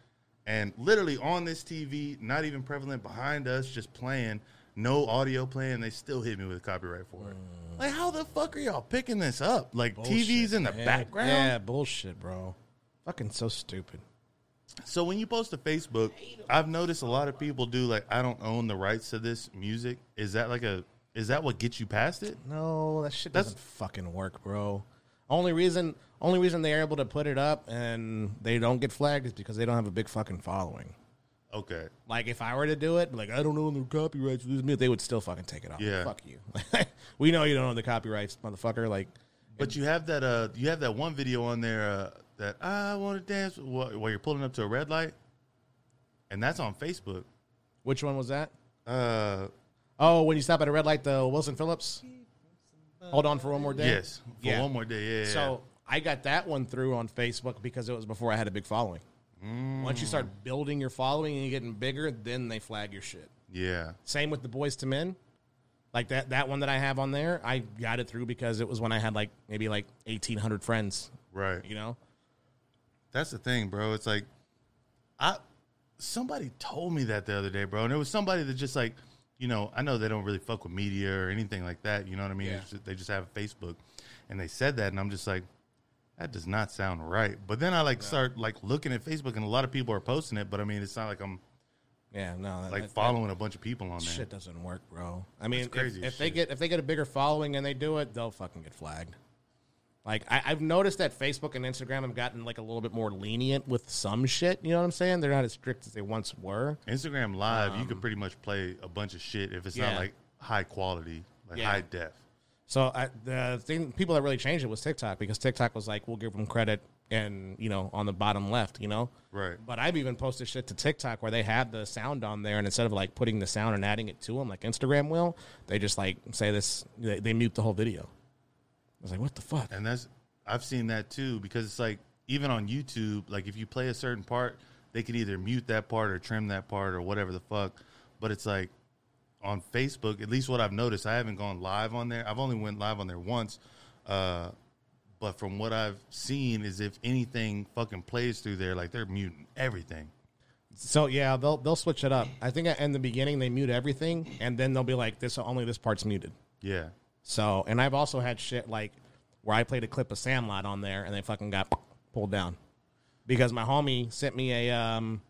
S2: and literally on this TV, not even prevalent behind us, just playing, no audio playing. They still hit me with copyright for it. Like, how the fuck are y'all picking this up? Like, TV's in the
S1: Yeah,
S2: background.
S1: Yeah, bullshit, bro. Fucking so stupid.
S2: So when you post to Facebook, I've noticed a lot of people do like I don't own the rights to this music. Is that like a is that what gets you past it?
S1: No, that shit
S2: That's-
S1: doesn't fucking work, bro. Only reason only reason they're able to put it up and they don't get flagged is because they don't have a big fucking following.
S2: Okay.
S1: Like if I were to do it, like I don't own the copyrights for this music, they would still fucking take it off.
S2: Yeah.
S1: Fuck you. we know you don't own the copyrights, motherfucker. Like
S2: But you have that uh you have that one video on there uh, that I want to dance while, while you're pulling up to a red light. And that's on Facebook.
S1: which one was that?
S2: Uh
S1: Oh, when you stop at a red light, the Wilson Phillips. Hold on for one more day.
S2: yes, for
S1: Yeah.
S2: one more day. Yeah.
S1: So I got that one through on Facebook because it was before I had a big following.
S2: Mm.
S1: Once you start building your following and you're getting bigger, then they flag your shit.
S2: yeah.
S1: Same with the boys to men. Like that that one that I have on there, I got it through because it was when I had like maybe like eighteen hundred friends.
S2: Right.
S1: You know?
S2: That's the thing, bro. It's like I somebody told me that the other day, bro. And it was somebody that just like, you know, I know they don't really fuck with media or anything like that. You know what I mean? It's just- they just have Facebook, and they said that, and I'm just like, that does not sound right. But then I like start like looking at Facebook, and a lot of people are posting it. But I mean, it's not like I'm,
S1: yeah, no, that-
S2: like
S1: that-
S2: following a bunch of people on there.
S1: Shit doesn't work, bro. I
S2: That's
S1: mean, if-
S2: crazy
S1: if,
S2: as
S1: they
S2: shit.
S1: get if they get a bigger following and they do it, they'll fucking get flagged. Like I, I've noticed that Facebook and Instagram have gotten like a little bit more lenient with some shit. You know what I'm saying? They're not as strict as they once were.
S2: Instagram Live, you
S1: Um,
S2: can pretty much play a bunch of shit if it's
S1: yeah.
S2: not like high quality, like
S1: Yeah.
S2: high def.
S1: So I, the thing, people that really changed it was TikTok because TikTok was like, we'll give them credit, and you know, on the bottom left, you know,
S2: right.
S1: But I've even posted shit to TikTok where they have the sound on there, and instead of like putting the sound and adding it to them like Instagram will, they just like say this, they, they mute the whole video. I was like, what the fuck?
S2: And that's I've seen that too because it's like even on YouTube, like if you play a certain part, they can either mute that part or trim that part or whatever the fuck. But it's like on Facebook, at least what I've noticed, I haven't gone live on there. I've only went live on there once. Uh, but from what I've seen is if anything fucking plays through there, like they're muting everything.
S1: So yeah, they'll they'll switch it up. I think in the beginning they mute everything, and then they'll be like, this only this part's muted.
S2: Yeah.
S1: So and I've also had shit like where I played a clip of Sandlot on there, and they fucking got pulled down because my homie sent me a um,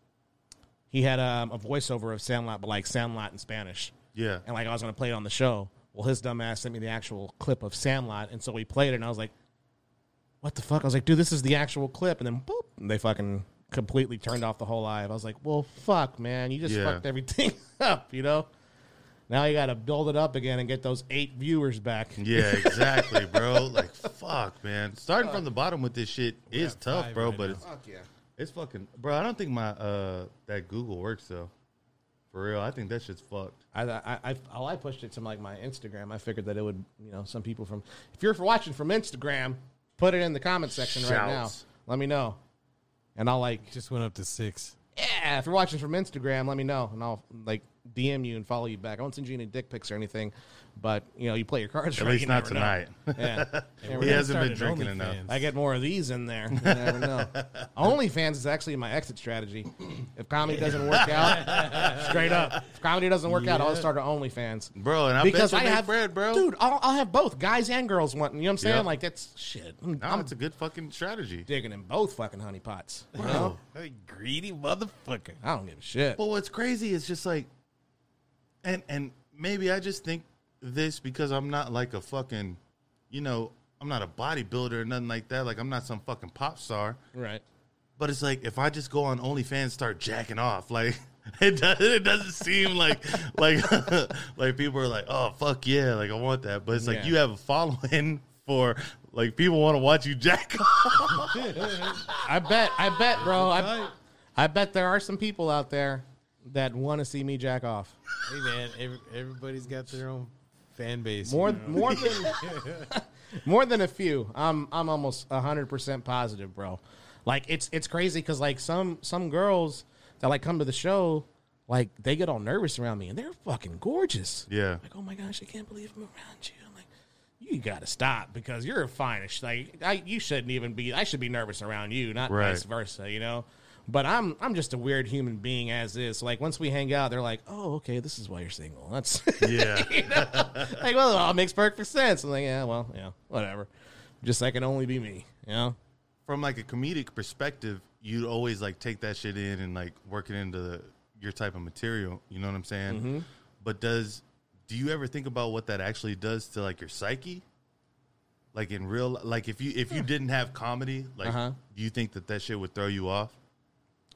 S1: he had um, a voiceover of Sandlot, but like Sandlot in Spanish.
S2: Yeah.
S1: and like I was gonna play it on the show. Well, his dumb ass sent me the actual clip of Sandlot, and so we played it, and I was like, "What the fuck?" I was like, "Dude, this is the actual clip," and then boop, and they fucking completely turned off the whole live. I was like, "Well, fuck, man, you just
S2: Yeah.
S1: fucked everything up," you know. Now you got to build it up again and get those eight viewers back.
S2: Yeah, exactly, bro. Like, fuck, man. Starting from the bottom with this shit is tough,
S1: five
S2: bro.
S1: right
S2: but
S1: now.
S2: it's
S1: Fuck yeah.
S2: it's fucking, bro. I don't think my uh that Google works though. For real, I think that shit's fucked.
S1: I, I, I, all I pushed it to like my Instagram. I figured that it would, you know, some people from. If you're watching from Instagram, put it in the comment section right now.
S3: Shouts.
S1: Let me know, and I'll like.
S3: Just went up to six.
S1: Yeah, Eh, if you're watching from Instagram, let me know, and I'll like DM you and follow you back. I won't send you any dick pics or anything, but you know, you play your cards.
S2: At
S1: right,
S2: least
S1: you
S2: not
S1: never know.
S2: tonight.
S1: Yeah,
S2: He
S1: Never know.
S2: hasn't been Started drinking enough. OnlyFans.
S1: I get more of these in there. You never know. OnlyFans is actually my exit strategy. If comedy doesn't work out, straight up. If comedy doesn't work out, I'll
S2: Yeah.
S1: start an OnlyFans,
S2: bro. And I
S1: because
S2: bet
S1: I
S2: you make
S1: have
S2: bread, bro.
S1: Dude, I'll, I'll have both guys and girls wanting. You know what I'm saying?
S2: Yeah.
S1: Like that's shit. I'm,
S2: Nah, it's a good fucking strategy.
S1: Digging in both fucking honeypots. You know?
S3: greedy motherfucker.
S1: I don't give a shit.
S2: But what's crazy is just like, and and maybe I just think this because I'm not like a fucking, you know, I'm not a bodybuilder or nothing like that. Like I'm not some fucking pop star.
S1: Right.
S2: But it's like if I just go on OnlyFans, start jacking off, like it does, it doesn't seem like like like people are like, oh fuck yeah, like I want that. But it's like
S1: Yeah.
S2: you have a following for like people want to watch you jack off.
S1: I bet, I bet, bro. I, I bet there are some people out there that want to see me jack off.
S3: Hey man, every, everybody's got their own fan base.
S1: More-
S3: you know?
S1: more than- More than a few. I'm I'm almost hundred percent positive, bro. Like it's it's crazy because like some some girls that like come to the show, like they get all nervous around me and they're fucking gorgeous.
S2: Yeah.
S1: Like oh my gosh, I can't believe I'm around you. I'm like, you gotta stop because you're fine. It's Like I, you shouldn't even be. I should be nervous around you, not
S2: Right.
S1: vice versa. You know. But I'm I'm just a weird human being as is. Like once we hang out, they're like, "Oh, okay, this is why you're single." That's
S2: Yeah.
S1: you know? like, well, it all makes perfect sense. I'm like, yeah, well, yeah, whatever. Just like it can only be me, you know.
S2: From like a comedic perspective, you always like take that shit in and like work it into your type of material. You know what I'm saying?
S1: Mhm.
S2: But does do you ever think about what that actually does to like your psyche? Like in real, like if you if you didn't have comedy, like
S1: Uh-huh.
S2: do you think that that shit would throw you off?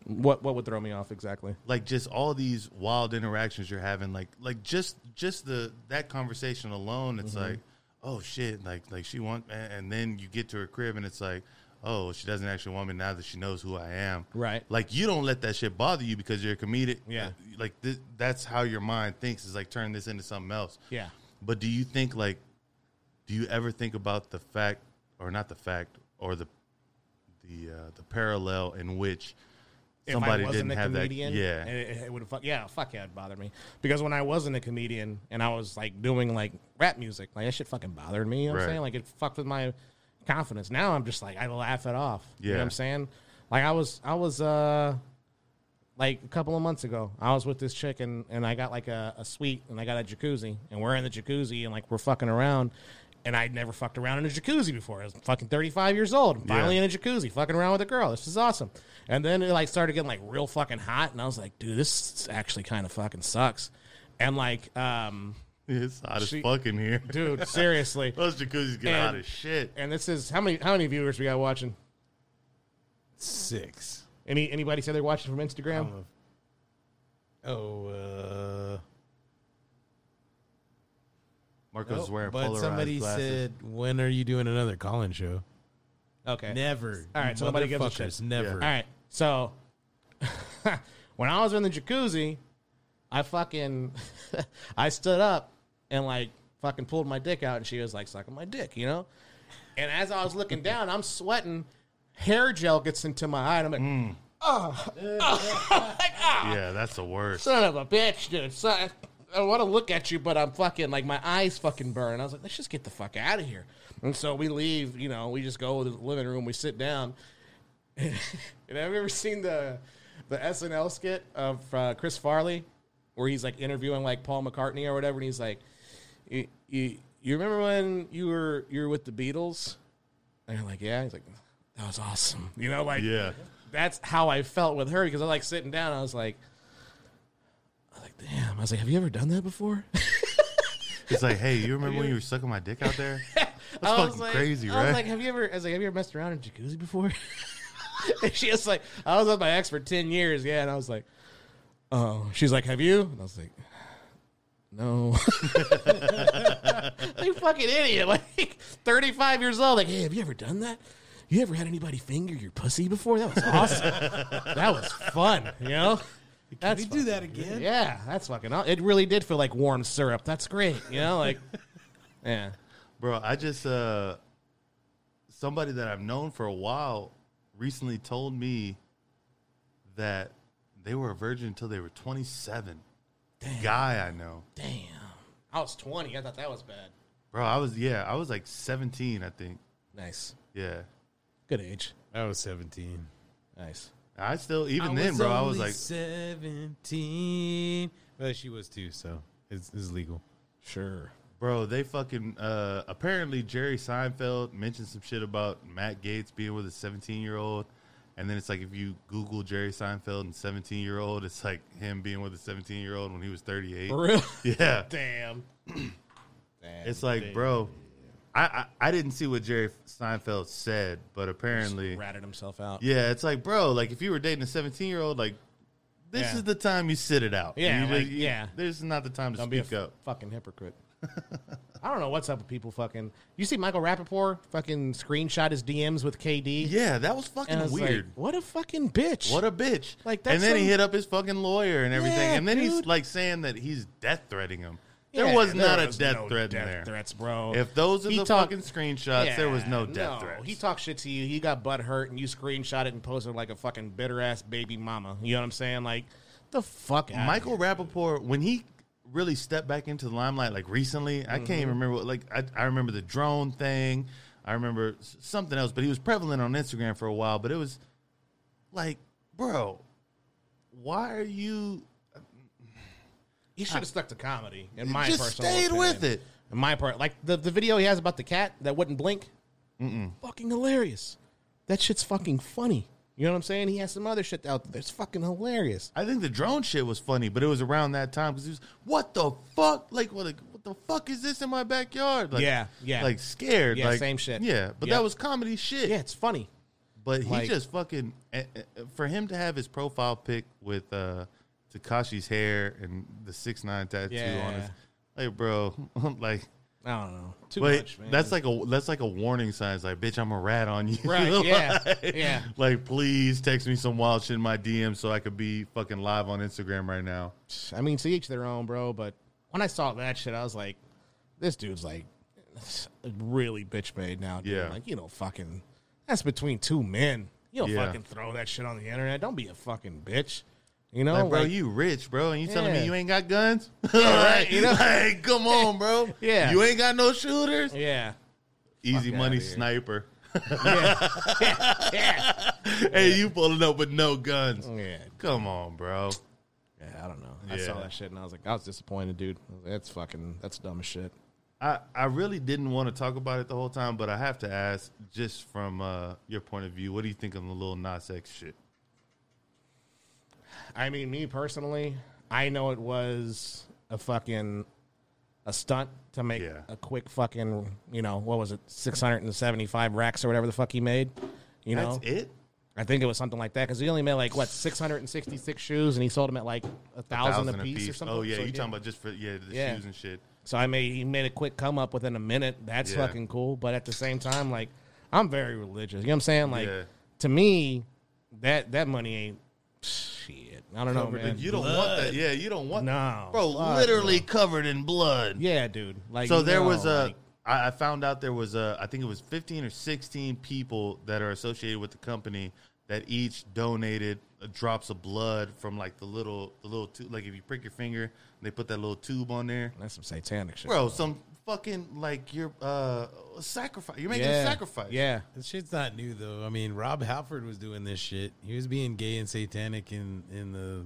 S1: What what would throw me off exactly?
S2: like just all these wild interactions you're having like like just just the that conversation alone it's
S1: Mhm.
S2: like oh shit like like she want a- and then you get to her crib and it's like oh she doesn't actually want me now that she knows who i am
S1: Right.
S2: like you don't let that shit bother you because you're a comedic
S1: Yeah.
S2: like th- that's how your mind thinks is like turn this into something else
S1: Yeah.
S2: but do you think like do you ever think about the fact or not the fact or the the uh, the parallel in which somebody didn't have
S1: comedian,
S2: that yeah
S1: it, would have fuck yeah, fuck yeah, it bothered me because when I wasn't a comedian and I was like doing like rap music, like that shit fucking bothered me. You know what I'm
S2: Right.
S1: saying like it fucked with my confidence. Now I'm just like I laugh it off. You know what
S2: Yeah.
S1: I'm saying like I was I was uh like a couple of months ago. I was with this chick and, and I got like a, a suite and I got a jacuzzi and we're in the jacuzzi and like we're fucking around. And I'd never fucked around in a jacuzzi before. I was fucking 35 years old. I'm finally
S14: Yeah.
S1: in a jacuzzi, fucking around with a girl. This is awesome. And then it like started getting like real fucking hot. And I was like, dude, this actually kind of fucking sucks. And like, um,
S2: it's hot as fuck in here.
S1: dude. Seriously,
S2: those jacuzzis get hot as shit.
S1: And this is how many how many viewers we got watching?
S3: Six.
S1: Any anybody say they're watching from Instagram?
S3: Oh, uh,
S2: Marco's
S1: Oh,
S3: nope,
S2: wearing
S3: oh, But
S2: polarized
S3: somebody
S2: glasses.
S3: said, "When are you doing another call-in show?"
S1: Okay.
S3: Never.
S1: All right.
S3: you
S1: So nobody gives a
S3: motherfuckers,
S1: shit.
S3: Never.
S1: All right. So when I was in the jacuzzi, I fucking I stood up and like fucking pulled my dick out, and she was like sucking my dick, you know. And as I was looking down, I'm sweating. Hair gel gets into my eye, and I'm like, oh,
S2: yeah, that's the worst.
S1: son of a bitch, dude. Son, I want to look at you, but I'm fucking like my eyes fucking burn. I was like, let's just get the fuck out of here. And so we leave. You know, we just go to the living room. We sit down. and have you ever seen the the SNL skit of uh, Chris Farley where he's like interviewing like Paul McCartney or whatever, and he's like, "You you, you remember when you were you were with the Beatles?" And you're like, "Yeah." He's like, "That was awesome." You know, like
S2: Yeah.
S1: That's how I felt with her because I like sitting down. I was like, I was like, damn. I was like, have you ever done that before?
S2: It's like, hey, you remember when you were sucking my dick out there? That's
S1: I was
S2: fucking
S1: like-
S2: crazy,
S1: I was
S2: right?
S1: like, have you ever? I was like, have you ever messed around in a jacuzzi before? and she was like, I was with my ex for ten years, yeah. And I was like, oh. She's like, have you? And I was like, no. you fucking idiot! Like thirty five years old. Like, hey, have you ever done that? You ever had anybody finger your pussy before? That was awesome. that was fun. You know. Can
S3: we do that again?
S1: Yeah, that's fucking. aw- It really did feel like warm syrup. That's great. You know, like yeah.
S2: Bro, I just uh somebody that I've known for a while recently told me that they were a virgin until they were 27. Guy I know.
S1: Damn. I was 20. I thought that was bad.
S2: Bro, I was yeah, I was like 17, I think.
S1: Nice.
S2: Yeah.
S1: Good age.
S3: I was seventeen.
S1: Nice.
S2: I still even then, bro, I was
S3: only
S2: like
S3: seventeen. Well, she was too, so it's, it's legal.
S1: Sure.
S2: Bro, they fucking uh apparently Jerry Seinfeld mentioned some shit about Matt Gates being with a 17 year old. And then it's like if you Google Jerry Seinfeld and 17 year old, it's like him being with a 17 year old when he was 38.
S1: For real?
S2: Yeah.
S1: Damn.
S2: It's like, bro, I, I I didn't see what Jerry Seinfeld said, but apparently
S1: ratted himself out.
S2: Yeah, it's like, bro, like if you were dating a 17 year old, like this
S1: Yeah.
S2: is the time you sit it out.
S1: Yeah,
S2: You
S1: like,
S2: just- you-
S1: yeah.
S2: This is not the time to
S1: Don't be a
S2: speak up.
S1: fucking hypocrite. I don't know what's up with people fucking. You see Michael Rappaport fucking screenshot his DMs with KD?
S2: Yeah, that was fucking
S1: And I was like,
S2: weird.
S1: what a fucking bitch.
S2: What a bitch!
S1: Like, that's
S2: and then he
S1: some-
S2: hit up his fucking lawyer and everything,
S1: Yeah,
S2: and then he's
S1: dude.
S2: like saying that he's death threatening him. There
S1: Yeah,
S2: was
S1: there
S2: not
S1: was
S2: a death
S1: no
S2: threat
S1: death
S2: in there.
S1: threats, bro.
S2: If those are
S1: He
S2: the
S1: talked-
S2: fucking screenshots, there was no death threat.
S1: He talked shit to you. He got butt hurt, and you screenshot it and posted like a fucking bitter ass baby mama. You know what I'm saying? Like the fuck, outta
S2: Michael Rappaport, when he really stepped back into the limelight, like recently, I can't
S1: Mm-hmm.
S2: even remember. What, like I, I remember the drone thing. I remember s- something else, but he was prevalent on Instagram for a while. But it was like, bro, why are you?
S1: He should have stuck to comedy. In my
S2: Just
S1: personal
S2: stayed
S1: opinion.
S2: with it.
S1: In my part, like the, the video he has about the cat that wouldn't blink, fucking hilarious. That shit's fucking funny. You know what I'm saying? He has some other shit out there that's fucking hilarious.
S2: I think the drone shit was funny, but it was around that time because he was, what the fuck? Like what? Like, what the fuck is this in my backyard? Like,
S1: Yeah, yeah.
S2: Like scared.
S1: Yeah,
S2: like,
S1: same shit.
S2: Yeah, but
S1: Yep.
S2: that was comedy shit.
S1: Yeah, it's funny.
S2: But he
S1: Like-
S2: just fucking eh, eh, for him to have his profile pic with uh Takashi's hair and the six nine tattoo on his
S1: Yeah.
S2: like bro like
S1: I don't know. Too
S2: but
S1: much, man.
S2: that's like a that's like a warning sign. It's like, bitch, I'm a rat on you.
S1: Right, yeah,
S2: Like-
S1: yeah.
S2: Like, please text me some wild shit in my DM so I could be fucking live on Instagram right now.
S1: I mean, to each their own, bro. But when I saw that shit, I was like, this dude's like really bitch made now. Dude.
S2: Yeah.
S1: Like, you know, fucking, that's between two men. You don't
S2: Yeah.
S1: fucking throw that shit on the internet. Don't be a fucking bitch. You know,
S2: like, bro,
S1: Like,
S2: you rich, bro, and you telling me
S1: Yeah.
S2: you ain't got guns? All right,
S1: you know?
S2: like, come on, bro.
S1: Yeah.
S2: you ain't got no shooters.
S1: yeah.
S2: Easy
S1: Fuck
S2: money
S1: outta here.
S2: sniper.
S1: yeah.
S2: hey, you pulling up with no guns?
S1: Yeah.
S2: Come on, bro.
S1: Yeah, I don't know.
S4: I saw
S2: Yeah.
S4: that shit and I was like, I was disappointed, dude. I was like, That's fucking, that's dumb as shit.
S2: I, I really didn't want to talk about it the whole time, but I have to ask, just from uh, your point of view, what do you think of the little Nas X shit?
S1: I mean, me personally, I know it was a fucking a stunt to make a quick fucking you know what was it six hundred and seventy five racks or whatever the fuck he made. You know,
S2: That's it?
S1: I think it was something like that because he only made like what six hundred and sixty six shoes and he sold them at like a thousand a piece or something.
S2: Oh yeah,
S1: So
S2: you
S1: he
S2: talking
S1: did-
S2: about just for yeah the
S1: Yeah.
S2: shoes and shit?
S1: So I made he made a quick come up within a minute. That's
S2: Yeah.
S1: fucking cool. But at the same time, like I'm very religious. You know what I'm saying? Like
S2: Yeah.
S1: to me, that that money ain't shit. I don't know,
S2: Covered
S1: Oh, man.
S2: in You don't want that. Yeah, you don't want
S1: no,
S2: bro.
S1: fuck
S2: literally
S1: no.
S2: covered in blood.
S1: Yeah, dude. Like
S2: so there
S1: no,
S2: was a.
S1: like-
S2: I I found out there was a. I think it was fifteen or sixteen people that are associated with the company that each donated uh, drops of blood from like the little the little tube. Like if you prick your finger, they put that little tube on there.
S1: that's some satanic shit,
S2: Bro, some fucking like your uh sacrifice. You're making
S1: Yeah.
S2: a sacrifice.
S1: Yeah,
S3: This shit's not new though. I mean, Rob Halford was doing this shit. He was being gay and satanic in in the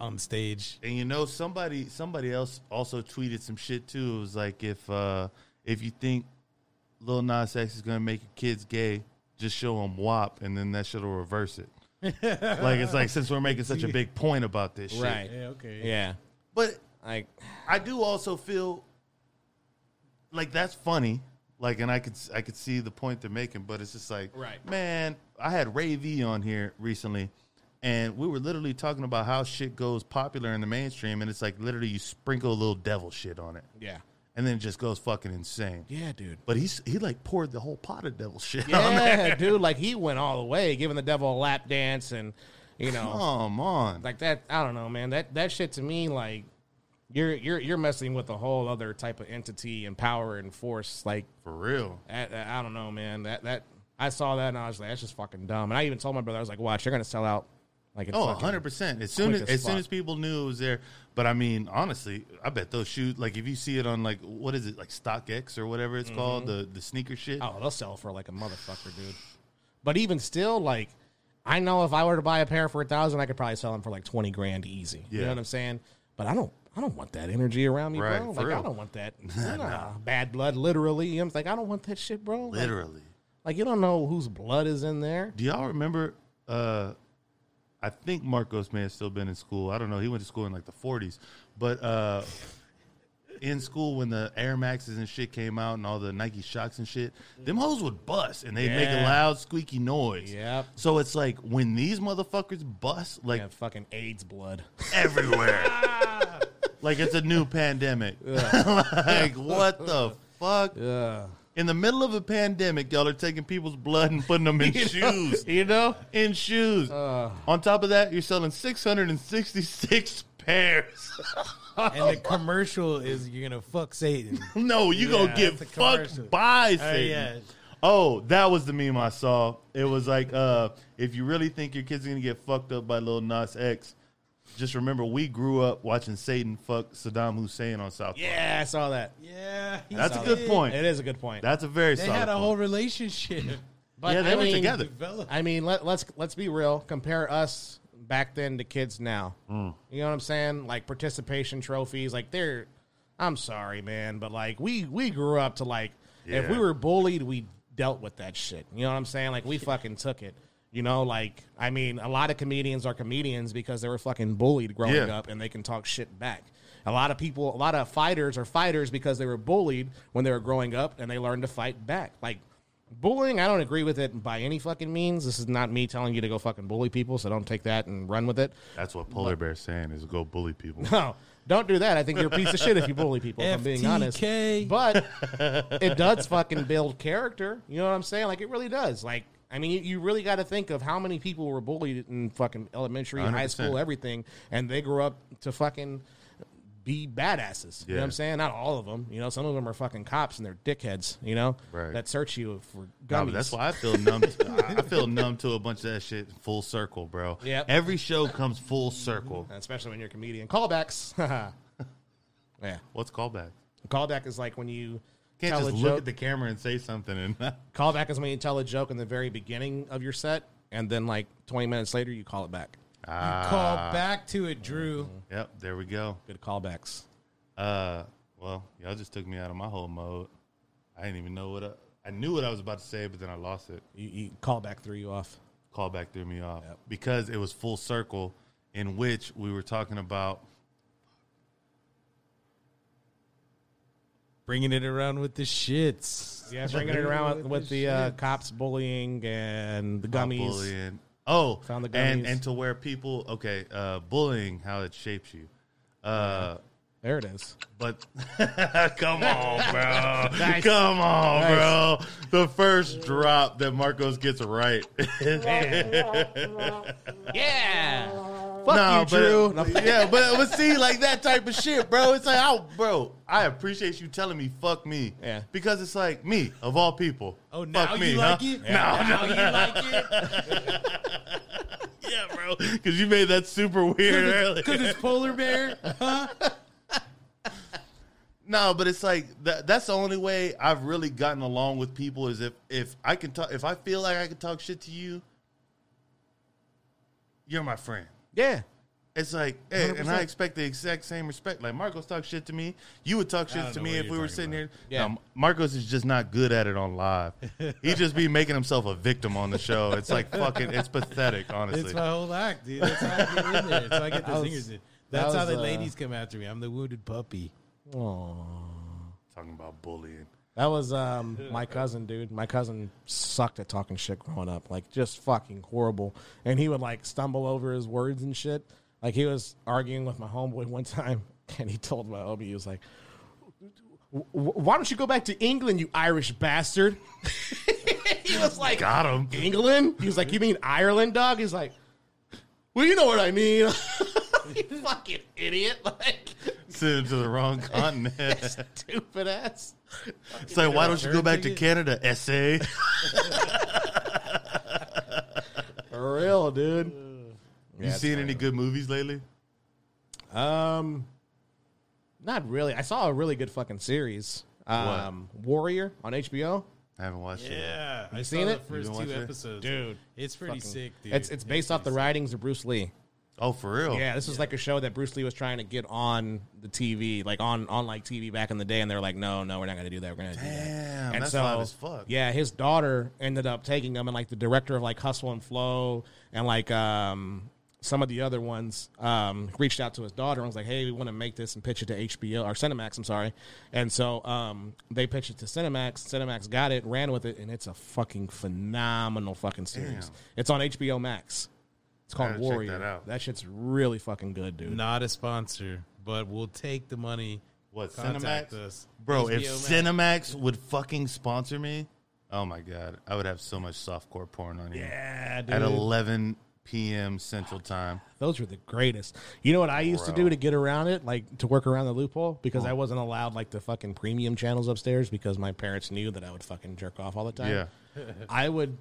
S3: on stage.
S2: And you know somebody somebody else also tweeted some shit too. It was like if uh if you think Lil Nas X is gonna make your kids gay, just show them WAP, and then that shit will reverse it. like it's like since we're making such a big point about this, shit.
S1: right?
S3: Yeah, okay.
S1: Yeah,
S2: But
S1: like
S2: I do also feel like that's funny. Like, and I could I could see the point they're making, but it's just like,
S1: Right.
S2: man, I had Ray V on here recently, and we were literally talking about how shit goes popular in the mainstream, and it's like literally you sprinkle a little devil shit on it,
S1: yeah,
S2: and then it just goes fucking insane.
S1: yeah, dude.
S2: But he's he like poured the whole pot of devil shit on there.
S1: Yeah, dude. Like he went all the way, giving the devil a lap dance, and you know,
S2: Come on,
S1: like that i don't know man that that shit to me like you're you're you're messing with a whole other type of entity and power and force like
S2: for real.
S1: i, I don't know man that that i saw that and i was like that's just fucking dumb and i even told my brother i was like watch you're gonna sell out like in
S2: Oh,
S1: fucking-
S2: 100 percent. As soon as,
S1: quick
S2: as
S1: as
S2: soon
S1: fuck.
S2: as people knew it was there, but I mean, honestly, I bet those shoes. Like if you see it on like what is it like StockX or whatever it's called, the the sneaker shit.
S1: Mm-hmm. oh they'll sell for like a motherfucker dude but even still like i know if i were to buy a pair for a thousand i could probably sell them for like 20 grand easy you
S2: Yeah.
S1: know what i'm saying but i don't I don't want that energy around me,
S2: Right,
S1: bro.
S2: for
S1: Like
S2: real.
S1: I don't want that nah, bad blood. Literally, I'm like I don't want that shit, bro. Like,
S2: Literally.
S1: Like you don't know whose blood is in there.
S2: Do y'all remember? uh I think Marcos may have still been in school. I don't know. He went to school in like the 40s, but uh in school when the Air Maxes and shit came out and all the Nike shocks and shit, them hoes would bust and they'd make a
S1: Yeah.
S2: loud squeaky noise.
S1: Yep.
S2: So it's like when these motherfuckers bust, like
S1: Yeah, fucking AIDS blood.
S2: everywhere. like it's a new pandemic. like what the fuck?
S1: Yeah.
S2: In the middle of a pandemic, y'all are taking people's blood and putting them in shoes.
S1: You know?
S2: In shoes.
S3: Uh.
S2: On top of that, you're selling 666 pairs.
S3: And the commercial is you're gonna fuck Satan.
S2: no, you
S3: Yeah,
S2: gonna get
S3: that's a commercial. Uh,
S2: fucked by Satan.
S3: yeah.
S2: Oh, that was the meme I saw. It was like, uh, if you really think your kid's gonna get fucked up by Lil Nas X, just remember we grew up watching Satan fuck Saddam Hussein on South Park.
S1: Yeah, I saw that.
S3: Yeah, he
S2: That's a
S3: did.
S2: good point.
S1: It is a good point.
S2: That's a very
S3: They
S2: solid
S3: had a
S2: point.
S3: whole relationship.
S1: but
S2: yeah, they
S1: I
S2: were
S1: mean,
S2: together.
S3: Developed.
S1: I mean, let, let's let's be real. Compare us back then to kids now. You know what I'm saying? Like participation trophies. Like they're. I'm sorry, man, but like we we grew up to like if
S2: Yeah.
S1: we were bullied, we dealt with that shit. You know what I'm saying? Like we fucking took it. You know, like I mean, a lot of comedians are comedians because they were fucking bullied growing
S2: Yeah.
S1: up, and they can talk shit back. A lot of people, a lot of fighters are fighters because they were bullied when they were growing up, and they learned to fight back. Like bullying, I don't agree with it by any fucking means. This is not me telling you to go fucking bully people, so don't take that and run with it.
S2: That's what Polar Bear's saying is go bully people.
S1: No, don't do that. I think you're a piece of shit if you bully people. If I'm being honest,
S3: FTK.
S1: but it does fucking build character. You know what I'm saying? Like it really does. Like I mean, you, you really got to think of how many people were bullied in fucking elementary, high
S2: 100%.
S1: school, everything, and they grew up to fucking be badasses. You know what
S2: Yeah.
S1: I'm saying? Not all of them. You know, some of them are fucking cops and they're dickheads. You know,
S2: Right.
S1: that search you for gummies.
S2: No, but that's why I feel numb. To, I- I feel numb to a bunch of that shit full circle, bro.
S1: Yep.
S2: Every show comes full circle.
S1: especially when you're a comedian. Callbacks. yeah,
S2: What's callback?
S1: callback is like when you.
S2: Can't
S1: tell
S2: just
S1: a
S2: look
S1: joke-
S2: at the camera and say something and
S1: Callback is when you tell a joke in the very beginning of your set, and then like 20 minutes later you call it back.
S3: Call back to it, Drew.
S2: Yep, there we go.
S1: Good callbacks.
S2: Uh, well, y'all just took me out of my whole mode. I didn't even know what I, I knew what I was about to say, but then I lost it.
S1: You, you callback threw you off.
S2: Callback threw me off because it was full circle, in which we were talking about
S3: Bringing it around with the shits.
S1: Yeah, bringing it around with the uh, cops bullying and the
S2: Not
S1: gummies.
S2: bullying. Oh,
S1: Found the
S2: And,
S1: gummies.
S2: and to where people, okay, uh, bullying, how it shapes you. Uh,
S1: There it is.
S2: But come on, bro.
S1: Nice.
S2: Come on,
S1: Nice.
S2: bro. The first drop that Marcos gets right.
S1: yeah.
S2: Fuck you, Drew. yeah, but, but see, like that type of shit, bro. It's like, oh, bro, I appreciate you telling me, fuck me.
S1: Yeah.
S2: Because it's like, me, of all people.
S3: Oh,
S2: fuck
S3: now
S2: me,
S3: you
S2: huh?
S3: like it?
S2: No, no,
S3: Now you like it?
S2: yeah, bro. Because you made that super weird earlier.
S3: Because it's polar bear.
S2: No, but it's like that, that's the only way I've really gotten along with people is if if I can talk if I feel like I can talk shit to you, you're my friend.
S1: Yeah.
S2: It's like, hey, and I
S1: 100%.
S2: expect the exact same respect. Like Marcos talks shit to me, you would talk shit
S3: don't
S2: to
S3: know
S2: me
S3: what
S2: if
S3: you're
S2: we were
S3: talking
S2: sitting
S3: about.
S2: here.
S1: Yeah.
S2: No, Marcos is just not good at it on live. he just be making himself a victim on the show. It's like fucking, it's pathetic, honestly.
S3: It's my whole act, dude. That's how I get in there. That's how I get the singers in. That's how
S4: was,
S3: the
S4: uh,
S3: ladies come after me. I'm the wounded puppy.
S2: Talking about bullying.
S1: That was um, my cousin, dude. My cousin sucked at talking shit growing up, like just fucking horrible. And he would like stumble over his words and shit. Like he was arguing with my homeboy one time, and he told my homie, he was like, "Wh- "Why don't you go back to England, you Irish bastard?" he was like,
S2: Got him.
S1: "England?" He was like, "You mean Ireland, dog?" He's like, "Well, you know what I mean." you fucking idiot! Like
S2: Sent him to the wrong continent.
S1: stupid ass.
S2: It's like, why don't you go back to Canada, essay?
S1: For real, dude.
S2: You seen any good movies lately?
S1: Um, not really. I saw a really good fucking series. Um, Warrior on HBO.
S2: I haven't watched it.
S3: Yeah, I
S1: seen
S3: saw
S1: it?
S3: The first
S2: You
S3: two
S2: watch it?
S3: episodes,
S1: Dude,
S3: It's pretty
S1: fucking-
S3: sick, dude.
S1: It's it's based off the writings of Bruce Lee.
S2: Oh, for real?
S1: Yeah, this was like a show that Bruce Lee was trying to get on the TV, like on on like TV back in the day, and they were like, no, no, we're not gonna do that. We're gonna do that.
S2: Damn, that's loud as fuck.
S1: Yeah, his daughter ended up taking him, and like the director of like Hustle and Flow, and like um some of the other ones um reached out to his daughter and was like, "Hey, we want to make this and pitch it to HBO or Cinemax." I'm sorry, and so um they pitched it to Cinemax. Cinemax got it, ran with it, and it's a fucking phenomenal fucking series.
S2: Damn.
S1: It's on HBO Max. It's called
S2: gotta check
S1: Warrior.
S2: that out.
S1: shit's really fucking good, dude.
S3: not a sponsor, but we'll take the money.
S2: What,
S3: Contact
S2: Cinemax?
S3: us.
S2: Bro, if
S3: HBO
S2: Cinemax would fucking sponsor me, oh my God, I would have so much softcore porn on you. Yeah, At 11 p.m. Central Time.
S1: Those were the greatest. You know what I used to do to get around it, like to work around the loophole, because I wasn't allowed like the fucking premium channels upstairs because my parents knew that I would fucking jerk off all the time.
S2: Yeah.
S1: I would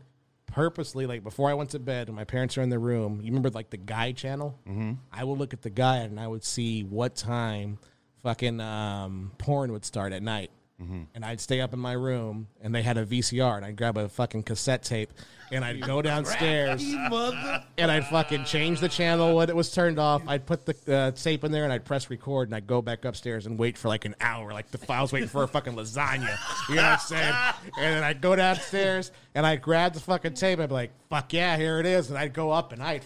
S1: purposely like before I went to bed and my parents are in the room. You remember like the guy channel? Mm-hmm. I would look at the guy and I would see what time fucking um, porn would start at night. And I'd stay up in my room, and they had a VCR, and I'd grab a fucking cassette tape, and I'd go downstairs
S3: Max. Mother-
S1: and I'd fucking change the channel when it was turned off. I'd put the uh, tape in there and I'd press record and I'd go back upstairs and wait for like an hour, like the file's waiting for a fucking lasagna. You know what I'm saying? And then I'd go downstairs and I'd grab the fucking tape. I'd be like, fuck yeah, here it is. And I'd go up and I'd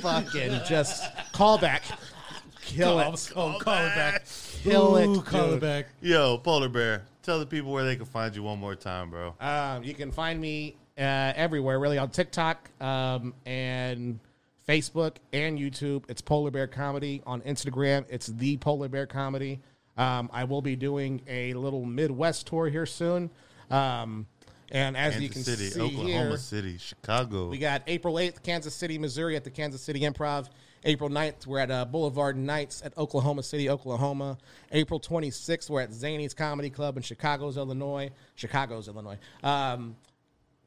S1: fucking just call back, kill
S3: Oh,
S1: it,
S3: call it back.
S1: kill
S3: Ooh,
S1: it.
S3: call it
S1: dude.
S3: back.
S2: Yo, Polar Bear, tell the people where they can find you one more time, bro.
S1: Um, you can find me uh, everywhere, really, on TikTok um, and Facebook and YouTube. It's Polar Bear Comedy. On Instagram, it's The Polar Bear Comedy. Um, I will be doing a little Midwest tour here soon. Um, and as you can
S2: Kansas City,
S1: see
S2: Oklahoma
S1: here,
S2: City, Chicago.
S1: we got April 8th, Kansas City, Missouri at the Kansas City Improv. April 9th, we're at uh, Boulevard Nights at Oklahoma City, Oklahoma. April 26th, we're at Zany's Comedy Club in Chicago's, Illinois. Chicago's, Illinois. Um,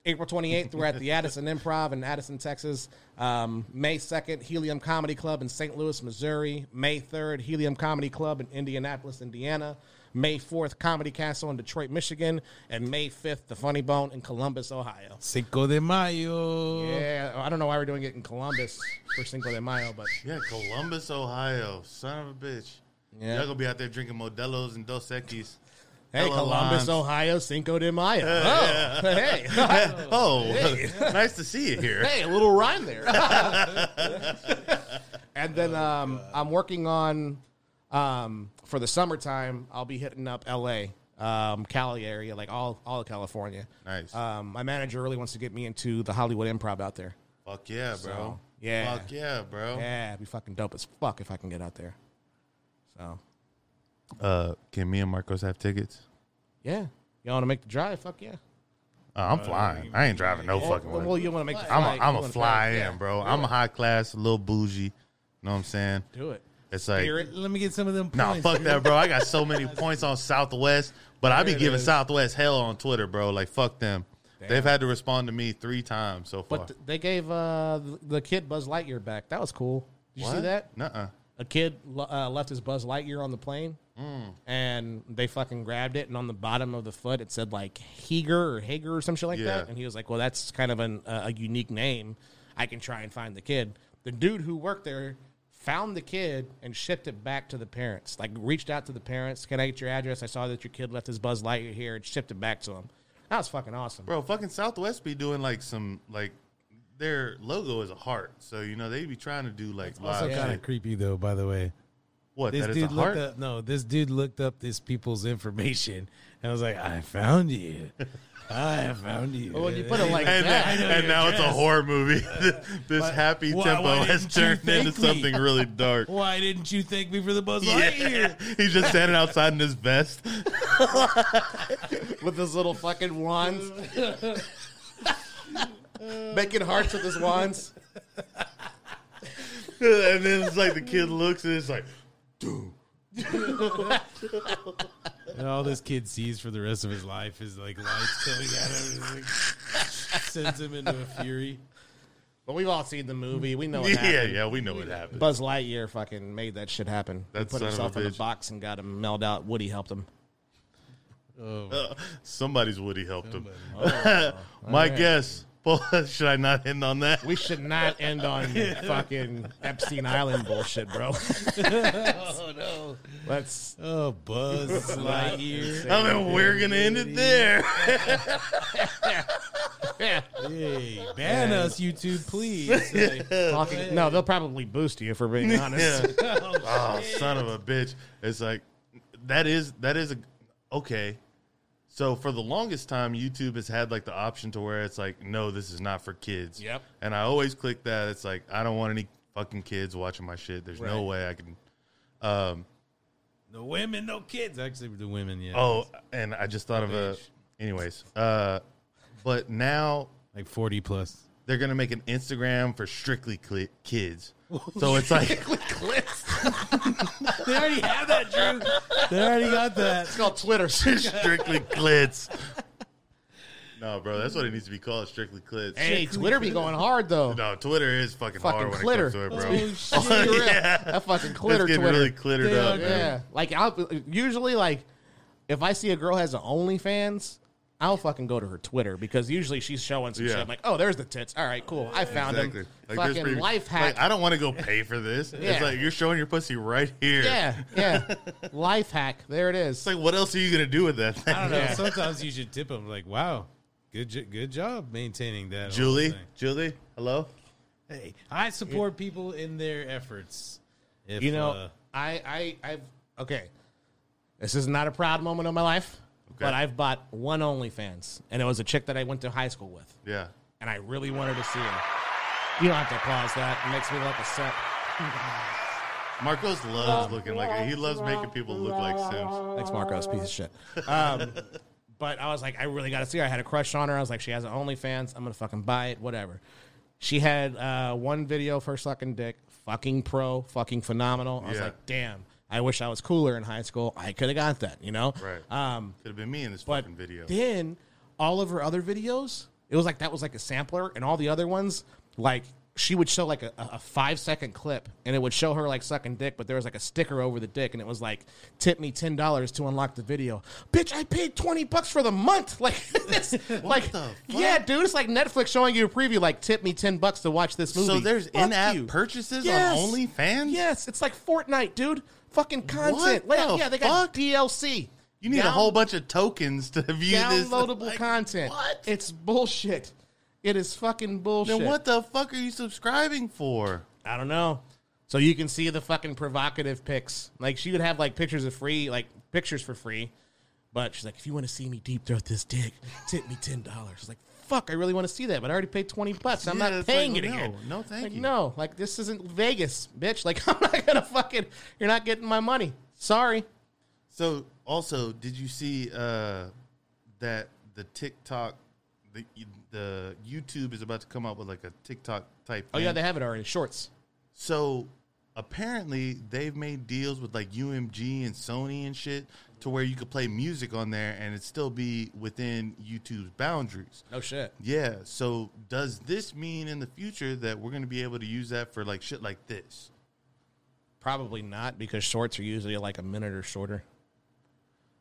S1: April 28th, we're at the Addison Improv in Addison, Texas. Um, May 2nd, Helium Comedy Club in St. Louis, Missouri. May 3rd, Helium Comedy Club in Indianapolis, Indiana. May 4th, Comedy Castle in Detroit, Michigan, and May 5th, The Funny Bone in Columbus, Ohio.
S3: Cinco de Mayo.
S1: Yeah, I don't know why we're doing it in Columbus for Cinco de Mayo, but
S2: yeah, Columbus, Ohio, son of a bitch.
S1: Yeah.
S2: Y'all gonna be out there drinking Modelo's and Dos Equis.
S1: Hey,
S2: Hella
S1: Columbus,
S2: limes.
S1: Ohio, Cinco de Mayo.
S2: Yeah.
S1: oh, hey.
S2: oh,
S1: Hey.
S2: nice to see you here.
S1: Hey, a little rhyme there. and then um, I'm working on um, for the summertime. I'll be hitting up L.A., um, Cali area, like all all of California.
S2: Nice.
S1: Um, my manager really wants to get me into the Hollywood Improv out there.
S2: Fuck yeah, bro.
S1: So, yeah.
S2: Fuck yeah, bro.
S1: Yeah, it'd be fucking dope as fuck if I can get out there. So
S2: Uh, can me and Marcos have tickets?
S1: yeah, y'all want to make the drive? Fuck yeah.
S2: Uh, I'm flying. I ain't driving no
S1: Well,
S2: fucking way.
S1: well, you wanna make the
S2: I'm
S1: flight.
S2: a, I'm
S1: You
S2: a
S1: wanna
S2: fly
S1: fly.
S2: in,
S1: Yeah.
S2: bro.
S1: Do
S2: I'm
S1: it.
S2: a high class, a little bougie. Know what I'm saying?
S1: Do it.
S2: It's like
S1: Spirit.
S3: Let me get some of them.
S2: Nah,
S3: points,
S2: fuck
S3: dude.
S2: that, bro. I got so many points on Southwest, but I be
S3: There it
S2: giving
S3: is.
S2: Southwest hell on Twitter, bro. Like fuck them. They've had to respond to me three times so far.
S1: But th- they gave uh, th- the kid Buzz Lightyear back. That was cool. Did you see
S2: What?
S1: that?
S2: Nuh-uh.
S1: A kid lo- uh, left his Buzz Lightyear on the plane, Mm. and they fucking grabbed it. And on the bottom of the foot, it said like Heger or Hager or some shit like
S2: Yeah.
S1: that. And he was like, "Well, that's kind of an, uh, a unique name. I can try and find the kid." The dude who worked there found the kid and shipped it back to the parents. Like reached out to the parents. Can I get your address? I saw that your kid left his Buzz Lightyear here and shipped it back to him. That was fucking awesome.
S2: Bro, fucking Southwest be doing like some like their logo is a heart, so you know they be trying to do like
S3: Also
S2: live
S3: kind of
S2: shit.
S3: creepy though. By the way,
S2: What
S3: this
S2: that is a
S3: dude
S2: heart?
S3: looked up. No, this dude looked up this people's information, and I was like, I found you. I found you.
S1: Well, when you put it like
S2: and
S1: that,
S2: and
S3: I know your
S2: now it's a
S3: address.
S2: horror movie. this
S3: Why-
S2: happy
S3: why-
S2: tempo
S3: why
S2: has
S3: didn't you
S2: turned
S3: thank
S2: into
S3: me?
S2: something really dark.
S3: Why didn't you thank me for the Buzz
S2: Yeah.
S3: Lightyear?
S2: He's just standing outside in his vest.
S1: with his little fucking wands. Making hearts with his wands.
S2: and then it's like the kid looks and it's like,
S3: And all this kid sees for the rest of his life is like lights coming at him. and it's like, sends him into a fury.
S1: But we've all seen the movie. We know it
S2: yeah,
S1: happened.
S2: yeah, we know what happened.
S1: Buzz Lightyear fucking made that shit happen. He
S2: That
S1: put
S2: son of
S1: himself
S2: a
S1: in the
S2: bitch.
S1: box and got him mailed out. Woody helped him.
S2: Uh, somebody's Woody helped him.
S3: Oh,
S2: My guess. Paul, Should I not end on that?
S1: We should not end on fucking Epstein Island bullshit, bro.
S3: Oh no!
S1: Let's
S3: Oh, Buzz Lightyear.
S2: I mean, we're gonna end it there.
S3: Hey, ban us, YouTube, please. Like,
S1: fucking no. They'll probably boost you for being honest.
S2: oh, son of a bitch! It's like that is that is a okay. So for the longest time, YouTube has had like the option to where it's like, no, this is not for kids.
S1: Yep.
S2: And I always click that. It's like I don't want any fucking kids watching my shit. There's no
S1: Right.
S2: way I can. Um,
S3: no women, no kids. Actually, the women, yeah.
S2: oh, and I just thought of a.
S3: Bitch.
S2: Anyways, uh, but now
S3: like forty plus.
S2: they're gonna make an Instagram for strictly cli kids. So it's like
S3: They already have that, Drew. They already got that.
S1: It's called Twitter.
S2: strictly clits. No, bro, that's what it needs to be called. Strictly clits.
S1: hey, Twitter be going hard though.
S2: No, Twitter is fucking,
S1: Fucking
S2: hard when
S1: clitter.
S2: it comes to it, bro.
S3: Oh
S1: For
S3: shit!
S1: real. That fucking
S2: It's
S1: glitter
S2: getting
S1: Twitter.
S2: really clittered
S3: They
S2: up.
S3: are-
S2: man.
S1: Yeah, like I'll usually like if I see a girl has an OnlyFans, I'll fucking go to her Twitter because usually she's showing some
S2: Yeah.
S1: shit. I'm like, oh, there's the tits. All right, cool. I found
S2: Exactly.
S1: them.
S2: Like, there's
S1: fucking
S2: pretty-
S1: life hack.
S2: Like, I don't want to go pay for this. It's
S1: Yeah.
S2: like you're showing your pussy right here.
S1: yeah, yeah. life hack. There it is.
S2: It's like, what else are you gonna do with that? Thing?
S3: I don't know.
S1: Yeah.
S3: Sometimes you should tip them. Like, wow, good, jo- good job maintaining that. whole
S2: Julie,
S3: thing.
S2: Julie, hello.
S3: Hey, I support people in their efforts. If,
S1: you know,
S3: uh,
S1: I, I, I've okay. This is not a proud moment of my life, but I've bought one OnlyFans, and it was a chick that I went to high school with,
S2: Yeah.
S1: and I really wanted to see her. You don't have to applause that. It makes me look a set.
S2: Marcos loves looking like he loves making people look like Sims.
S1: Thanks, Marcos, piece of shit. Um, but I was like, I really got to see her. I had a crush on her. I was like, she has an OnlyFans. I'm gonna fucking buy it, whatever. She had uh, one video for sucking dick, fucking pro, fucking phenomenal. I was
S2: Yeah.
S1: like, damn, I wish I was cooler in high school. I could have got that, you know?
S2: Right.
S1: Um,
S2: Could have been me in this
S1: but
S2: fucking video.
S1: then all of her other videos, it was like that was like a sampler, and all the other ones, like she would show like a, a five second clip and it would show her like sucking dick, but there was like a sticker over the dick and it was like, tip me ten dollars to unlock the video. Bitch, I paid twenty bucks for the month. Like this like Yeah, dude, it's like Netflix showing you a preview, like tip me ten bucks to watch this movie.
S2: So there's
S1: Fuck
S2: in-app
S1: you.
S2: purchases on OnlyFans?
S1: Yes, it's like Fortnite, dude. Fucking content. Like,
S2: the
S1: yeah, they got DLC.
S2: You need a
S1: Down-
S2: whole bunch of tokens to view this.
S1: downloadable content. It's bullshit. It is fucking bullshit.
S2: Then what the fuck are you subscribing for?
S1: I don't know. So you can see the fucking provocative pics. Like she would have like pictures of free, like pictures for free. But she's like, if you want to see me deep throat this dick, tip me ten dollars. Like, fuck, I really want to see that, but I already paid twenty bucks. I'm
S2: Yeah,
S1: not
S2: it's
S1: paying
S2: like,
S1: it
S2: no,
S1: again.
S2: no, thank
S1: Like,
S2: you.
S1: No, like this isn't Vegas, bitch. Like I'm not gonna fucking. You're not getting my money. Sorry.
S2: So also, did you see uh, that the TikTok, the the YouTube is about to come up with like a TikTok type?
S1: Oh yeah,
S2: thing?
S1: they have it already. Shorts.
S2: So apparently they've made deals with like UMG and Sony and shit to where you could play music on there and it still be within YouTube's boundaries.
S1: No shit.
S2: Yeah. So does this mean in the future that we're going to be able to use that for like shit like this?
S1: Probably not because shorts are usually like a minute or shorter.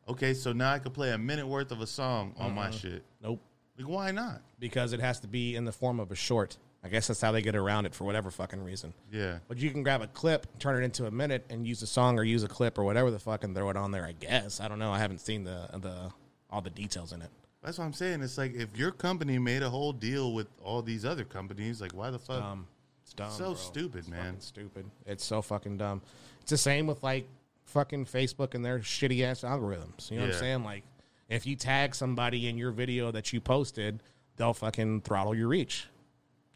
S2: Okay, so now I could play a minute worth of a song on my shit.
S1: Nope.
S2: Like why not?
S1: because it has to be in the form of a short. I guess that's how they get around it for whatever fucking reason.
S2: Yeah.
S1: But you can grab a clip, turn it into a minute, and use a song or use a clip or whatever the fuck and throw it on there. I guess I don't know. I haven't seen the the all the details in it.
S2: That's what I'm saying. It's like if your company made a whole deal with all these other companies, like why the fuck?
S1: Dumb. It's dumb.
S2: So
S1: bro.
S2: stupid,
S1: It's
S2: man.
S1: fucking Stupid. It's so fucking dumb. It's the same with like fucking Facebook and their shitty ass algorithms. You know what
S2: Yeah.
S1: I'm saying? Like if you tag somebody in your video that you posted, they'll fucking throttle your reach.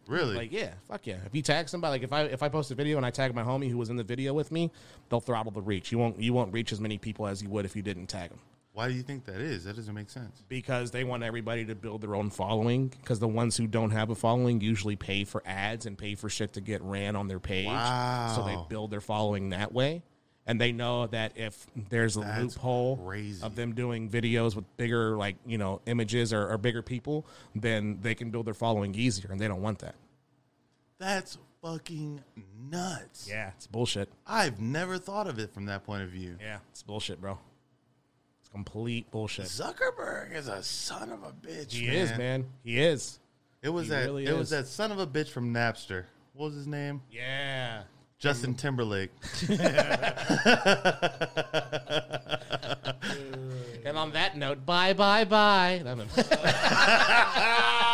S2: Really?
S1: Like yeah, fuck yeah. If you tag somebody, like if I if I post a video and I tag my homie who was in the video with me, they'll throttle the reach. You won't you won't reach as many people as you would if you didn't tag them
S2: why do you think that is? That doesn't make sense.
S1: because they want everybody to build their own following. Because the ones who don't have a following usually pay for ads and pay for shit to get ran on their page. So they
S2: Wow.
S1: build their following that way. And they know that if there's a loophole
S2: crazy.
S1: of them doing videos with bigger, like, you know, images or, or bigger people, then they can build their following easier. And they don't want that.
S2: That's fucking nuts.
S1: Yeah. It's bullshit.
S2: I've never thought of it from that point of view.
S1: Yeah. It's bullshit, bro. It's complete bullshit.
S2: Zuckerberg is a son of a bitch.
S1: he is, man. He is.
S2: It was
S1: He
S2: that.
S1: really
S2: it was
S1: is.
S2: that son of a bitch from Napster. What was his name?
S1: Yeah.
S2: Justin Timberlake.
S1: And on that note, bye, bye, bye.
S3: Oh